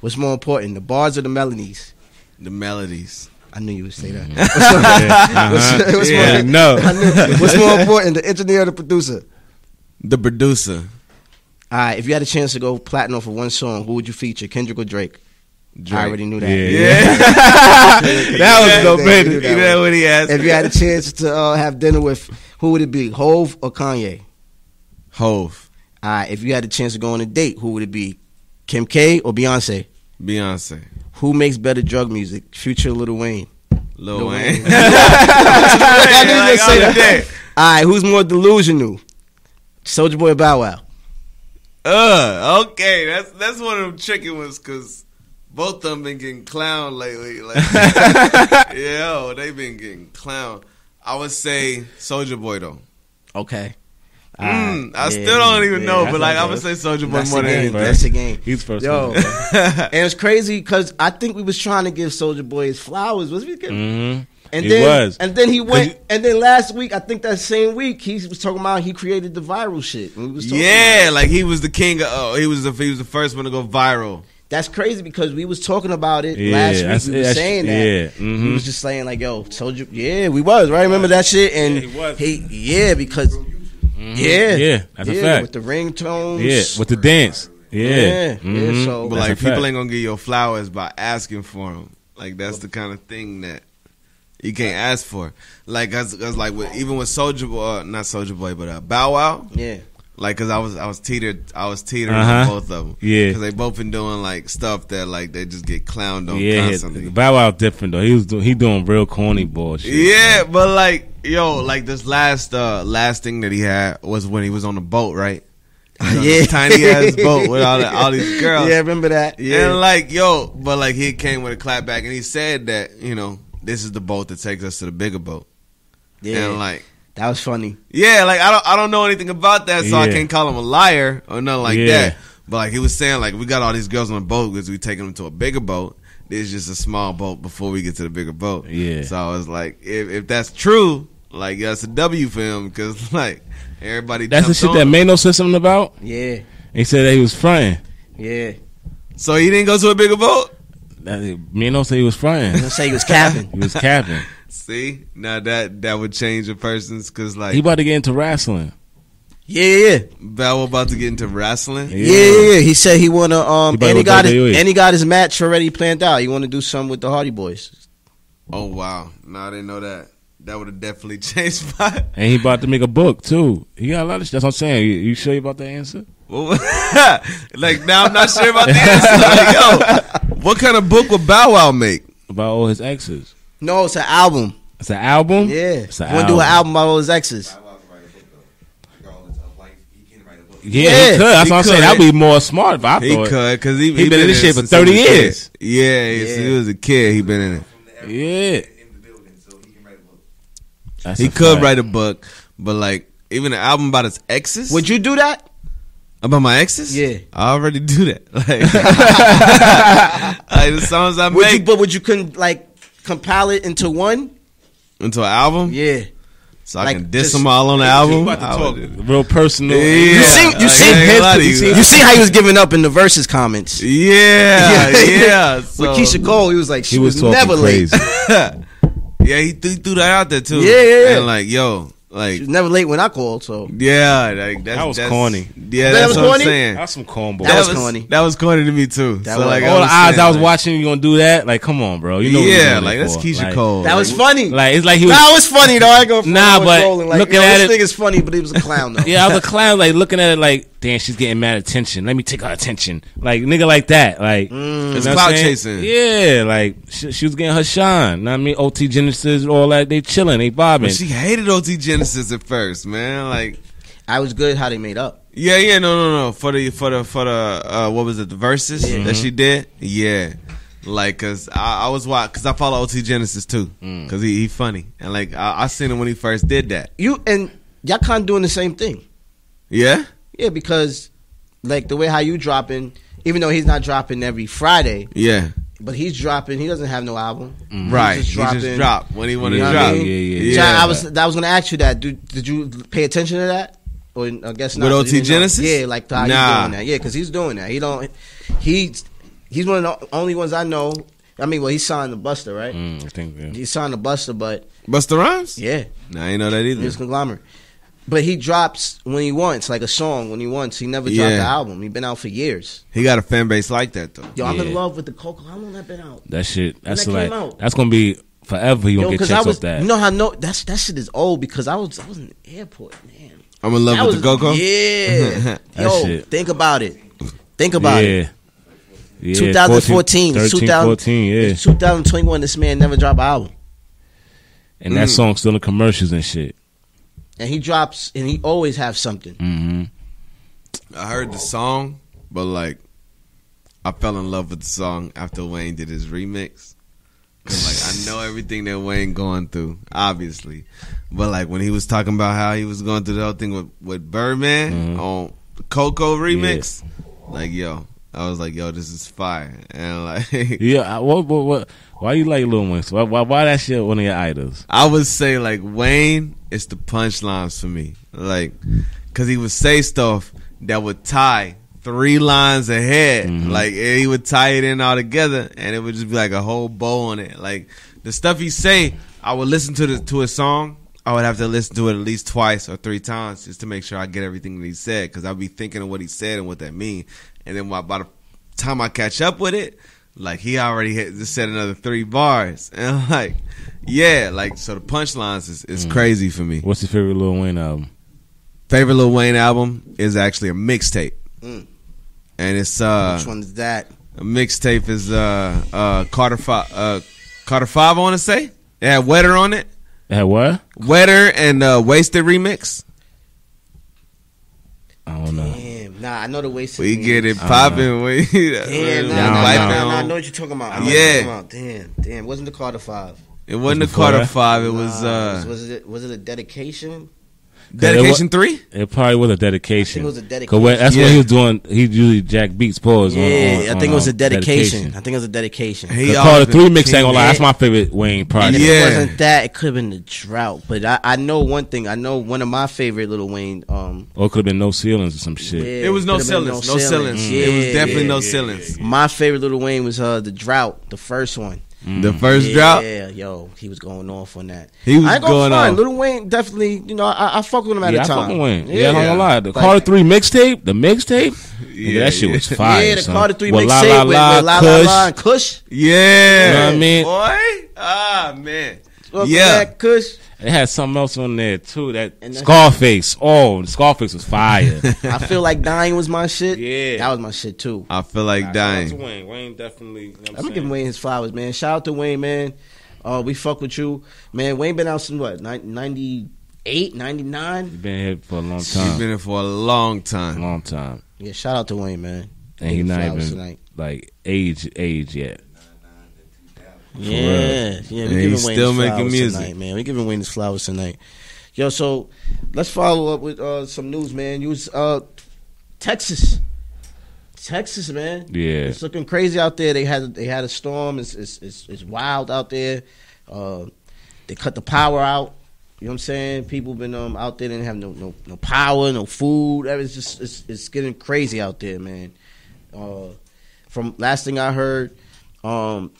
Speaker 2: What's more important, the bars or the melodies?
Speaker 4: The melodies.
Speaker 2: I knew you would say that.
Speaker 3: Mm-hmm. Uh-huh.
Speaker 2: It was
Speaker 3: Yeah,
Speaker 2: funny. I
Speaker 3: no.
Speaker 2: knew- What's more important, the engineer or the producer?
Speaker 4: The producer.
Speaker 2: All right, if you had a chance to go platinum for one song, who would you feature, Kendrick or Drake? I already knew that.
Speaker 3: Yeah.
Speaker 4: That was
Speaker 2: Yeah,
Speaker 4: no
Speaker 2: they
Speaker 4: better.
Speaker 2: do
Speaker 4: You
Speaker 2: that
Speaker 4: know
Speaker 2: one.
Speaker 4: what he asked?
Speaker 2: If you had a chance to uh, have dinner with, who would it be, Hove or Kanye?
Speaker 4: Hove,
Speaker 2: All right, if you had a chance to go on a date, who would it be, Kim K or Beyonce?
Speaker 4: Beyonce,
Speaker 2: Who makes better drug music, Future or Lil Wayne?
Speaker 4: Lil
Speaker 2: Lil
Speaker 4: Wayne.
Speaker 2: Wayne.
Speaker 4: I
Speaker 2: knew you would say that.
Speaker 4: that.
Speaker 2: All right, who's more delusional, Soldier Boy or Bow Wow?
Speaker 4: Uh, okay, that's that's one of them tricky ones because both of them been getting clowned lately. Like, yo, they been getting clowned. I would say Soldier Boy though.
Speaker 2: Okay. All
Speaker 4: Mm,
Speaker 2: right,
Speaker 4: I
Speaker 2: yeah,
Speaker 4: still don't even
Speaker 2: yeah.
Speaker 4: know,
Speaker 3: Ah, that's
Speaker 4: but like
Speaker 3: not
Speaker 4: I would say
Speaker 3: bad.
Speaker 4: Soldier Boy
Speaker 2: That's
Speaker 4: more
Speaker 2: the
Speaker 4: than
Speaker 2: game.
Speaker 4: anything.
Speaker 2: That's the game.
Speaker 3: He's first.
Speaker 2: Yo,
Speaker 3: One.
Speaker 2: and it's crazy because I think we was trying to give Soldier Boy his flowers. Was we?
Speaker 3: Mhm.
Speaker 2: And
Speaker 3: He
Speaker 2: then,
Speaker 3: was.
Speaker 2: and then he
Speaker 3: you-
Speaker 2: went, and then last week, I think that same week, he was talking about he created the viral shit. We was talking
Speaker 4: yeah,
Speaker 2: about it.
Speaker 4: like he was the king. Of, oh, he was the he was the first one to go viral.
Speaker 2: that's crazy because we was talking about it
Speaker 3: Yeah,
Speaker 2: last
Speaker 3: that's-
Speaker 2: week. We was
Speaker 3: that's-
Speaker 2: saying that.
Speaker 3: yeah,
Speaker 2: We
Speaker 3: mhm.
Speaker 2: was just saying like, yo, Soldier, yeah, we was right. Remember that shit? And
Speaker 3: Yeah, he was. Mm-hmm.
Speaker 2: he, yeah, because, yeah,
Speaker 3: Yeah, that's a
Speaker 2: yeah,
Speaker 3: fact.
Speaker 2: with the ringtones,
Speaker 3: Yeah, with the dance. Yeah.
Speaker 2: Yeah, yeah,
Speaker 3: Mhm.
Speaker 2: so-
Speaker 4: But
Speaker 3: That's
Speaker 4: like
Speaker 3: a
Speaker 4: people
Speaker 3: fact.
Speaker 4: ain't gonna give you flowers by asking for them. Like that's the kind of thing that you can't ask for. Like as, as like with, even with Soldier Boy, uh, not Soldier Boy, but uh, Bow Wow.
Speaker 2: Yeah.
Speaker 4: Like, cause I was I was teetered, I was teetering
Speaker 3: Uh-huh.
Speaker 4: on both of them.
Speaker 3: Yeah.
Speaker 4: cause they both been doing like stuff that like they just get clowned on
Speaker 3: Yeah,
Speaker 4: constantly.
Speaker 3: Bow Wow different though. He was doing, he doing real corny bullshit.
Speaker 4: Yeah, but like yo, like this last uh last thing that he had was when he was on the boat, right? He was on this tiny ass boat with all, the, all these girls.
Speaker 2: Yeah, remember that?
Speaker 4: And like, yo, but like he came with a clap back and he said that, you know, this is the boat that takes us to the bigger boat.
Speaker 2: yeah.
Speaker 4: And like
Speaker 2: that was funny.
Speaker 4: Yeah, like I don't I don't know anything about that, so I
Speaker 3: Yeah.
Speaker 4: can't call him a liar or nothing like
Speaker 3: Yeah.
Speaker 4: that. But like he was saying, like we got all these girls on the boat because we taking them to a bigger boat. There's just a small boat before we get to the bigger boat.
Speaker 3: Yeah.
Speaker 4: So I was like, if, if that's true, like yeah, it's a W for him because like everybody.
Speaker 3: That's the
Speaker 4: jumped
Speaker 3: shit
Speaker 4: on
Speaker 3: that
Speaker 4: him.
Speaker 3: made no sense something about.
Speaker 2: Yeah.
Speaker 3: He said that he was fronting.
Speaker 2: Yeah.
Speaker 4: So he didn't go to a bigger boat.
Speaker 3: That, Mano said he was fronting.
Speaker 2: Let's say he was capping.
Speaker 3: he was capping.
Speaker 4: See, now that that would change a person's because like
Speaker 3: He about to get into wrestling.
Speaker 2: Yeah, yeah, yeah.
Speaker 4: Val about to get into wrestling.
Speaker 2: Yeah, yeah, yeah. He said he wanna um
Speaker 3: He better
Speaker 2: and he
Speaker 3: go E.
Speaker 2: got
Speaker 3: WWE.
Speaker 2: his, and he got his match already planned out. He wanna do something with the Hardy Boys.
Speaker 4: Oh wow, no, I didn't know that. That would have definitely changed my.
Speaker 3: And he about to make a book too. He got a lot of shit. That's what I'm saying. You, you sure you about that answer?
Speaker 4: Well, like now I'm not sure about the answer. Like, yo, what kind of book would Bow Wow make?
Speaker 3: About all his exes.
Speaker 2: No, it's an album.
Speaker 3: It's an album?
Speaker 2: Yeah.
Speaker 3: It's an
Speaker 2: wanna
Speaker 3: album.
Speaker 2: do an album about all his exes.
Speaker 5: I was writing a book though. Regardless of life, he can write a book.
Speaker 3: Yeah,
Speaker 4: Yeah,
Speaker 3: he could. That's
Speaker 4: he
Speaker 3: what I'm saying.
Speaker 4: could.
Speaker 3: That'd be more smart if I
Speaker 4: He
Speaker 3: thought.
Speaker 4: could, cause he, he
Speaker 3: been in this
Speaker 4: it
Speaker 3: shit for
Speaker 4: since he was
Speaker 3: 30
Speaker 4: a kid.
Speaker 3: years.
Speaker 4: Yeah, since he
Speaker 2: Yeah.
Speaker 4: was a kid, he been in it.
Speaker 5: From the era
Speaker 3: Yeah.
Speaker 5: in the building, so he can write a book.
Speaker 3: That's
Speaker 4: He
Speaker 3: a
Speaker 4: could
Speaker 3: fact.
Speaker 4: write a book, but like even an album about his exes.
Speaker 2: Would you do that?
Speaker 4: about my exes?
Speaker 2: Yeah.
Speaker 4: I already do that. Like, like the songs I
Speaker 2: Would you
Speaker 4: make
Speaker 2: but would you couldn't like compile it into one?
Speaker 4: into an album,
Speaker 2: Yeah.
Speaker 4: so I
Speaker 2: Like,
Speaker 4: can diss
Speaker 2: just-
Speaker 4: them all on the
Speaker 3: You
Speaker 4: album.
Speaker 3: about to
Speaker 4: I
Speaker 3: talk
Speaker 4: would do
Speaker 3: real personal.
Speaker 4: that.
Speaker 2: You
Speaker 4: Yeah,
Speaker 2: seen- you
Speaker 4: like,
Speaker 2: seen
Speaker 4: I ain't gonna lie to
Speaker 3: history,
Speaker 4: you.
Speaker 2: You see how he was giving up in the verses comments.
Speaker 4: Yeah, yeah. so-
Speaker 2: With Keisha Cole, he was like, she
Speaker 3: He was
Speaker 2: was,
Speaker 3: talking
Speaker 2: never
Speaker 3: crazy.
Speaker 2: late.
Speaker 4: yeah, he th- threw that out there too.
Speaker 2: Yeah, yeah, yeah.
Speaker 4: And like, yo, like,
Speaker 2: She was never late when I called, so
Speaker 4: yeah, like that's,
Speaker 3: That was
Speaker 4: that's-
Speaker 3: corny.
Speaker 4: Yeah,
Speaker 2: That
Speaker 4: that's
Speaker 2: was
Speaker 4: what
Speaker 2: corny?
Speaker 4: I'm saying.
Speaker 3: That's some corn
Speaker 2: That
Speaker 3: bullshit.
Speaker 2: was corny.
Speaker 4: That was corny to me too.
Speaker 2: That
Speaker 4: so
Speaker 2: was-
Speaker 4: like,
Speaker 2: That
Speaker 3: All the eyes
Speaker 4: saying,
Speaker 3: I was
Speaker 4: like,
Speaker 3: watching, you gonna do that? Like, come on, bro. You know, what you're
Speaker 4: yeah,
Speaker 3: doing
Speaker 4: like
Speaker 3: it
Speaker 4: that's
Speaker 3: for.
Speaker 4: Keisha
Speaker 3: Like-
Speaker 4: Cole.
Speaker 2: that was
Speaker 4: Like,
Speaker 2: funny.
Speaker 3: Like it's like he was.
Speaker 2: That was funny though. I go from
Speaker 3: Nah,
Speaker 2: nah,
Speaker 3: but
Speaker 2: but rolling, like,
Speaker 3: looking
Speaker 2: yo,
Speaker 3: at
Speaker 2: this
Speaker 3: it-
Speaker 2: nigga's funny, but he was a clown though.
Speaker 3: Yeah, I was a clown, like looking at it, like damn, she's getting mad attention. Let me take her attention, like nigga, like that, like
Speaker 2: Mm.
Speaker 4: It's
Speaker 3: what I'm
Speaker 4: clout
Speaker 3: saying?
Speaker 4: chasing.
Speaker 3: Yeah, like she, she was getting her shine. Know what I mean, OT Genesis, all that. They chilling, they bobbing.
Speaker 4: but she hated OT Genesis at first, man. Like,
Speaker 2: I was good how they made up.
Speaker 4: yeah, yeah, no, no, no. For the for the for the uh, what was it? The verses that
Speaker 3: Mm-hmm.
Speaker 4: she did. Yeah. Like, cause I, I was watch, cause I follow OT Genesis too,
Speaker 3: Mm.
Speaker 4: cause he, he funny, and like I, I seen him when he first did that.
Speaker 2: You and y'all kind of doing the same thing.
Speaker 4: Yeah,
Speaker 2: Yeah, because like the way how you dropping, even though he's not dropping every Friday,
Speaker 4: yeah.
Speaker 2: but he's dropping. He doesn't have no album.
Speaker 4: Right.
Speaker 2: He's Mm-hmm. just
Speaker 4: He
Speaker 2: dropping.
Speaker 4: just dropped when he wanted
Speaker 2: You know
Speaker 4: to
Speaker 2: what I
Speaker 4: drop.
Speaker 2: mean?
Speaker 3: Yeah, yeah,
Speaker 2: So
Speaker 4: yeah.
Speaker 2: I was I was gonna ask you that. Do, did you pay attention to that? Or I guess not.
Speaker 4: With
Speaker 2: so you
Speaker 4: OT
Speaker 2: didn't know.
Speaker 4: Genesis?
Speaker 2: Yeah, like how
Speaker 4: Nah.
Speaker 2: he's doing that. Yeah, because he's doing that. He don't. He's he's one of the only ones I know. I mean, well, he signed the Buster, right?
Speaker 4: Mm-hmm.
Speaker 3: Mm, I think yeah.
Speaker 2: He signed the Buster, but
Speaker 4: Busta Rhymes?
Speaker 2: yeah,
Speaker 4: No, I ain't know that either.
Speaker 2: he's a conglomerate. But he drops when he wants, like a song when he wants. He never dropped
Speaker 4: Yeah.
Speaker 2: an album. He's been out for years.
Speaker 4: He got a fan base like that though.
Speaker 2: Yo, I'm in
Speaker 3: Yeah.
Speaker 2: love with the Coco. How long that been out?
Speaker 3: that shit. That's
Speaker 2: that
Speaker 3: like
Speaker 2: came out.
Speaker 3: that's gonna be forever. You
Speaker 2: Yo,
Speaker 3: gonna get
Speaker 2: I
Speaker 3: checks
Speaker 2: was,
Speaker 3: off that.
Speaker 2: you know how no that's that shit is old because I was I was in the airport, man.
Speaker 4: I'm in love
Speaker 2: That
Speaker 4: with the
Speaker 2: was-
Speaker 4: Coco.
Speaker 2: Yeah.
Speaker 3: That
Speaker 2: Yo,
Speaker 3: shit.
Speaker 2: think about it. Think
Speaker 3: yeah.
Speaker 2: about it.
Speaker 3: Yeah,
Speaker 2: 2014,
Speaker 3: 13,
Speaker 2: 2000
Speaker 3: 14, yeah.
Speaker 2: It's 2021. This man never dropped an album,
Speaker 3: And
Speaker 2: Mm.
Speaker 3: that song's still in commercials and shit.
Speaker 2: and he drops, and he always have something.
Speaker 3: Mm-hmm.
Speaker 4: I heard the song, but like, I fell in love with the song after Wayne did his remix. Cause like I know everything that Wayne going through, obviously, but like when he was talking about how he was going through the whole thing with with Birdman on the Coco remix, like yo, I was like yo, this is fire, and like
Speaker 3: Yeah, I, what, what, what? Why you like Lil Wayne? Why, why, why that shit one of your idols?
Speaker 4: I would say like Wayne is the punchlines for me, like because he would say stuff that would tie three lines ahead, like and he would tie it in all together, and it would just be like a whole bow on it. Like the stuff he say, I would listen to the to a song. I would have to listen to it at least twice or three times just to make sure I get everything that he said because I'd be thinking of what he said and what that mean, and then by, by the time I catch up with it, Like he already hit, just said another three bars, and I'm like, yeah, like so the punchlines is, is crazy for me.
Speaker 3: What's your favorite Lil Wayne album?
Speaker 4: Favorite Lil Wayne album is actually a mixtape,
Speaker 2: Mm.
Speaker 4: and it's uh,
Speaker 2: Which one's that?
Speaker 4: a mixtape is uh uh Carter Five uh Carter Five I want to say it had Wetter on it
Speaker 3: It had what?
Speaker 4: Wetter and uh Wasted remix
Speaker 3: I don't know.
Speaker 2: Damn, nah, I know the wasted.
Speaker 4: we
Speaker 2: Remix.
Speaker 4: get it popping we
Speaker 2: Damn, Mm. nah, nah, nah,
Speaker 4: we wiping
Speaker 2: nah, nah, I
Speaker 4: on.
Speaker 2: know what you're talking about. I know what
Speaker 4: Yeah.
Speaker 2: you're talking about. Damn, damn. Wasn't the Carter Five?
Speaker 4: it wasn't a
Speaker 3: Before
Speaker 4: Carter
Speaker 3: that?
Speaker 4: Five it was
Speaker 2: Nah,
Speaker 4: uh
Speaker 2: was it was it a dedication?
Speaker 4: Dedication Three
Speaker 3: It probably was a dedication.
Speaker 2: I think it was a dedication.
Speaker 3: 'Cause when- that's
Speaker 4: Yeah.
Speaker 3: when he was doing. He usually Jack Beats pause. on- on-
Speaker 2: Yeah, I think it
Speaker 3: on,
Speaker 2: was a
Speaker 3: um,
Speaker 2: dedication. I think it was a dedication.
Speaker 4: He
Speaker 3: The
Speaker 4: always
Speaker 3: Carter
Speaker 4: been
Speaker 3: Three mix ain't
Speaker 4: king.
Speaker 3: gonna lie. That's my favorite Wayne
Speaker 2: And
Speaker 3: project.
Speaker 2: if
Speaker 4: Yeah.
Speaker 2: it wasn't that, it could have been the drought. But I, I know one thing. I know one of my favorite Little Wayne. Um,
Speaker 3: Or Oh, it could have been no ceilings or some shit.
Speaker 4: It was no ceilings, no ceilings.
Speaker 2: Mm.
Speaker 4: It was definitely no ceilings.
Speaker 2: My favorite Little Wayne was uh the drought, the first one.
Speaker 4: The first
Speaker 2: Mm-hmm. yeah,
Speaker 4: drop,
Speaker 2: Yeah, yo, he was going off on that.
Speaker 4: He was
Speaker 2: I ain't gonna
Speaker 4: going
Speaker 2: front,
Speaker 4: off.
Speaker 2: Little Wayne definitely. You know, I, I fuck with him at
Speaker 3: Yeah,
Speaker 2: a
Speaker 3: I
Speaker 2: time.
Speaker 3: fucking Wayne. Yeah, I'm not gonna lie. The
Speaker 2: Like-
Speaker 3: Carter Three mixtape, the mixtape,
Speaker 4: Yeah,
Speaker 3: yeah, that shit
Speaker 4: yeah.
Speaker 3: was fire.
Speaker 2: yeah, the
Speaker 3: son.
Speaker 2: Carter Three
Speaker 3: With La
Speaker 2: mixtape
Speaker 3: La
Speaker 2: with,
Speaker 3: La,
Speaker 2: with La La
Speaker 3: Kush.
Speaker 2: La and Kush.
Speaker 4: yeah,
Speaker 3: You know what I mean?
Speaker 4: boy, ah man,
Speaker 2: Welcome
Speaker 4: yeah,
Speaker 2: back, Kush.
Speaker 3: It had something else on there too. That
Speaker 2: And that's-
Speaker 3: Scarface. Oh, the Scarface was fire.
Speaker 2: I feel like dying was my shit.
Speaker 3: Yeah.
Speaker 2: that was my shit too.
Speaker 4: I feel like dying.
Speaker 3: Wayne. Wayne definitely.
Speaker 2: I'm gonna give Wayne his flowers, man. Shout out to Wayne, man. Uh, we fuck with you, man. Wayne been out since what 98, 99?
Speaker 3: Been here for a long
Speaker 4: You've
Speaker 3: time.
Speaker 4: been in for a long time.
Speaker 3: Long time,
Speaker 2: Yeah, shout out to Wayne, man.
Speaker 3: and he
Speaker 2: Give him
Speaker 3: not
Speaker 2: flowers
Speaker 3: even
Speaker 2: tonight.
Speaker 3: like age age yet.
Speaker 2: Yeah, yeah. We
Speaker 4: And
Speaker 2: giving
Speaker 4: he's
Speaker 2: Wayne
Speaker 4: still
Speaker 2: his
Speaker 4: making
Speaker 2: flowers
Speaker 4: music.
Speaker 2: tonight, man. We giving Wayne his flowers tonight. Yo, so let's follow up with uh, some news, man. You was uh, Texas, Texas, man.
Speaker 3: Yeah.
Speaker 2: it's looking crazy out there. They had they had a storm. It's it's it's, it's wild out there. Uh, they cut the power out. You know what I'm saying? People been um out there didn't have no no no power, no food. It's just it's it's getting crazy out there, man. Uh, from last thing I heard, um,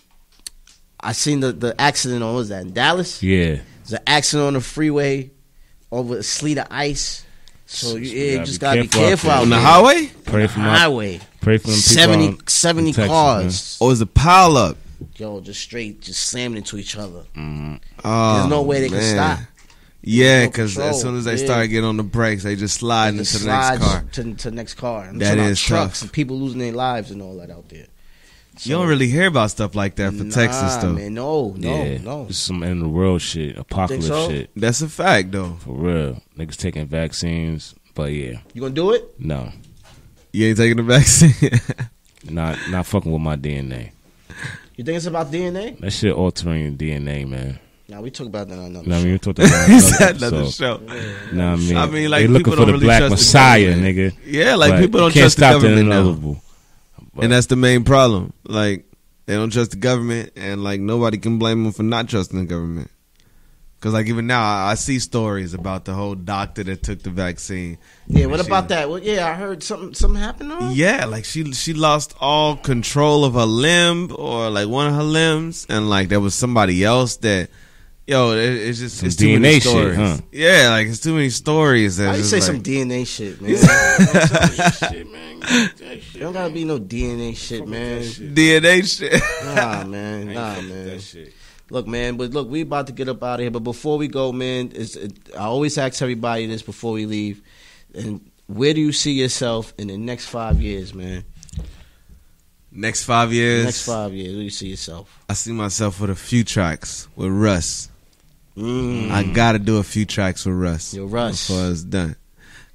Speaker 2: I seen the the accident on what was that in Dallas?
Speaker 3: Yeah,
Speaker 2: There's an accident on the freeway over a sleet of ice. So you, yeah, you just gotta be careful out
Speaker 4: On the
Speaker 2: there.
Speaker 4: highway,
Speaker 3: pray for my
Speaker 2: highway.
Speaker 3: pray for them people
Speaker 2: 70,
Speaker 3: out in
Speaker 2: 70
Speaker 3: Texas,
Speaker 2: cars,
Speaker 4: or is it pile up?
Speaker 2: yo, just straight, just slamming into each other.
Speaker 4: Oh,
Speaker 2: There's no way they
Speaker 4: man.
Speaker 2: can stop.
Speaker 4: Yeah,
Speaker 2: no
Speaker 4: because as
Speaker 2: control.
Speaker 4: soon as they
Speaker 2: Yeah.
Speaker 4: start getting on the brakes, they just slide into
Speaker 2: Just
Speaker 4: the next
Speaker 2: slides
Speaker 4: car.
Speaker 2: To, to the next car. I'm
Speaker 4: That
Speaker 2: talking about
Speaker 4: is
Speaker 2: trucks
Speaker 4: tough.
Speaker 2: and people losing their lives and all that out there.
Speaker 4: You don't really hear about stuff like that for
Speaker 2: Nah,
Speaker 4: Texas, though.
Speaker 2: Man, no, no,
Speaker 3: yeah,
Speaker 2: no.
Speaker 3: This is some end of the world shit, apocalypse
Speaker 2: so?
Speaker 3: shit
Speaker 4: That's a fact, though.
Speaker 3: for real. Niggas taking vaccines, but yeah,
Speaker 2: You gonna do it?
Speaker 3: no,
Speaker 4: You ain't taking the vaccine.
Speaker 3: not not fucking with my DNA.
Speaker 2: You think it's about DNA?
Speaker 3: That shit altering DNA, man.
Speaker 2: Nah, we talk about that on another.
Speaker 3: You know what I mean, we talked
Speaker 4: Is that
Speaker 3: about
Speaker 4: another
Speaker 3: so,
Speaker 4: show?
Speaker 3: Nah, I mean,
Speaker 4: I mean, like
Speaker 3: they looking
Speaker 4: people
Speaker 3: for
Speaker 4: don't
Speaker 3: the
Speaker 4: really
Speaker 3: black
Speaker 4: trust the
Speaker 3: messiah,
Speaker 4: government.
Speaker 3: nigga.
Speaker 4: Yeah, like
Speaker 3: But
Speaker 4: people don't
Speaker 3: you can't
Speaker 4: trust the
Speaker 3: stop
Speaker 4: government now.
Speaker 3: inevitable.
Speaker 4: and that's the main problem. Like they don't trust the government, and like nobody can blame them for not trusting the government. Because like even now, I, I see stories about the whole doctor that took the vaccine.
Speaker 2: Yeah, what
Speaker 4: And she-
Speaker 2: about that? Well, yeah, I heard something something happened on.
Speaker 4: Yeah, like she she lost all control of her limb or like one of her limbs, and like there was somebody else that. Yo, it, it's just
Speaker 3: Some
Speaker 4: it's too many
Speaker 3: DNA shit,
Speaker 4: stories.
Speaker 3: huh?
Speaker 4: Yeah, like it's too many stories. that
Speaker 2: I
Speaker 4: it's
Speaker 2: just say
Speaker 4: just
Speaker 2: some
Speaker 4: like-
Speaker 2: DNA shit, man. You don't gotta be no DNA shit, man.
Speaker 4: DNA shit.
Speaker 2: Nah, man. Nah, man. Look, man, but look, we about to get up out of here. But before we go, man, it's, it, I always ask everybody this before we leave. And where do you see yourself in the next five years, man?
Speaker 4: Next five years,
Speaker 2: Next five years, where do you see yourself?
Speaker 4: I see myself with a few tracks with Russ.
Speaker 2: Mm.
Speaker 4: I gotta do a few tracks with Russ.
Speaker 2: Yo, Russ.
Speaker 4: before it's done,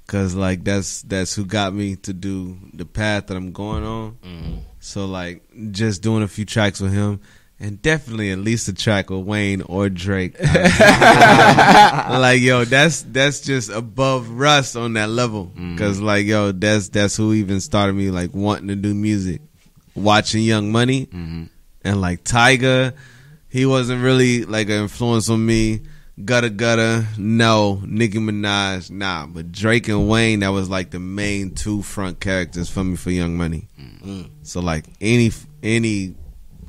Speaker 4: cause like that's that's who got me to do the path that I'm going on.
Speaker 2: Mm.
Speaker 4: So like just doing a few tracks with him, and definitely at least a track with Wayne or Drake. like yo, that's that's just above Russ on that level.
Speaker 2: Mm.
Speaker 4: Cause like yo, that's that's who even started me like wanting to do music, watching Young Money,
Speaker 2: Mm-hmm.
Speaker 4: and like Tiger. He wasn't really like an influence on me. Gutta Gutta, no. Nicki Minaj, nah. But Drake and Wayne, that was like the main two front characters for me for Young Money. So like any any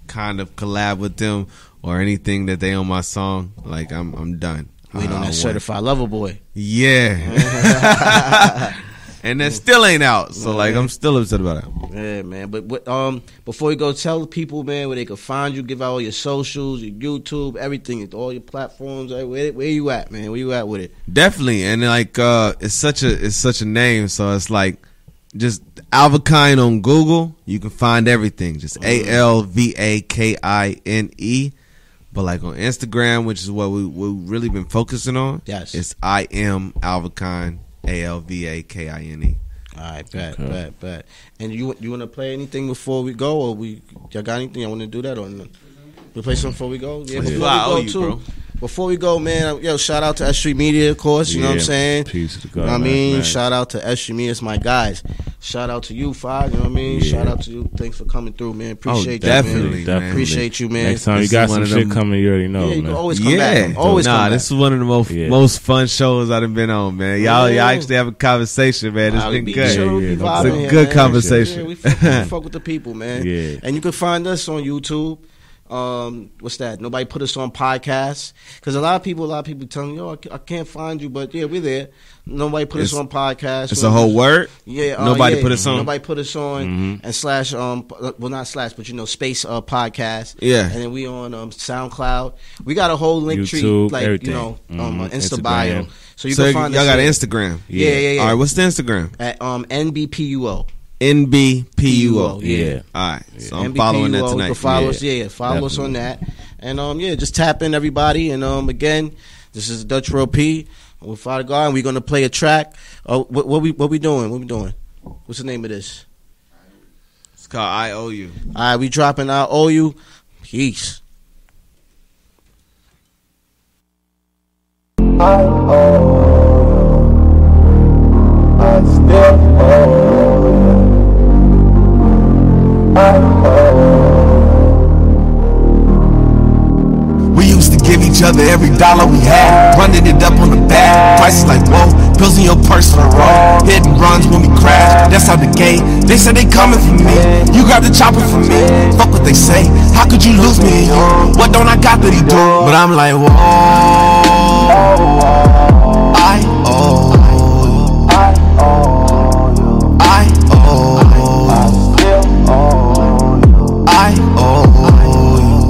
Speaker 4: kind of collab with them or anything that they on my song, like I'm I'm done.
Speaker 2: Wait on
Speaker 4: I- I
Speaker 2: that
Speaker 4: want-
Speaker 2: certified lover boy.
Speaker 4: Yeah. and that still ain't out. So like I'm still upset about it.
Speaker 2: Yeah, man. But what, um, before you go, tell the people, man, where they can find you. Give out all your socials, your YouTube, everything, all your platforms. like, Where, where you at, man? Where you at with it?
Speaker 4: Definitely, and like uh, it's such a it's such a name, so it's like just Alvakine on Google. You can find everything. Just
Speaker 2: Oh,
Speaker 4: A L V A K I N E. But like on Instagram, which is what we we really been focusing on.
Speaker 2: Yes.
Speaker 4: it's I am Alvakine. A L V A K I N E.
Speaker 2: All right, bet, bet, bet. And you you want to play anything before we go, or we y'all got anything? I want to do that or no? We play something before we go. Yeah, before
Speaker 4: I owe
Speaker 2: we
Speaker 4: you,
Speaker 2: go
Speaker 4: bro.
Speaker 2: too. Before we go, man, yo, shout out to S Street Media, of course. You know what I'm
Speaker 3: Yeah,
Speaker 2: saying?
Speaker 3: peace to
Speaker 2: you know what
Speaker 3: God,
Speaker 2: I
Speaker 3: man,
Speaker 2: mean,
Speaker 3: man.
Speaker 2: shout out to S Street Media, it's my guys. Shout out to you, Five. You know what I mean?
Speaker 3: Yeah. Oh,
Speaker 2: Shout out to you. Thanks for coming through, man. Appreciate you,
Speaker 4: definitely.
Speaker 2: man.
Speaker 4: man.
Speaker 2: Appreciate you, man.
Speaker 3: Next time
Speaker 4: This
Speaker 3: you got
Speaker 4: is one
Speaker 3: some
Speaker 4: of
Speaker 3: shit
Speaker 4: them-
Speaker 3: coming, you already know,
Speaker 2: yeah, you
Speaker 3: man.
Speaker 2: can always come back. Always
Speaker 4: nah,
Speaker 2: come back.
Speaker 4: this is one of the most
Speaker 3: Yeah.
Speaker 4: most fun shows I've been on, man. Y'all,
Speaker 2: Yeah.
Speaker 4: y'all actually have a conversation, man. It's
Speaker 2: Nah, we
Speaker 4: been
Speaker 2: be
Speaker 4: good.
Speaker 2: chill, we
Speaker 3: Yeah,
Speaker 2: be vibing
Speaker 3: no doubt.
Speaker 4: It's a
Speaker 2: here,
Speaker 4: good
Speaker 2: man.
Speaker 4: conversation.
Speaker 2: Yeah, we, fuck, we fuck with the people, man.
Speaker 3: Yeah.
Speaker 2: And you can find us on YouTube. Um, what's that? Nobody put us on podcasts because a lot of people, a lot of people tell me, "Yo, I ca- I can't find you," but yeah, we're there. Nobody put
Speaker 4: It's-
Speaker 2: us on podcasts.
Speaker 4: It's a whole word.
Speaker 2: Yeah, uh,
Speaker 4: Nobody
Speaker 2: yeah.
Speaker 4: put us on. Mm-hmm.
Speaker 2: Nobody put us on, and slash um, p- uh, well not slash, but you know, space uh podcast.
Speaker 4: Yeah.
Speaker 2: and then we on um SoundCloud. We got a whole link tree,
Speaker 3: YouTube,
Speaker 2: like
Speaker 3: everything.
Speaker 2: you know, um,
Speaker 3: Mhm.
Speaker 2: Insta
Speaker 3: Instagram.
Speaker 2: bio. So you
Speaker 4: Mm-hmm. so
Speaker 2: can
Speaker 4: y'all
Speaker 2: find us
Speaker 4: got
Speaker 2: there.
Speaker 4: Instagram.
Speaker 2: Yeah, yeah, yeah.
Speaker 4: All right, what's the Instagram?
Speaker 2: at um NBPUO.
Speaker 4: NBPUO.
Speaker 2: Yeah.
Speaker 3: yeah.
Speaker 4: All right, so I'm
Speaker 2: NBPUO,
Speaker 4: following that
Speaker 2: You can
Speaker 4: tonight.
Speaker 2: follow
Speaker 3: Yeah.
Speaker 2: us, yeah, follow us on that, and um, yeah, just tap in everybody, and um, again, this is Dutch Row P with Father God, and we're gonna play a track. Oh, what, what we what we doing? What we doing? What's the name of this?
Speaker 4: It's called I O U.
Speaker 2: All right, we dropping. I owe you. Peace.
Speaker 1: We used to give each other every dollar we had, running it up on the bag. Prices like whoa, pills in your purse for the road, hitting runs when we crash. That's how the game. They said they coming for me. You got the chopper for me. Fuck what they say. How could you lose me? and you? What don't I got that he do? But I'm like whoa, I owe, you. I owe, you. I owe. you.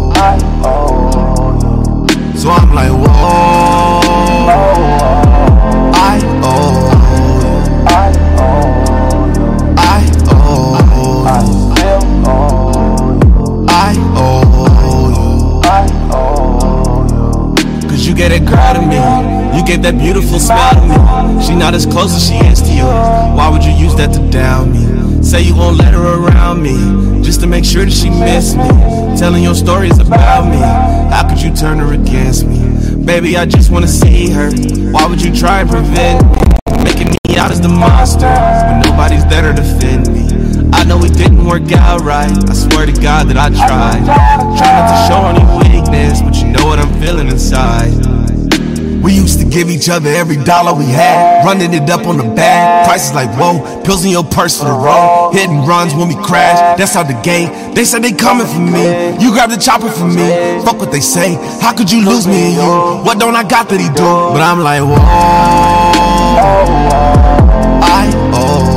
Speaker 1: So I'm like, whoa. I oh, owe. I owe. oh, I oh, owe. I owe. Cause you get a girl to me. You get that beautiful smile to me. She not as close as she is to you. Why would you use that to down me? Say you won't let her around me. Just to make sure that she miss me. Telling your stories about me. How could you turn her against me? Baby, I just wanna see her. Why would you try and prevent me? Making me out as the monster. When nobody's there to defend me. I know it didn't work out right. I swear to God that I tried. Try not to show any weakness, but you know what I'm feeling inside. We used to give each other every dollar we had, running it up on the bag. Prices like whoa, pills in your purse for the road, hitting runs when we crash. That's how the game. They said they coming for me. You grab the chopper for me. Fuck what they say. How could you lose me and you? What don't I got that he do? But I'm like whoa, I oh. owe. oh.